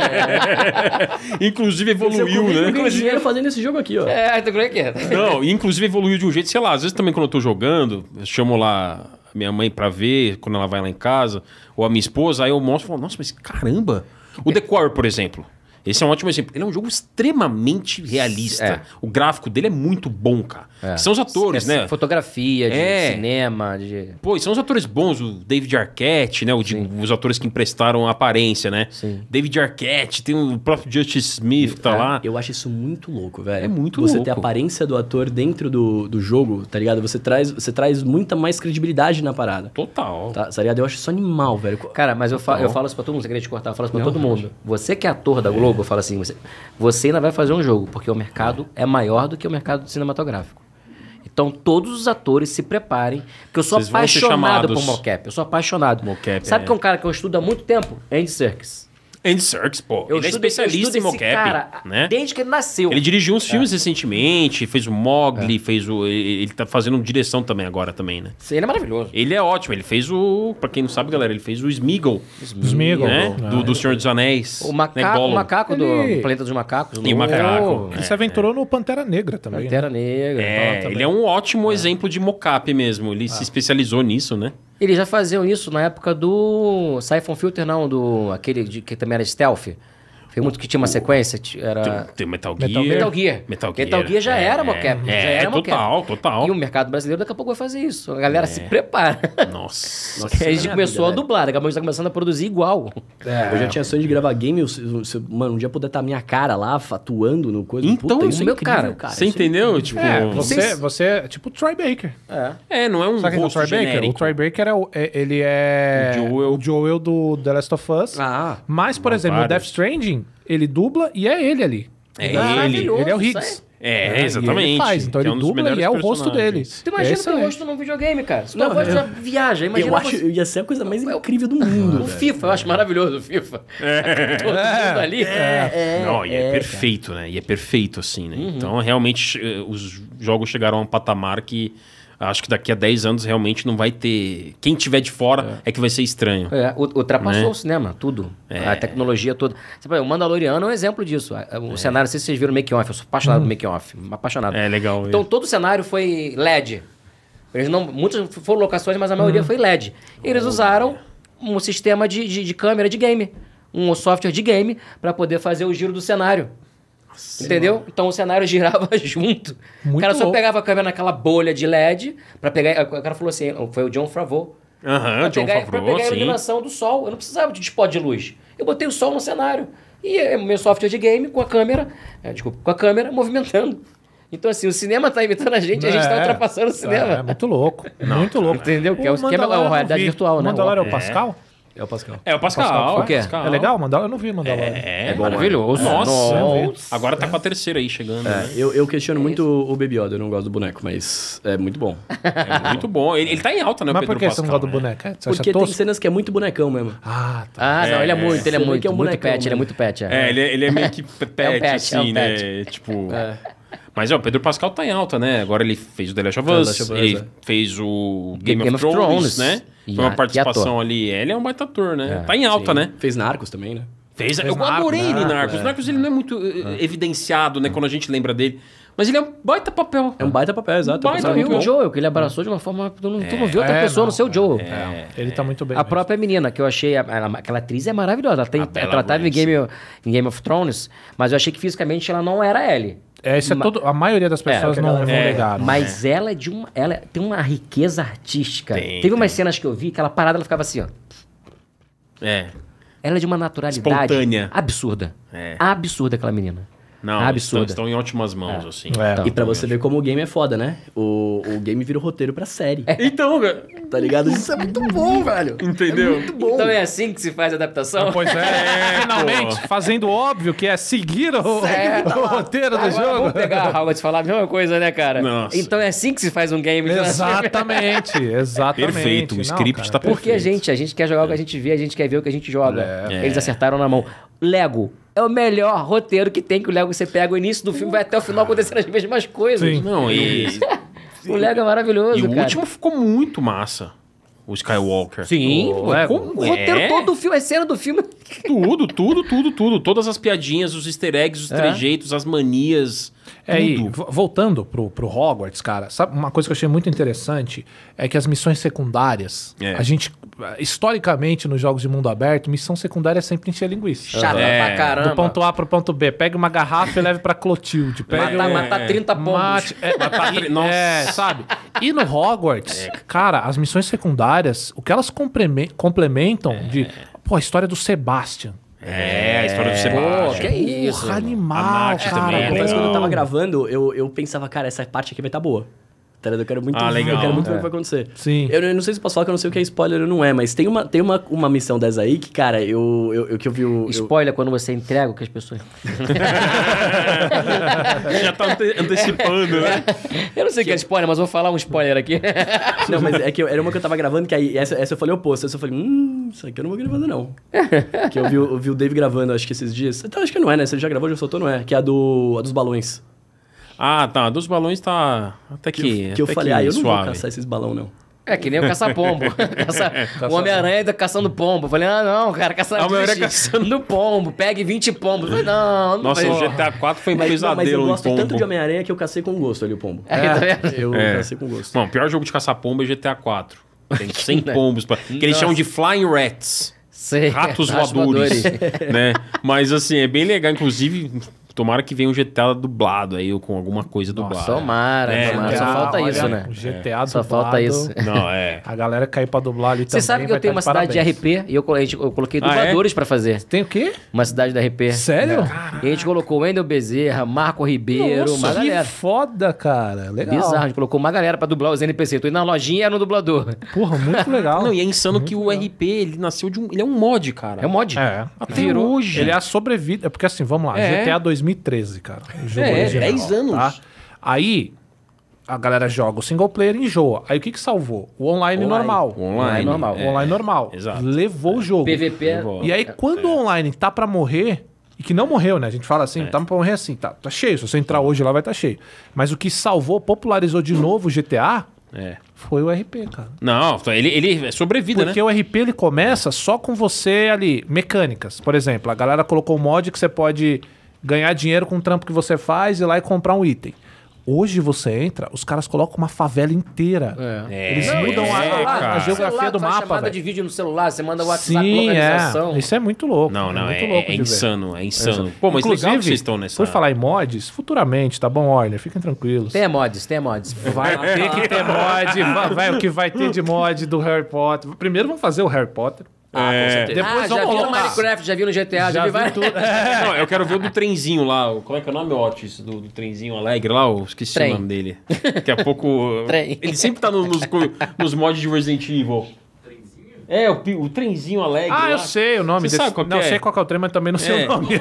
D: Inclusive evoluiu, né?
E: Eu ganhei dinheiro fazendo esse jogo aqui, ó.
H: É, então como é que é?
D: Não, e inclusive evoluiu de um jeito, sei lá, às vezes também quando eu tô jogando, eu chamo lá a minha mãe pra ver, quando ela vai lá em casa, ou a minha esposa, aí eu mostro e falo, nossa, mas caramba! O The Quarry, por exemplo. Esse é um ótimo exemplo. Ele é um jogo extremamente realista.
H: É.
D: O gráfico dele é muito bom, cara. São os atores, né?
H: Fotografia, de
D: É.
H: cinema, de.
D: Pô, e são os atores bons, o David Arquette, né? O de- os atores que emprestaram a aparência, né?
H: Sim. É,
D: David Arquette, tem o próprio Justice Smith que tá lá.
E: Eu acho isso muito louco, velho.
D: É muito
E: Você
D: louco.
E: ter a aparência do ator dentro do, do jogo, tá ligado? Você traz, você traz muita mais credibilidade na parada.
D: Total.
E: Tá, tá ligado? Eu acho isso animal, velho.
H: Cara, mas eu,
D: Tá
H: fa- eu falo isso pra todo mundo, você queria te cortar, eu falo isso pra todo mundo. Você que é ator da Globo, eu falo assim: você, você ainda vai fazer um jogo, porque o mercado é maior do que o mercado cinematográfico. Então todos os atores se preparem, porque eu sou
D: Vocês vão ser
H: apaixonado por
D: chamados.
H: mocap. Eu sou apaixonado.
D: Mocap, é.
H: Sabe que é um cara que eu estudo há muito tempo? Andy Serkis.
D: Andy Serkis, pô. ele
H: estudo-
D: é especialista
H: eu estudo
D: em
H: esse
D: mocap,
H: cara
D: né?
H: Desde que ele nasceu.
D: Ele dirigiu
C: É.
D: uns filmes recentemente, fez o Mogli, fez o. Ele, ele tá fazendo direção também agora, também, né?
H: Ele é maravilhoso.
D: Ele é ótimo, ele fez o. Pra quem não sabe, galera, ele fez o Smeagol,
C: Smeagol.
D: né?
C: Ah,
D: Do, do Senhor dos Anéis. né?
H: O macaco,
D: Gollum.
H: o macaco
C: Ele-
H: do Planeta dos Macacos.
D: E o macaco.
C: Ele se aventurou no Pantera Negra também. né?
H: Pantera Negra.
D: É,
H: fala também.
D: ele é um ótimo exemplo de mocap mesmo. Ele
C: Ah.
D: se especializou nisso, né?
H: Eles já faziam isso na época do Siphon Filter, não, do aquele de- que também era stealth. Foi muito que tinha uma sequência, ti- era
D: Tem o Metal Gear.
C: Metal Gear.
H: Ah. Metal Gear.
D: Metal Gear.
H: já
D: É,
H: era mocap,
D: é,
H: já era
D: total,
H: mocap.
D: total.
H: E o mercado brasileiro daqui a pouco vai fazer isso. A galera se prepara.
D: Nossa.
H: a gente
E: é a
H: começou
E: vida,
H: a
E: velho.
H: dublar, daqui a pouco a gente tá começando a produzir igual.
E: Eu já tinha sonho de gravar game, eu, eu- eu- mano, um dia poder estar minha cara lá, atuando no coisa.
D: Então,
E: Puta, isso é
H: meu
E: incrível,
H: cara,
E: cara.
D: Você
E: Isso é-
D: entendeu? Tipo.
C: É, você,
H: Vocês-
C: você é tipo o Troy Baker.
D: É, não é um
C: Sabe quem é o
D: rosto
C: Troy Baker? O
D: genérico.
C: Troy Baker é, o- é- ele é
D: O Joel.
C: o Joel do The Last of Us.
H: Ah.
C: Mas, por
D: Não,
C: exemplo, no
D: vários.
C: Death Stranding, ele dubla e é ele ali.
D: É
C: Ele tá-
D: ele.
C: Ele é o
H: Maravilhoso,
C: Higgs.
H: isso
D: É,
C: e
D: exatamente.
C: Ele faz, então
D: que é
C: ele
D: um dos
C: dubla e
D: melhores
C: é o rosto dele.
D: personagens.
H: Tu imagina
C: Esse
H: teu
C: é-
H: rosto num videogame, cara. Se tua
E: Não,
H: voz
E: eu-
H: já viaja, imagina
E: Eu acho,
H: você-
E: eu ia ser a coisa mais incrível do mundo.
H: O FIFA, eu acho maravilhoso o FIFA. Todo mundo ali.
D: Não, e é, perfeito, né? E é perfeito, assim,
C: Uhum.
D: né? Então, realmente, eh, os jogos chegaram a um patamar que acho que daqui a 10 anos realmente não vai ter. Quem tiver de fora é, que vai ser estranho.
H: É, u- ultrapassou
D: Né? É.
H: o cinema, tudo. A tecnologia toda. Você vai, O Mandaloriano é um exemplo disso. A- O cenário, não sei se vocês viram o make-off, eu sou apaixonado do make-off. Apaixonado.
D: É, legal
H: Então
D: ele.
H: todo o cenário foi LED. Eles não, muitas foram locações, mas a maioria
D: Uhum.
H: foi LED.
D: Oh,
H: Eles usaram um sistema de, de, de câmera de game, um software de game, para poder fazer o giro do cenário. Entendeu? Então o cenário girava junto. o
C: Muito
H: cara só
C: louco.
H: pegava a câmera naquela bolha de LED para pegar. O cara falou assim: foi o John Favreau
D: Aham,
H: pra
D: John
H: pegar, pra
D: Favreau,
H: pegar a
D: sim.
H: tipo iluminação do sol. Eu não precisava de spot de luz. Eu botei o sol no cenário. e é o meu software de game com a câmera, é, desculpa, com a câmera movimentando. Então, assim, o cinema tá imitando a gente e a gente tá
C: É.
H: ultrapassando o cinema.
C: É muito louco. muito louco.
H: Entendeu? Que é o esquema-
C: Mandalorian
H: é a
C: eu
H: realidade
C: não vi.
H: virtual, né?
C: Mandalorian é
H: É.
C: o Pascal?
E: É o Pascal.
D: É, o Pascal.
C: Pascal,
D: o
H: o quê?
D: Pascal.
C: É legal? Mandalorian? Eu não vi Mandalorian.
D: É,
E: É bom,
H: maravilhoso.
D: Nossa.
C: Nossa. É.
D: Agora tá com a terceira aí chegando. né?
E: É, Eu, eu questiono muito o Baby Yoda, eu não gosto do boneco, mas é muito bom.
D: É muito bom. Ele, ele tá em alta, né, o
C: Mas
D: Pedro
C: por que você
D: Pascal,
C: não gosta do
D: né?
C: boneco? É, Você acha
E: Porque tem
C: tosco?
E: cenas que é muito bonecão mesmo.
C: Ah, tá.
H: Ah, não, ele é muito, ele
E: Você
H: é
E: vê
H: muito.
E: que é um
H: muito
E: bonecão,
H: pet, ele é
E: né?
H: muito pet.
D: É, ele, ele é meio que p- pet,
H: pet, é
D: assim,
H: um
D: né?
H: pet.
D: Tipo. Mas ó, o Pedro Pascal tá em alta, né? Agora ele fez o The Last of
E: The
D: Us,
E: Last of Us,
D: ele
E: é.
D: fez o Game,
H: Game
D: of,
H: of
D: Thrones,
H: Thrones.
D: né?
H: E
D: Foi
H: a-
D: uma
H: e
D: participação
H: ator.
D: ali. Ele é um baita ator, né? tá em alta, né?
E: Fez Narcos também, né?
D: Fez, eu adorei ele em Narcos. Narcos ele não é muito eh, evidenciado, né? Quando a gente lembra dele. Mas ele é um baita papel.
E: É um baita papel, exato.
D: baita
E: é um
H: E
E: papel
D: vilão.
H: o Joel, que ele abraçou de uma forma. Tu não, tu não viu outra
C: É,
H: pessoa
C: não,
H: não ser o Joel.
C: Ele tá muito bem.
H: A
C: mesmo.
H: própria menina, que eu achei. a- ela- aquela atriz é maravilhosa. Ela, tem,
C: Ah,
D: A
H: ela
D: Bella
H: tratava em
D: Ramsey.
H: Game, em Game of Thrones, mas eu achei que fisicamente ela não era Ellie.
C: É, isso é todo. A maioria das pessoas não vão
D: é,
C: ligar. né?
H: Mas ela é de uma. Ela tem uma riqueza artística.
D: Tem,
H: Teve umas cenas que eu vi que ela parada, ela ficava assim, ó.
D: É.
H: Ela é de uma naturalidade
D: Espontânea.
H: absurda.
D: É.
H: Absurda aquela menina.
D: Não, então,
H: absurda.
D: Eles estão em ótimas mãos, assim.
C: É.
E: E pra você ver como o game é foda, né? O, o game vira o roteiro pra série.
D: Então, cara,
E: Tá ligado? Isso é muito bom, velho.
D: entendeu?
H: Então é assim que se faz a adaptação?
C: Pois é,
D: É,
C: finalmente, fazendo o óbvio, que é seguir o, o roteiro do
H: Agora
C: jogo.
H: vamos pegar a aula de falar a mesma coisa, né, cara?
D: Nossa.
H: Então é assim que se faz um game.
C: Exatamente, exatamente.
D: Perfeito, o
C: Não,
D: script tá perfeito.
H: Porque a gente, a gente quer jogar o que a gente vê, a gente quer ver o que a gente joga.
D: É.
H: Eles acertaram na mão. Lego é o melhor roteiro que tem, que o Lego você pega o início do filme, vai até o final acontecendo as mesmas coisas.
C: Sim.
D: Não, e,
H: O Lego é maravilhoso,
D: e o
H: cara.
D: último ficou muito massa. O Skywalker.
H: Sim,
D: O
H: pô,
D: Lego.
H: como- o roteiro
D: É.
H: todo do filme, a cena do filme.
D: Tudo, tudo, tudo, tudo. Todas as piadinhas, os easter eggs, os
E: É.
D: trejeitos, as manias.
C: É, e
D: tudo.
C: vo- voltando pro, pro Hogwarts, cara, sabe uma coisa que eu achei muito interessante é que as missões secundárias,
D: É.
C: a gente, historicamente, nos jogos de mundo aberto, missão secundária é sempre encher linguiça.
H: Chata
D: É,
H: pra
C: Do
H: caramba.
C: ponto A pro ponto B. Pega uma garrafa e leve pra Clotilde. Pega
D: É.
H: Matar,
C: um-
H: matar 30 pombos.
C: Mate, é,
D: Matar
C: e-
D: tri- Nossa.
C: é, sabe? E no Hogwarts, cara, as missões secundárias, o que elas compreme- complementam
H: É.
C: de. Pô, a história do Sebastian.
D: É, a história do
H: Pô,
D: Sebastião.
H: que isso.
C: Porra,
H: mano.
C: animal,
D: A Marte
C: cara.
D: também é
C: Pô,
D: legal.
H: né?
E: Mas quando eu tava gravando, eu, eu pensava, cara, essa parte aqui vai estar tá boa. Tá ligado? Eu quero muito,
D: Ah, legal.
E: Eu quero muito ver o que vai acontecer.
C: Sim.
E: Eu, eu não sei se posso falar que eu não sei o que é spoiler ou não é, mas tem uma, tem uma, uma missão dessa aí que, cara, eu, eu, eu que eu vi o. eu-
H: Spoiler quando você entrega o que as pessoas.
D: Já tá ante- antecipando, né?
H: Eu não sei o que é spoiler, mas vou falar um spoiler aqui.
E: Não, mas é que eu- era uma que eu tava gravando, que aí essa, essa eu falei oposto. Essa eu falei, hum, isso aqui eu não vou gravando, não. que eu vi, o- eu vi o Dave gravando, acho que esses dias. Então, acho que não é, né? Se ele já gravou, já soltou, não é. Que é a, do, a dos balões.
D: Ah, tá. Dos balões tá. Até que.
E: Que eu
D: até
E: falei, ah, eu não
D: suave.
E: vou caçar esses balão, não.
H: É que nem o caça-pombo. Caça- O Homem-Aranha tá caçando pombo. Eu Falei, ah, não, cara, caça
D: Ah, o É, Homem-Aranha
H: desisti.
D: caçando-
H: no pombo. Pegue 20 pombos. Eu Falei, não, não
D: Nossa, o
H: vai-
D: GTA 4 foi um
E: Mas, não, mas eu
D: pesadelo
E: gosto
D: em
E: tanto de
D: pombo.
E: Homem-Aranha que eu cacei com gosto ali o pombo.
H: É, tá vendo?
E: Eu
D: É.
E: cacei com gosto. Né?
D: Não, o pior jogo de caçar pombo é GTA 4. Tem 100 pombos. Pra... Que eles chamam de Flying Rats.
H: Sei.
D: Ratos É, voadores. né? Mas assim, é bem legal. Inclusive, tomara que venha um GTA dublado aí, ou com alguma coisa dublada.
H: Tomara,
D: É,
H: tomara. Só
C: GTA,
H: falta
C: olha,
H: isso, né?
C: o GTA
H: Só
C: dublado.
H: falta isso.
D: Não, é.
C: A galera que caiu pra dublar ali
H: Você
C: também.
H: sabe que
C: vai
H: eu tenho
C: tá
H: uma
C: de
H: cidade de
C: parabéns.
H: RP e eu, co- a gente- eu coloquei
D: Ah, é?
H: dubladores pra fazer.
C: Tem o quê?
H: Uma cidade da RP.
C: Sério?
H: E a gente colocou Wendel Bezerra, Marco Ribeiro, uma
C: Nossa, que
H: galera.
C: foda, cara. Legal.
H: Bizarro, a gente colocou uma galera pra dublar os NPC. Tu ia na lojinha e era no dublador.
C: Porra, muito legal.
D: Não, e é insano que o RP, ele nasceu de um. Ele é um mod, cara.
H: É um mod.
C: É.
D: Até
C: Virou.
D: hoje.
C: Ele é a sobrevida. É porque assim, vamos lá.
D: É.
C: GTA 2013, cara. O jogo
D: É,
C: original,
D: 10 anos.
C: tá? Aí, a galera joga o single player e enjoa. Aí o que que salvou? O online, normal.
D: O online,
C: O normal.
D: é.
C: O online normal.
D: Exato. É.
C: Levou o jogo.
H: PVP.
C: E aí, quando o online tá pra morrer, e que não morreu, né? A gente fala assim,
D: É.
C: tá pra morrer assim, tá, tá cheio. Se você entrar hoje lá, vai tá cheio. Mas o que salvou, popularizou de novo o GTA
D: É.
C: foi o RP, cara.
D: Não, ele, ele é sobrevida,
C: Porque
D: né?
C: o RP ele começa só com você ali, mecânicas. Por exemplo, a galera colocou um mod que você pode ganhar dinheiro com o trampo que você faz e lá e comprar um item. Hoje você entra, os caras colocam uma favela inteira. Eles
D: É,
C: mudam a-
D: é,
C: a, a
D: cara.
C: geografia do
H: Celular, tu faz
C: mapa.
H: chamada
C: velho.
H: de vídeo no celular, você manda É WhatsApp,
C: Sim,
H: localização.
C: é. Isso é muito louco.
D: Não, não,
C: muito
D: é,
C: louco
D: é
C: de ver.
D: insano, é insano. Pô, mas
C: Inclusive,
D: legal que vocês estão nessa.
C: por falar em mods, futuramente, tá bom, Orner? Fiquem tranquilos.
H: Tem mods, tem mods.
C: Vai ter que ter mod, vai, vai, o que vai ter de mod do Harry Potter. Primeiro vamos fazer o Harry Potter.
E: Ah, com
D: É.
E: certeza.
H: ah, já vi no Minecraft, já vi no GTA, já, vi várias...
D: É. Não, eu quero ver o do trenzinho lá. o- Como é que é o nome, Otis? Do, do trenzinho alegre lá? Eu esqueci
H: Trem.
D: o nome dele. Daqui a pouco.
H: Trem.
D: Ele sempre tá no- nos, co- nos mods de Resident Evil. É, o, pi- o trenzinho alegre.
C: Ah,
D: lá.
C: eu sei o nome
D: Você
C: desse.
D: sabe qual que
C: não,
D: é?
C: sei qual que é o trem, mas também não sei
D: É.
C: o nome.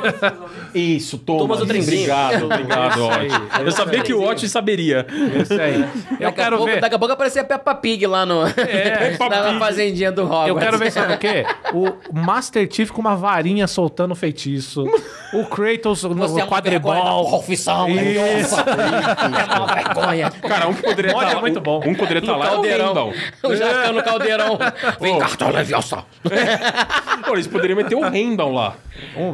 D: Isso, Thomas.
E: Thomas o trenzinho.
D: Obrigado, obrigado, Otis. Eu sabia que o Otis saberia.
C: Isso aí. Eu
H: Daqui a
C: quero
H: pouco-
C: ver. É,
H: Daqui a pouco aparecia a Peppa Pig lá no... na fazendinha do Hogwarts.
C: Eu quero ver é sabe o quê? O Master Chief com uma varinha soltando um feitiço. O Kratos
H: Você é
C: no
H: uma vergonha da
C: quadribol.
H: profissão, é uma- é uma vergonha.
D: Cara, um poderia estar
C: Mod é
D: lá.
C: muito
D: um-
C: bom.
D: Um poderia estar
H: No
D: lá. é o
H: caldeirão.
D: Randall.
H: O Jascão no caldeirão. Vem cá,
D: Cartão Leviosa. Pô, eles poderiam meter o Rendon lá.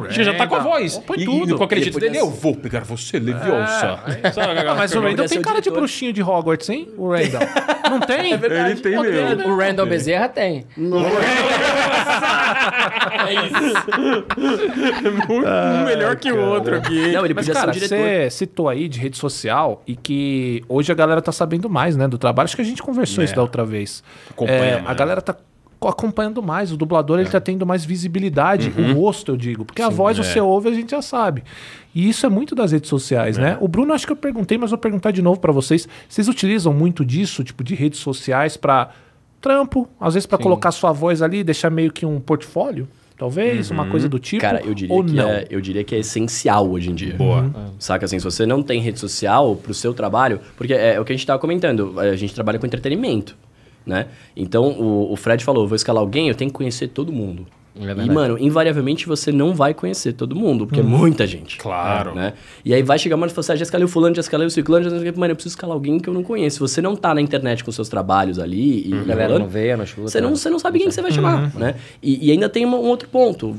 D: Já, já tá com a voz.
C: Põe
D: E- E,
C: tudo.
D: com aquele
E: Ele
D: jeito
E: podia
D: dele, eu vou pegar você, Leviosa. Sabe,
C: Ah, mas o Randall
E: Podia ser
C: tem
E: o
C: cara de
E: diretor.
C: bruxinho de Hogwarts, hein? O Randall. Não tem?
D: Ele tem mesmo.
H: O Randall Bezerra tem.
D: Um melhor que o outro aqui.
E: Não, ele
C: Mas,
E: podia
C: cara,
E: ser o diretor.
C: você citou aí de rede social e que hoje a galera tá sabendo mais, né, do trabalho. Acho que a gente conversou
E: É.
C: isso da outra vez.
D: Acompanha
C: É,
D: mais.
C: a galera tá co- acompanhando mais. O dublador,
E: É.
C: ele tá tendo mais visibilidade.
E: Uhum.
C: O rosto, eu digo. Porque a voz você ouve, a gente já sabe. E isso é muito das redes sociais,
E: É.
C: né? O Bruno, acho que eu perguntei, mas vou perguntar de novo pra vocês. Vocês utilizam muito disso, tipo, de redes sociais pra trampo? Às vezes pra colocar sua voz ali, deixar meio que um portfólio? Talvez, uma coisa do tipo?
E: Uhum. Cara, eu diria,
C: ou
E: que
C: não?
E: É, eu diria que é essencial hoje em dia. Boa. Saca assim, se você não tem rede social pro seu trabalho, porque é, o que a gente tava comentando, a gente trabalha com entretenimento, né? Então, o, o Fred falou, eu vou escalar alguém, eu tenho que conhecer todo mundo. e, mano, invariavelmente você não vai conhecer todo mundo, porque é muita gente.
D: Claro.
E: Né? E aí vai chegar uma hora e fala assim, ah, já escalei o fulano, já escalei o ciclano, já escalei... Mano, eu preciso escalar alguém que eu não conheço. Se você não tá na internet com seus trabalhos ali... E
H: A galera
E: rolando,
H: não vê, não né? escuta.
E: você não, você não sabe quem que você vai chamar, né? E, e ainda tem uma- um outro ponto.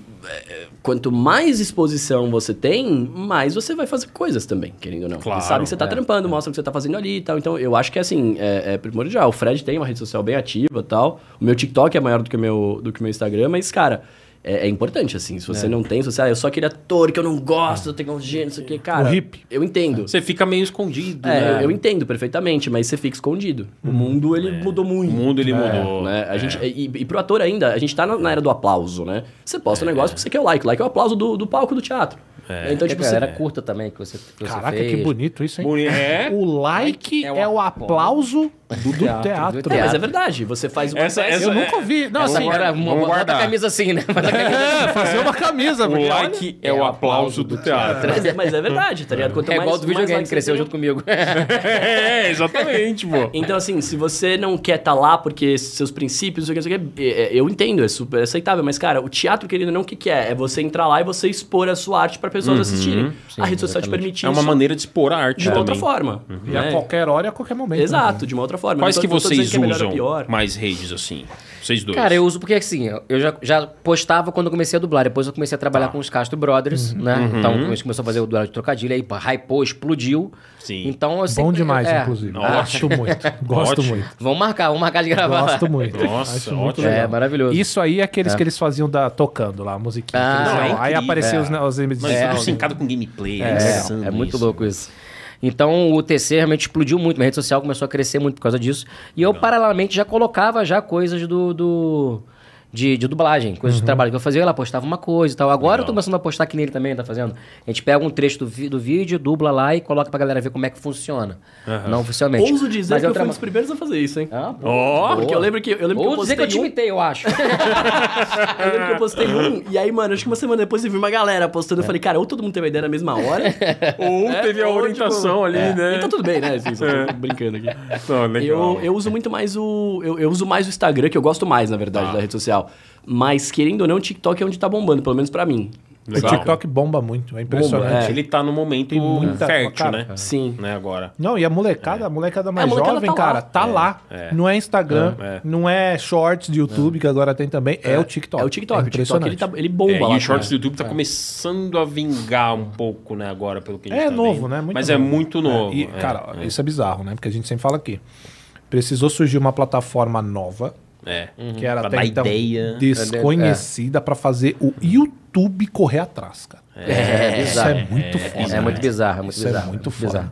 E: É, Quanto mais exposição você tem, mais você vai fazer coisas também, querendo ou não.
D: Claro,
E: Ele sabe que você tá trampando, mostra o que você tá fazendo ali e tal. Então, eu acho que, assim, é, é primordial. O Fred tem uma rede social bem ativa e tal. O meu TikTok é maior do que o meu, do que o meu Instagram, mas, cara... É, é importante, assim, se você não tem, se você, ah, eu sou aquele ator que eu não gosto, eu tenho um gênio, não sei o que, cara.
C: O hippie.
E: Eu entendo.
D: Você fica meio escondido,
E: É,
D: né?
E: eu entendo perfeitamente, mas você fica escondido. O mundo, ele mudou muito.
D: O mundo, ele mudou.
E: Né? A gente, e, e pro ator ainda, a gente tá na, na era do aplauso, né? Você posta um negócio porque você quer o like. Like é o aplauso do, do palco do teatro.
D: É.
E: Então,
H: Então,
E: tipo,
H: tipo,
E: você...
H: galera curta também que você, que você
C: Caraca,
H: fez.
C: que bonito isso, hein?
D: Boni- É.
C: O like é o, aplauso do, teatro.
E: Não, mas é verdade, você faz uma
D: Essa-
E: peça-
D: essa- é-
C: Eu nunca ouvi. Não,
H: Essa
C: assim,
H: agora, uma,
D: vamos
H: bota a
D: guardar.
H: camisa assim, né? Bota a camisa-
C: é, fazer uma camisa.
D: O
C: porque,
D: like
E: né?
D: é o aplauso do teatro.
E: Mas, é- mas é verdade, tá ligado? Quanto
H: É
E: mais-
H: igual do
E: mais
H: videogame,
E: like você
H: cresceu
E: tem-
H: junto comigo.
D: É, exatamente, pô.
E: Então, assim, se você não quer estar lá porque seus princípios, não sei o que, não sei o que, é- é- eu entendo, é super aceitável, mas, cara, o teatro, querido, ou não, o que, que é? É você entrar lá e você expor a sua arte pra pessoas assistirem. a rede social te permite
D: Uhum. É uma
E: isso
D: maneira de expor a arte
E: de uma outra
D: também. Uhum.
E: forma.
C: olha, E a
E: né?
C: qualquer hora e a qualquer momento. né?
E: Exato, de uma outra forma.
D: Quais
E: Não
D: que
E: tô- não tô dizendo
D: vocês
E: que é melhor ou
D: usam
E: pior.
D: mais redes, assim? Vocês dois.
H: Cara, eu uso porque assim, eu já, já postava quando eu comecei a dublar. Depois eu comecei a trabalhar
D: Tá.
H: com os Castro Brothers, né? Então
D: Uhum.
H: a gente começou a fazer o duelo de trocadilho, aí pô, hypou, explodiu.
D: Sim.
H: Então eu
C: Bom
H: sempre-
C: demais,
H: é.
C: inclusive.
D: Ótimo.
C: Gosto muito. Gosto
D: Ótimo.
C: muito.
H: Vamos marcar, vamos marcar de gravar. lá.
C: Gosto muito.
D: Nossa,
C: Acho muito
D: ótimo.
H: É,
C: legal.
H: maravilhoso.
C: Isso aí é aqueles que eles faziam da, tocando lá, a musiquinha.
H: Ah,
C: que eles
H: não, é
C: faziam. aí
D: incrível.
C: apareciam os, os
D: Mas assim,
C: MDs.
D: tudo sincado com gameplay. É,
H: É, é muito louco isso. Então o TC realmente explodiu muito, minha rede social começou a crescer muito por causa disso. E eu, paralelamente, já colocava já coisas do. do- de, de dublagem, coisas
E: Uhum.
H: de trabalho que eu fazia, ela postava uma coisa e tal. Agora eu tô começando a postar que nele também, tá fazendo? A gente pega um trecho do, vi- do vídeo, dubla lá e coloca pra galera ver como é que funciona. Não oficialmente.
E: Ouso dizer
H: Mas
E: que eu fui
H: traba-
E: um dos primeiros a fazer isso, hein?
H: Ah, boa.
D: Ó,
E: Porque eu lembro que eu lembro que eu
H: Ouso dizer que eu te
E: postei um-
H: imitei, eu acho.
E: Eu lembro que eu postei um, e aí, mano, acho que uma semana depois eu vi uma galera postando. Eu falei, cara, ou todo mundo teve a ideia na mesma hora.
D: ou
E: né?
D: teve a
E: Ou, tipo,
D: orientação ali,
E: é.
D: né?
E: E tá tudo bem, né? Assim, só tô brincando aqui.
D: Não, É. legal.
E: Eu, eu uso muito mais o. Eu, eu uso mais o Instagram, que eu gosto mais, na verdade,
D: Ah.
E: da rede social. Mas, querendo ou não, o TikTok é onde tá bombando, pelo menos pra mim.
C: O
D: Legal.
C: TikTok bomba muito. É impressionante.
E: Bomba, é.
D: Ele tá no momento
C: muita-
D: fértil,
C: cara,
D: né?
C: cara.
E: Sim.
D: Né, agora.
C: Não, e a molecada, a molecada mais
E: molecada
C: jovem,
E: tá lá.
C: cara, tá lá. Não é Instagram,
D: É.
C: não é shorts de YouTube, que agora tem também, é, o TikTok.
E: É o TikTok. o TikTok
C: impressionante.
E: ele, tá, ele bomba.
D: É,
E: lá,
D: e
E: cara.
D: o Shorts do YouTube tá começando a vingar um pouco, né, agora, pelo que a gente
C: É
D: tá
C: novo,
D: vendo.
C: né? Muito
D: Mas é
C: novo.
D: muito novo.
C: E,
D: é,
C: cara, isso é bizarro, né? Porque a gente sempre fala aqui. Precisou surgir uma plataforma nova,
D: é.
C: que era
D: Pra
C: até
D: dar
C: então
D: ideia.
C: desconhecida, pra fazer o YouTube correr atrás, cara.
H: É,
C: isso
H: bizarro.
C: é muito foda.
H: É, é muito bizarro, é muito
C: Isso é
H: bizarro.
C: muito
H: bizarro.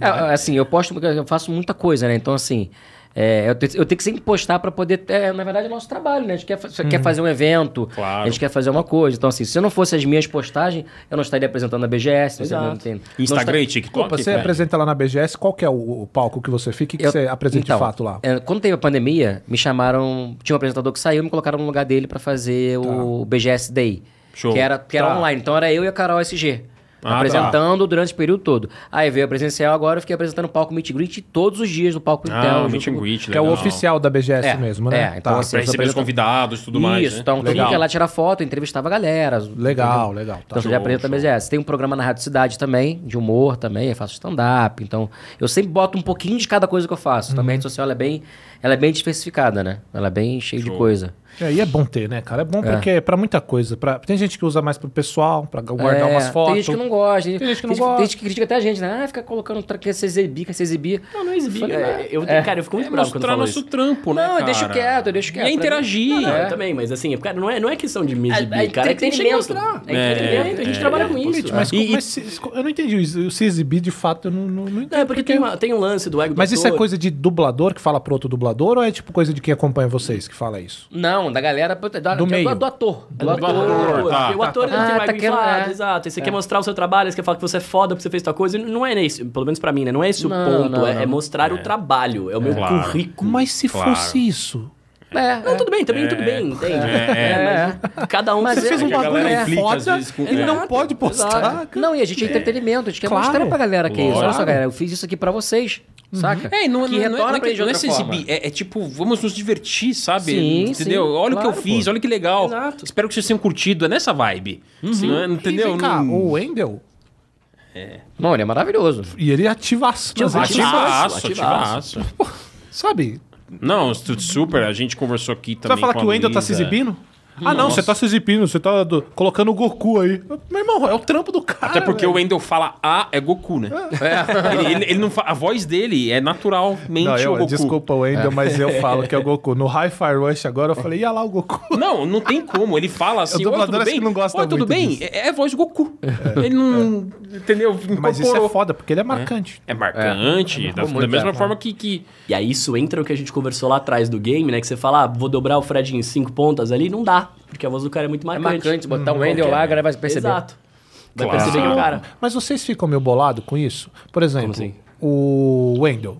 H: É, assim, eu posto, eu faço muita coisa, né? Então, assim, é, É, eu, te- eu tenho que sempre postar pra poder. é, na verdade, é nosso trabalho, né? A gente quer, fa- quer fazer um evento,
D: Claro.
H: a gente quer fazer uma coisa. Então, assim, se não fosse as minhas postagens, eu não estaria apresentando a BGS, não estaria-
E: Exato.
H: não tem- não
D: Instagram
H: estaria-
D: e TikTok. né?
C: Desculpa, você é
D: velho.
C: apresenta lá na BGS, qual que é o, o palco que você fica e que
H: Eu-
C: você apresenta
H: então,
C: de fato lá?
H: é, quando teve a pandemia, me chamaram. Tinha um apresentador que saiu, me colocaram no lugar dele pra fazer
C: Tá.
H: o BGS Day.
D: Show.
H: Que era, que era online. Então era eu e a Carol SG.
C: tá.
D: Ah,
H: apresentando durante o período todo. Aí veio a presencial, agora eu fiquei apresentando o palco Meet and Greet todos os dias no palco
D: Ah,
H: Intel.
D: o
H: junto
D: meet and
H: com-
D: greet,
C: Que é o
D: legal.
C: oficial da BGS
H: É,
C: mesmo, né?
H: é, então
C: Tá.
H: assim,
D: Pra receber os
H: apresenta-
D: convidados e tudo mais.
H: Isso,
D: né?
H: então
D: Legal.
H: quem quer lá tirar foto, eu entrevistava a galera.
C: Legal, legal. Tá.
H: Então você já
D: Show,
H: apresenta a
D: show.
H: BGS. Tem um programa na Rádio Cidade também, de humor também, eu faço stand-up. Então, eu sempre boto um pouquinho de cada coisa que eu faço. Também a rede social ela é bem, ela é bem diversificada, né? Ela é bem cheia de coisa.
C: É, e é bom ter, né, cara? É bom porque é pra muita coisa. Pra... Tem gente que usa mais pro pessoal, pra guardar
H: É,
C: umas fotos.
H: Tem gente que não gosta. Tem,
C: gente que não
H: Tem
C: gosta.
H: gente que critica até a gente, né? Ah, fica colocando, tra- quer se exibir, quer se exibir.
E: Não, não exibi.
H: Falei,
E: né? eu, Cara, eu fico muito
D: É
E: bravo quando
D: mostrar
E: falo
D: nosso
E: isso.
D: trampo, né?
H: Não, eu deixo
D: cara?
H: quieto, eu deixo
D: E
H: quieto.
D: É interagir.
E: Não,
D: é.
E: eu também, mas assim, cara, não é, não é questão de me exibir, cara. É que tem que chegar e
H: entretenimento.
E: mostrar.
H: É entretenimento, a gente
E: é,
H: trabalha
E: é,
H: com isso.
E: político,
C: Mas,
D: E-
C: como- mas se- eu não entendi isso. Se exibir, de fato, eu não, não, não
E: Não,
C: entendo.
E: é porque tem, uma- tem um lance do ego do
C: Mas isso é
E: ator.
C: coisa de dublador que fala pro outro dublador ou é tipo coisa de quem acompanha vocês que fala isso?
H: Não, da galera. Da,
C: Do meio.
H: ator. Do,
E: Do
H: ator.
E: ator,
D: tá.
E: porque o ator ele
H: Ah,
E: tem mais
H: tá
E: Ah, tá
H: querendo- é.
E: exato. E você quer mostrar o seu trabalho, você quer falar que você é foda porque você fez tua coisa. e Não é isso, pelo menos pra mim, né? Não é esse
H: Não,
E: o ponto.
H: não,
E: é,
H: não.
E: é mostrar o trabalho, é o meu
D: Claro.
E: currículo.
C: Mas se
D: Claro.
C: fosse isso.
H: É,
E: Não, tudo bem, também tudo bem, entende?
D: é.
E: mas cada um
H: Mas
E: mas
H: é
C: Fez
H: que
C: um
H: a
C: bagulho
D: galera implica, às
C: foda
D: vezes, com-
C: ele
D: é.
C: não pode postar. cara.
H: Não, e a gente é entretenimento, a gente quer
C: Claro.
H: mostrar pra galera que é isso. Olha só,
D: Lógico.
H: galera, eu fiz isso aqui pra vocês, saca?
D: É, e não,
H: que
D: não,
H: retorna
D: não é,
H: pra
D: que-
H: gente de
D: não é
H: outra
D: se
H: forma.
D: exibir, é, é tipo, vamos nos divertir, sabe?
H: Sim,
D: entendeu?
H: sim,
D: olha o que
H: claro,
D: eu fiz, olha que legal.
E: Exato.
D: Espero que vocês tenham curtido, é nessa vibe. Sim, né?
C: E
D: entendeu?
C: vem cá,
D: Não-
C: o Wendel,
H: Não, ele é maravilhoso.
C: e ele ativa as
D: Ativaço,
E: Ativaço.
D: ativaço.
C: Sabe?
D: Não, su- super, a gente conversou aqui
C: Você
D: também.
C: vai falar
D: com
C: que
D: a
C: o Wendel tá se
D: Luísa.
C: exibindo? Ah, não, você tá se exibindo, você tá do- colocando o Goku aí. Meu irmão, é o trampo do cara.
D: Até porque
C: velho.
D: o Wendel fala A é Goku, né? Ele, ele- ele não fa- A voz dele é naturalmente
C: Não, eu,
D: o Goku.
C: desculpa o Wendel, mas eu falo que é o Goku. No Hi-Fi Rush agora eu falei, ia lá o Goku.
D: Não, não tem como. Ele fala assim,
C: O
D: oi,
C: dublador
D: tudo
C: acho
D: bem?
C: que não gosta
D: oi, tudo
C: muito
D: bem?
C: disso. É.
D: É, é a voz do Goku. Ele não... Entendeu? Incorporou.
C: Mas isso é foda, porque ele é marcante.
D: É marcante, da, da
H: muito,
D: mesma
H: é.
D: forma que, que-
E: E aí isso entra o que a gente conversou lá atrás do game, né? Que você fala, ah, vou dobrar o Fred em cinco pontas ali, não dá. Porque a voz do cara é muito
H: É
E: marcante.
H: marcante, botar o Wendel lá, a galera vai perceber.
E: Exato. Vai
D: Claro.
E: perceber que é o cara.
C: Mas vocês ficam meio bolado com isso? Por exemplo,
E: assim?
C: o Wendel.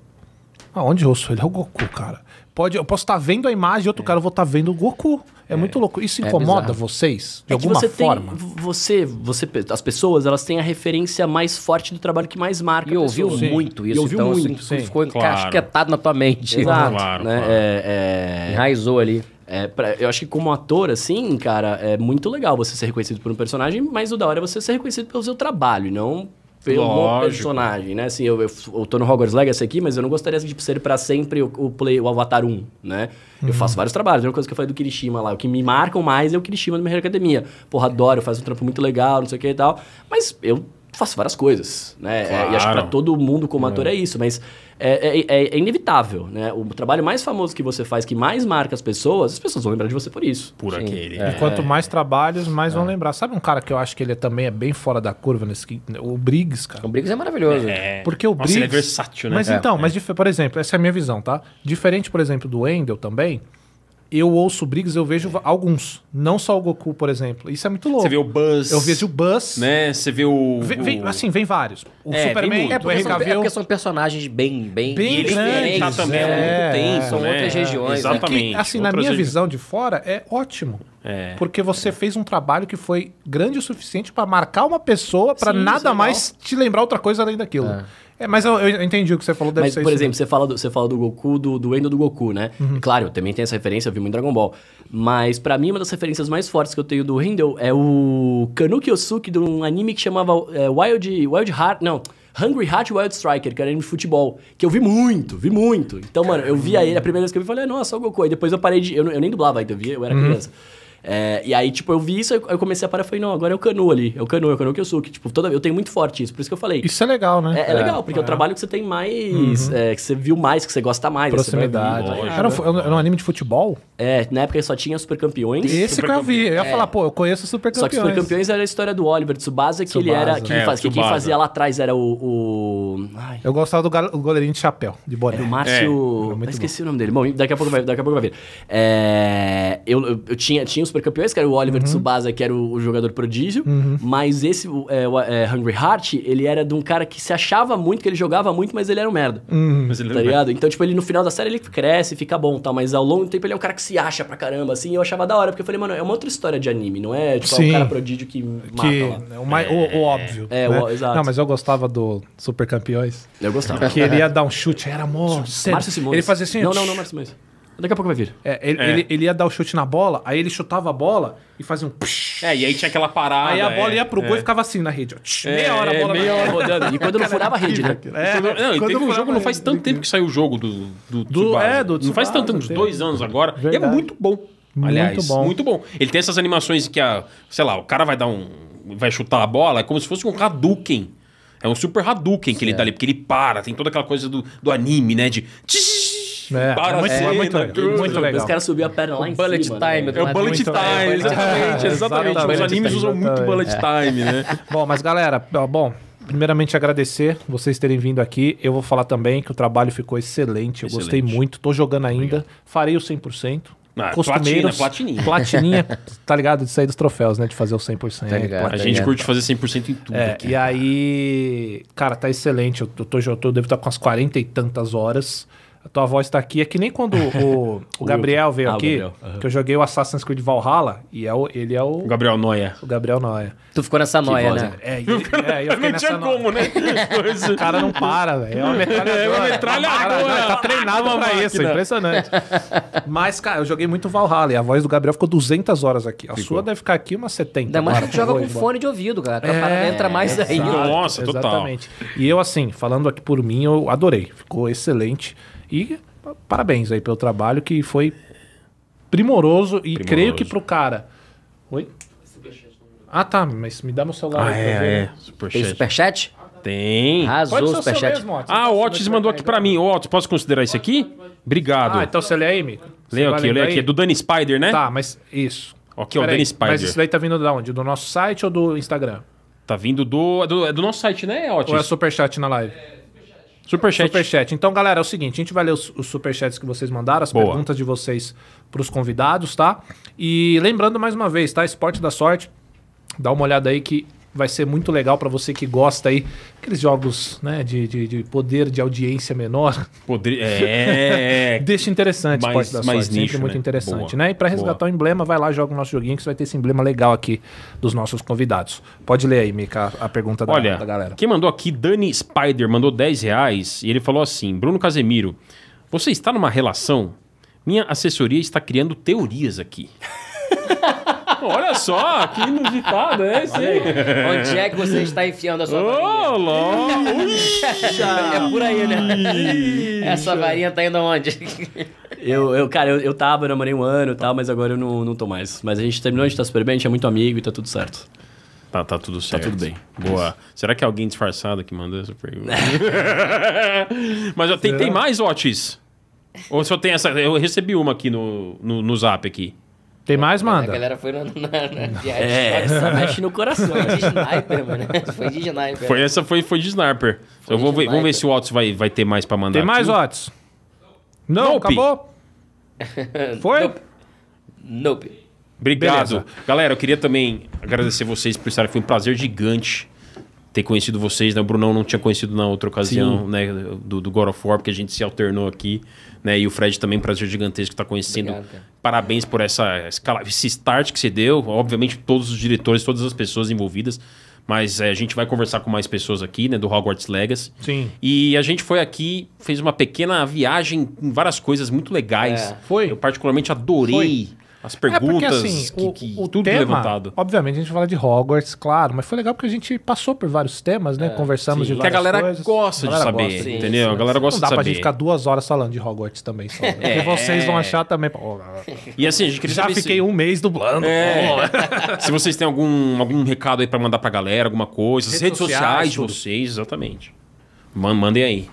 C: Aonde eu sou? Ele é o Goku, cara. Pode, eu posso estar vendo a imagem e outro cara eu vou estar vendo o Goku. É, muito louco. Isso incomoda
H: bizarro.
C: vocês? De
E: É que
C: alguma
E: você
C: forma?
E: Tem, você, você, as pessoas, elas têm a referência mais forte do trabalho que mais marca.
H: E
E: a
H: ouviu
E: pessoa.
H: muito
E: E
H: isso,
E: ouviu
H: então tipo,
E: muito,
H: isso
E: sim.
H: ficou
D: Claro.
H: encasquetado na tua mente.
E: Exato,
D: Claro,
E: né?
D: claro.
E: É, é-
H: Enraizou ali.
E: é, pra- eu acho que como ator, assim, cara, é muito legal você ser reconhecido por um personagem, mas o da hora é você ser reconhecido pelo seu trabalho, e não pelo
D: Lógico.
E: personagem, né? Assim, eu, eu, eu tô no Hogwarts Legacy aqui, mas eu não gostaria de ser pra sempre o, o play, o Avatar 1, né? Eu faço vários trabalhos, a mesma coisa que eu falei do Kirishima lá. O que me marcam mais é o Kirishima da minha academia. Porra, adoro, faz um trampo muito legal, não sei o que e tal. Mas eu faço várias coisas, né? É, e acho que pra
D: Claro.
E: todo todo mundo como ator é isso, mas é, é- é- é inevitável, né? O trabalho mais famoso que você faz, que mais marca as pessoas, as pessoas vão lembrar de você por isso.
D: Por aquele.
C: E É. quanto mais trabalhos, mais
D: É.
C: vão lembrar. Sabe um cara que eu acho que ele é- também é bem fora da curva nesse. que- O Briggs, cara.
H: O Briggs é maravilhoso.
D: É.
C: Porque o
D: Nossa,
C: Briggs...
D: ele é versátil, né?
C: Mas
D: É.
C: então, mas dif- por exemplo, essa é a minha visão, tá? Diferente, por exemplo, do Wendel também, eu ouço o Briggs, eu vejo va- alguns. Não só o Goku, por exemplo. Isso é muito louco.
D: É. Você vê o Buzz.
C: Eu vejo o Buzz.
D: Né? Você vê o...
C: Vem- vem-
D: o-
C: assim, vem vários. O
D: É, vem
C: Superman,
D: muito. É
C: o
H: porque,
C: Henry
H: são, é
C: Cavill...
H: porque são personagens bem, bem,
C: Bem
D: E ele
C: grandes,
D: tá também é
C: é.
D: muito tenso,
H: São
D: né?
H: outras regiões, né?
D: Exatamente.
C: que, assim, na
D: outras
C: minha
D: regi-
C: visão de fora, é ótimo.
D: É.
C: Porque você fez um trabalho que foi grande o suficiente pra marcar uma pessoa pra
E: Sim, isso é
C: nada
E: legal.
C: mais te lembrar outra coisa além daquilo. É, mas eu, eu entendi o que você falou. Deve
E: Mas,
C: ser
E: por
C: isso né? Uhum.
E: exemplo, você fala, do, você fala do Goku, do, do Endo do Goku, né? Claro, eu também tenho essa referência, eu vi muito Dragon Ball. Mas pra mim, uma das referências mais fortes que eu tenho do Endo é o Kanuki Osuki de um anime que chamava é, Wild, Wild Heart. Não. Hungry Heart Wild Striker, que era anime de futebol, que eu vi muito, vi "Ah,
C: Uhum.
E: muito. Então, mano, eu via ele, a primeira vez que eu vi, eu falei, nossa, olha o Goku. Aí depois eu parei de. Eu, não- eu nem dublava ainda, eu, via, eu era criança. É, e aí, tipo, eu vi isso, aí eu comecei a parar e falei, não, agora é o Canu ali. É o Canu, é o Canu que eu sou. Que, tipo, toda, eu tenho muito forte isso, por isso que eu falei.
C: Isso é legal, né?
E: É, é legal, porque é o trabalho que você tem mais. é, que você viu mais, que você gosta mais. que você vai
C: Proximidade.
E: ver.
C: Era um, fu- era um anime de futebol?
E: É, na época só tinha Super Campeões.
C: Esse que eu vi. Eu ia falar, pô, eu conheço super
E: É. Só
C: campeões.
E: que é Super Campeões era a história do Oliver Tsubasa, que ele
C: Tsubasa.
E: era. Que,
D: É,
E: ele faz-
D: o
E: que quem
D: Tsubasa.
E: fazia lá atrás era o. o- ai,
C: Eu gostava do gal- o goleirinho de chapéu, de boné.
E: Era o
D: É, era
E: Márcio.
C: muito
E: eu esqueci o nome dele. Bom, daqui a pouco vai, daqui a pouco vai vir. É, eu, eu- eu tinha, tinha os supercampeões, que era o
C: Uhum.
E: Oliver Tsubasa, que era o, o jogador prodígio. Mas esse, o- é, o- é, Hungry Heart, ele era de um cara que se achava muito, que ele jogava muito, mas ele era um merda.
C: Uhum.
D: Mas ele um
E: Tá ligado? Então, tipo, ele no final da série ele cresce, fica bom e tal, mas ao longo do tempo ele é um cara que se acha pra caramba, assim, e eu achava da hora, porque eu falei, mano, é uma outra história de anime, não é tipo é um
C: Sim.
E: cara prodígio que mata
C: Que
E: lá.
C: é o, mais, o, o óbvio.
E: É,
C: né?
E: o- exato.
C: Não, mas eu gostava do Super Campeões.
E: Eu gostava.
C: Que ele ia dar um chute, era mó. sério.
E: Márcio Simões.
C: Ele fazia assim.
E: Não, não, não, Márcio Simões. Daqui a pouco vai vir.
C: É, ele, ele- ele ia dar o chute na bola, aí ele chutava a bola e fazia um. psh.
D: É, e aí tinha aquela parada.
C: aí a bola
D: é,
C: ia pro gol e ficava assim na rede. ó. Tsh, meia hora a bola na rede.
E: rodando. E quando não furava a rede, né?
C: É,
D: Não, e
C: quando
D: teve um
C: foi-
D: jogo, não faz tanto tempo que saiu o jogo do, do, Tsubasa.
C: é, do
D: Não faz
C: Tsubasa,
D: tanto tempo, uns
C: teve.
D: dois anos agora. E é
C: Verdade.
D: muito bom. Aliás, muito bom.
C: bom.
D: Ele tem essas animações que, a, sei lá, o cara vai dar um. vai chutar a bola, é como se fosse um Hadouken. É um super Hadouken que ele dá ali, porque ele para, tem toda aquela coisa do, do anime, né? De.
C: É, é muito- é muito legal,
D: tudo.
C: muito legal.
E: Os caras subiam a perna lá em
H: Bullet
E: cima.
H: time,
E: né?
H: do
D: É o
H: lado
D: Bullet
H: muito- é,
D: Time,
H: bullet
D: exatamente, exatamente. Os
C: Exatamente.
D: animes usam muito
C: Exatamente.
D: Bullet Time, né?
C: Bom, mas galera, ó, bom, primeiramente agradecer vocês terem vindo aqui. Eu vou falar também que o trabalho ficou excelente, eu gostei
D: Excelente.
C: muito, tô jogando ainda, farei o 100%.
D: Ah,
C: Costumeiros,
D: platina, platininha.
C: platininha, tá ligado? De sair dos troféus, né? De fazer o 100%.
H: Tá ligado.
D: A
C: platina.
D: gente curte fazer 100% em tudo
C: É,
D: aqui.
C: e aí, cara, tá excelente. Eu, tô, tô- eu tô- devo estar com umas 40 e tantas horas. A tua voz tá aqui. É que nem quando o, o Gabriel veio
E: Ah, o
C: aqui,
E: Gabriel, aham.
C: que eu joguei o Assassin's Creed Valhalla, e é o- ele é o,
D: O Gabriel Noia.
C: o Gabriel Noia.
H: Tu ficou nessa noia,
E: voz,
H: né?
C: É, e, é, e eu fiquei
D: Não
C: nessa
D: tinha
C: noia.
D: como, né?
C: O cara não para, velho. É uma metralhadora.
D: É uma metralhadora.
C: Não para, não. Tá treinado pra
D: máquina.
C: isso, é impressionante. Mas, cara, eu joguei muito Valhalla e a voz do Gabriel ficou 200 horas aqui. A sua deve ficar aqui umas 70.
H: Ainda mais
C: agora,
H: que tu joga
C: por
H: com
C: favor.
H: fone de ouvido, cara. Tua
C: É,
H: parada entra mais aí.
D: Nossa, total.
C: Exatamente. E eu, assim, falando aqui por mim, eu adorei. Ficou excelente. E pa- parabéns aí pelo trabalho que foi primoroso. E creio que pro cara. Oi? Ah, tá, mas me dá meu celular.
D: Ah,
C: aí pra eu ver. né?
D: é, é.
H: Tem
D: Superchat.
H: superchat?
D: Tem.
C: Pode
H: Arrasou o
C: ser o seu
H: superchat.
C: mesmo, tá Otis.
D: Ah, o Otis mandou aqui pra mim. Ô, Otis, posso considerar isso aqui? Obrigado.
C: Ah, então você lê aí, Mico? Você
D: leio
C: vai
D: aqui,
C: lembrar
D: leio aqui.
C: aí?
D: É do Danny Spider, né?
C: Tá, mas isso.
D: Ok, ó,
C: Peraí,
D: Danny Spider.
C: Mas isso daí tá vindo de onde? Do nosso site ou do Instagram?
D: Tá vindo do, é do. é do nosso site, né, Otis?
C: Ou é superchat na live?
D: Superchat.
C: Superchat. Então, galera, é o seguinte: a gente vai ler os, os superchats que vocês mandaram, as
D: Boa.
C: perguntas de vocês pros convidados, tá? E lembrando mais uma vez, tá? Esporte da sorte. Dá uma olhada aí que vai ser muito legal pra você que gosta aí. Aqueles jogos, né, de, de, de poder de audiência menor.
D: Poder- É. é.
C: Deixa interessante
D: Mais-
C: mais, Esporte da
D: mais
C: Sorte,
D: nicho,
C: sempre muito
D: né?
C: interessante,
D: Boa,
C: né? E pra resgatar
D: boa.
C: o emblema, vai lá, joga o nosso joguinho que você vai ter esse emblema legal aqui dos nossos convidados. Pode ler aí, Mika, a pergunta da,
D: Olha,
C: da galera.
D: quem mandou aqui, Dani Spider, mandou 10 reais e ele falou assim: Bruno Casemiro, você está numa relação? Minha assessoria está criando teorias aqui. Olha só, que inusitado é esse, hein?
H: Onde é que você está enfiando a sua varinha?
D: Ô, louco!
H: É por aí, né? Essa varinha tá indo onde?
E: Eu, eu, cara, eu, eu tava, eu namorei um ano e tal, mas agora eu não, não tô mais. Mas a gente terminou, a gente tá super bem, a gente é muito amigo e tá tudo certo.
D: Tá, tá tudo certo.
E: tudo bem.
D: Boa. Será que é alguém disfarçado que mandou essa pergunta? Mas ó, tem, tem mais, Otis? Ou só tem essa? Eu recebi uma aqui no, no, no zap aqui.
C: Tem mais,
H: A
C: manda?
H: galera foi na, na, na viagem.
E: É, essa mexe no coração.
H: Foi de sniper, mano. Foi de sniper.
D: Foi essa, foi, foi de sniper. eu vou
H: de
D: ver, vamos ver
H: sniper.
D: se o Otis vai, vai ter mais pra mandar.
C: Tem mais,
D: aqui.
C: Otis? Não,
D: Nope.
C: acabou? Foi?
H: Nope. Nope.
D: Obrigado.
C: Beleza.
D: Galera, eu queria também agradecer vocês por estarem. Foi um prazer gigante ter conhecido vocês, né? O Brunão não tinha conhecido na outra ocasião, né? Do, do God of War, porque a gente se alternou aqui, né? E o Fred também, prazer gigantesco estar conhecendo.
H: Obrigado, cara.
D: Parabéns por essa escala, esse start que você deu. Obviamente, todos os diretores, todas as pessoas envolvidas. Mas eh, a gente vai conversar com mais pessoas aqui, né? Do Hogwarts Legacy.
C: Sim.
D: E a gente foi aqui, fez uma pequena viagem em várias coisas muito legais.
H: É.
C: Foi.
D: Eu particularmente adorei. As perguntas, que-
C: É assim, o-
D: que-
C: o,
D: tudo
C: tema,
D: levantado.
C: Obviamente, a gente fala de Hogwarts, claro, mas foi legal porque a gente passou por vários temas, né? Conversamos
E: sim.
C: de
D: É, Que a
C: várias
D: galera
C: coisas.
D: gosta
C: A
D: de
C: galera
D: saber,
C: gosta de-
D: entendeu? a galera gosta
C: Não dá
D: de
C: pra
D: saber. É.
C: gente ficar duas horas falando de Hogwarts também, só. né? Porque vocês vão achar também. pô,
D: E assim, a gente queria
C: já
D: saber se-
C: fiquei um mês dublando.
D: É. se vocês têm algum, algum recado aí pra mandar pra galera, alguma coisa, as
C: Redes
D: redes sociais,
C: sociais,
D: de
C: tudo.
D: vocês, exatamente. Man- mandem aí.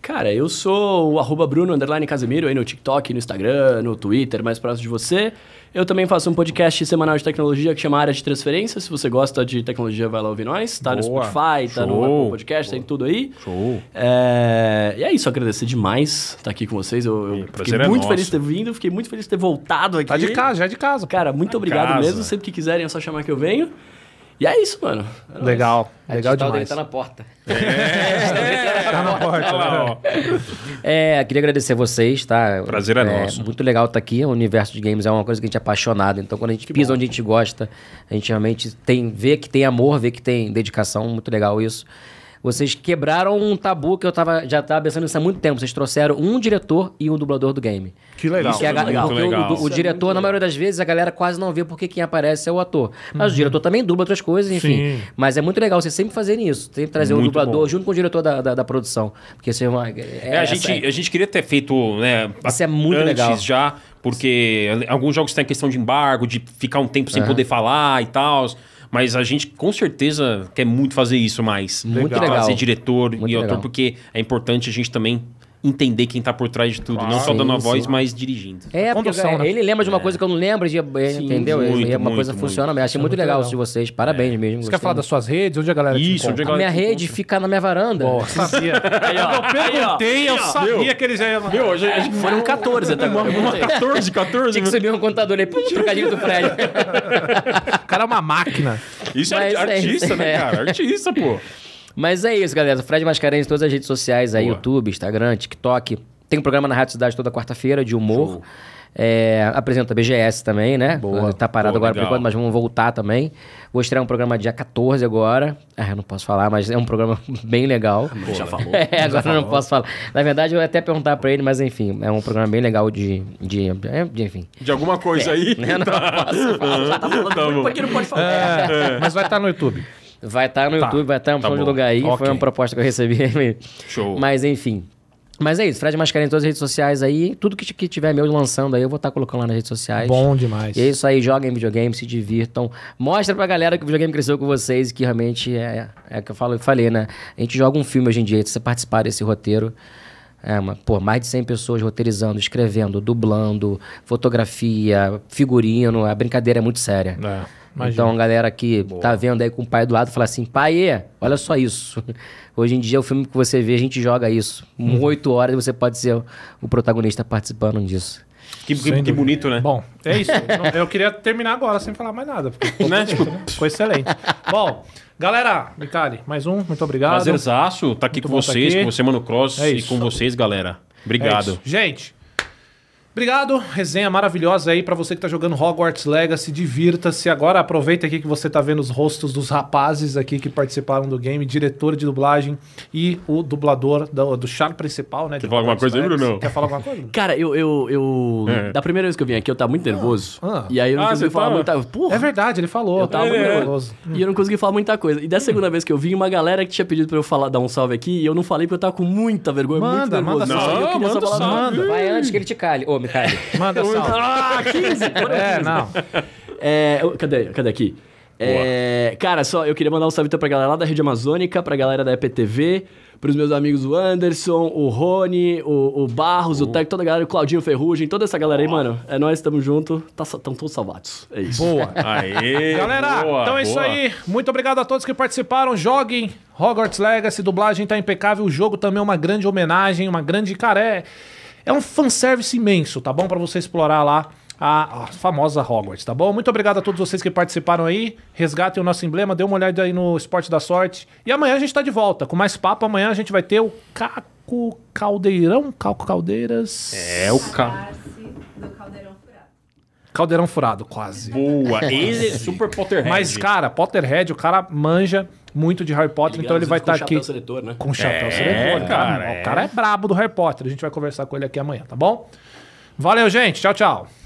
E: Cara, eu sou o arroba Bruno underline Casemiro aí no TikTok, no Instagram, no Twitter, mais próximo de você. Eu também faço um podcast semanal de tecnologia que chama Área de Transferência. Se você gosta de tecnologia, vai lá ouvir nós. Tá no
C: Boa.
E: Spotify, tá no
D: Show.
E: Apple Podcast, tem tudo aí.
D: Show.
E: É, E é isso, agradecer demais estar aqui com vocês. Eu, eu
D: prazer
E: fiquei
D: é
E: muito
D: nosso.
E: feliz de ter vindo, fiquei muito feliz de ter voltado aqui.
C: Tá de casa, já é de casa. pô.
E: Cara, muito obrigado
D: casa.
E: mesmo. Sempre que quiserem é só chamar que eu venho. E é isso, mano. É nóis.
C: Legal,
H: A
C: legal
H: digital
C: demais.
H: dele tá na porta.
C: Tá na porta.
H: Ah,
C: né?
H: É, queria agradecer vocês, tá?
D: Prazer é nosso.
H: Muito legal estar aqui. O universo de games é uma coisa que a gente é apaixonado. Então, quando a gente pisa onde a gente gosta, a gente realmente tem, vê que tem amor, vê que tem dedicação. Muito legal isso. Vocês quebraram um tabu que eu tava, já estava pensando nisso há muito tempo. Vocês trouxeram um diretor e um dublador do game.
C: Que legal.
H: Que a ga-
D: legal.
H: porque
D: Muito
H: o-
D: legal. Uhum.
H: o- O,
D: Isso é
H: diretor, na maioria das vezes, a galera quase não vê porque quem aparece é o ator. Mas o diretor também dubla outras coisas, enfim. Mas é muito legal vocês sempre fazerem isso. Sempre trazer o
D: Muito
H: dublador
D: bom.
H: junto com o diretor da, da, da produção. Porque você é uma. É,
D: É, a,
H: essa-
D: gente, a gente queria ter feito né,
H: Isso é muito
D: antes
H: legal.
D: já, porque alguns jogos têm a questão de embargo, de ficar um tempo sem poder falar e tal. Mas a gente com certeza quer muito fazer isso mais.
H: Muito
D: Trazer
H: legal.
D: diretor
H: Muito
D: e
H: legal.
D: autor, porque é importante a gente também entender quem tá por trás de tudo. Não só
H: Sim,
D: dando a
H: sim.
D: voz, mas dirigindo.
H: É, porque
C: Condução,
H: é,
C: né?
H: ele lembra de uma coisa que eu não lembro, de, é, entendeu? E
D: muito,
H: uma
D: muito,
H: coisa
D: muito. É.
H: funciona, mas achei muito, legal isso de vocês. Parabéns
C: Você
H: mesmo. gostei
C: quer falar das
H: muito.
C: suas redes? Onde a galera te
D: Isso, onde
C: encontra?
D: a
H: A minha
D: galera te
H: rede fica na minha varanda.
C: Sabia.
E: Aí, ó. Aí, ó.
C: Tem, eu sabia que ele já ia mandar.
E: Meu, hoje a gente foram 14 até
D: É
E: agora. eu contei.
D: 14, 14.
H: Tinha que subir um contador ali, pum, trocadilho do Fred.
C: O cara é uma máquina.
D: Isso é
H: Mas é
D: artista,
H: isso,
D: né,
H: é.
D: cara? Artista, pô.
H: Mas é isso, galera. Fred Mascarenhas, em todas as redes sociais aí,
D: Boa.
H: YouTube, Instagram, TikTok. Tem um programa na Rádio Cidade toda quarta-feira de humor. É, apresenta BGS também, né? Boa. Tá parado
D: Boa,
H: agora
D: legal.
H: por enquanto, mas vamos voltar também. Vou estrear um programa dia 14 agora. Ah, eu não posso falar, mas é um programa bem legal.
E: Já falou.
H: É, agora eu não posso falar. Na verdade, eu ia até perguntar pra ele, mas enfim, é um programa bem legal de. de, é, de- enfim.
D: De alguma coisa aí.
H: Eu É. não posso falar.
E: Já tá falando muito porque não
C: É.
E: pode falar.
C: Mas vai estar no YouTube.
H: Vai estar no YouTube, vai estar em um
D: Tá. bom.
H: lugar aí.
D: Ok.
H: Foi uma proposta que eu recebi.
D: Show.
H: Mas enfim. Mas é isso, Fred Mascarenhas em todas as redes sociais aí. Tudo que, que tiver meu lançando aí, eu vou estar colocando lá nas redes sociais.
C: Bom demais.
H: E é isso aí, joguem videogame, se divirtam. Mostra pra galera que o videogame cresceu com vocês e que realmente é, é o que eu falo, eu falei, né? A gente joga um filme hoje em dia, se você participar desse roteiro. É, uma, pô, mais de 100 pessoas roteirizando, escrevendo, dublando, fotografia, figurino. A brincadeira é muito séria. então, a galera que tá vendo aí com o pai do lado, fala assim, pai, olha só isso. Hoje em dia, o filme que você vê, a gente joga isso. Em Oito horas, você pode ser o- o protagonista participando disso.
D: Que, que- que bonito, né?
C: Bom, é isso. Não, Eu queria terminar agora sem falar mais nada. Porque ficou,
D: Né? Tipo,
C: ficou excelente. Bom, galera, Micali, mais um. Muito obrigado.
D: Prazerzaço tá aqui
C: Muito
D: com
C: bom tá
D: vocês,
C: aqui.
D: com você, Mano Cross,
C: É
D: e
C: isso.
D: com vocês, galera.
C: É isso.
D: Obrigado.
C: Gente, obrigado. Resenha maravilhosa aí pra você que tá jogando Hogwarts Legacy. Divirta-se. Agora aproveita aqui que você tá vendo os rostos dos rapazes aqui que participaram do game, diretor de dublagem e o dublador do, do char principal, né? de
D: Quer falar alguma
C: Hogwarts
D: coisa aí,
C: Legacy.
D: Bruno?
C: Quer falar alguma coisa?
E: Cara, eu. eu, eu- Da primeira vez que eu vim aqui, eu tava muito nervoso.
C: Ah.
E: E aí eu não
D: Ah,
E: consegui
D: você
E: falar
D: tava?
E: muita. Porra,
C: É verdade, ele falou.
E: Eu tava
C: É,
E: muito
C: é.
E: nervoso. E eu não consegui falar muita coisa. E da segunda vez que eu vim, uma galera que tinha pedido pra eu falar, dar um salve aqui, e eu não falei porque eu tava com muita vergonha, muito
C: Manda,
E: nervoso.
C: manda
E: Só
C: salve.
E: que eu queria
D: Não,
E: só
D: manda
E: falar.
D: salve.
H: Vai antes que ele te cale. Ô, me cale.
C: Manda salve.
E: Ah, 15, foram
C: É,
E: 15.
C: não.
E: É, eu- cadê? Cadê aqui? É, cara, só eu queria mandar um salve então pra galera lá da Rede Amazônica, pra galera da EPTV, pros meus amigos o Anderson, o Rony, o, o Barros, o Teco, toda a galera, o Claudinho Ferrugem, toda essa galera aí, mano. É nós, tamo junto. Tá, sa- tão todos salvados. É isso.
C: Boa.
D: Aê!
C: Galera,
D: boa,
C: então é isso
D: boa.
C: aí. Muito obrigado a todos que participaram. Joguem Hogwarts Legacy, dublagem tá impecável. O jogo também é uma grande homenagem, uma grande caré. É um fanservice imenso, tá bom? Pra você explorar lá a, a famosa Hogwarts, tá bom? Muito obrigado a todos vocês que participaram aí. Resgatem o nosso emblema, dê uma olhada aí no Esporte da Sorte. E amanhã a gente tá de volta com mais papo. Amanhã a gente vai ter o Caco Caldeirão, Caco Caldeiras.
D: É o cara.
G: Darcy do Caldeirão Furado.
C: Caldeirão furado, quase.
D: Boa. Ele é super Potterhead.
C: Mas, cara, Potterhead, o cara manja muito de Harry Potter, então ele vai estar aqui
E: Seletor, né?
C: com o chapéu
D: É,
C: seletor,
D: cara,
C: cara.
D: é.
C: O cara é brabo do Harry Potter. A gente vai conversar com ele aqui amanhã, tá bom? Valeu, gente. Tchau, tchau.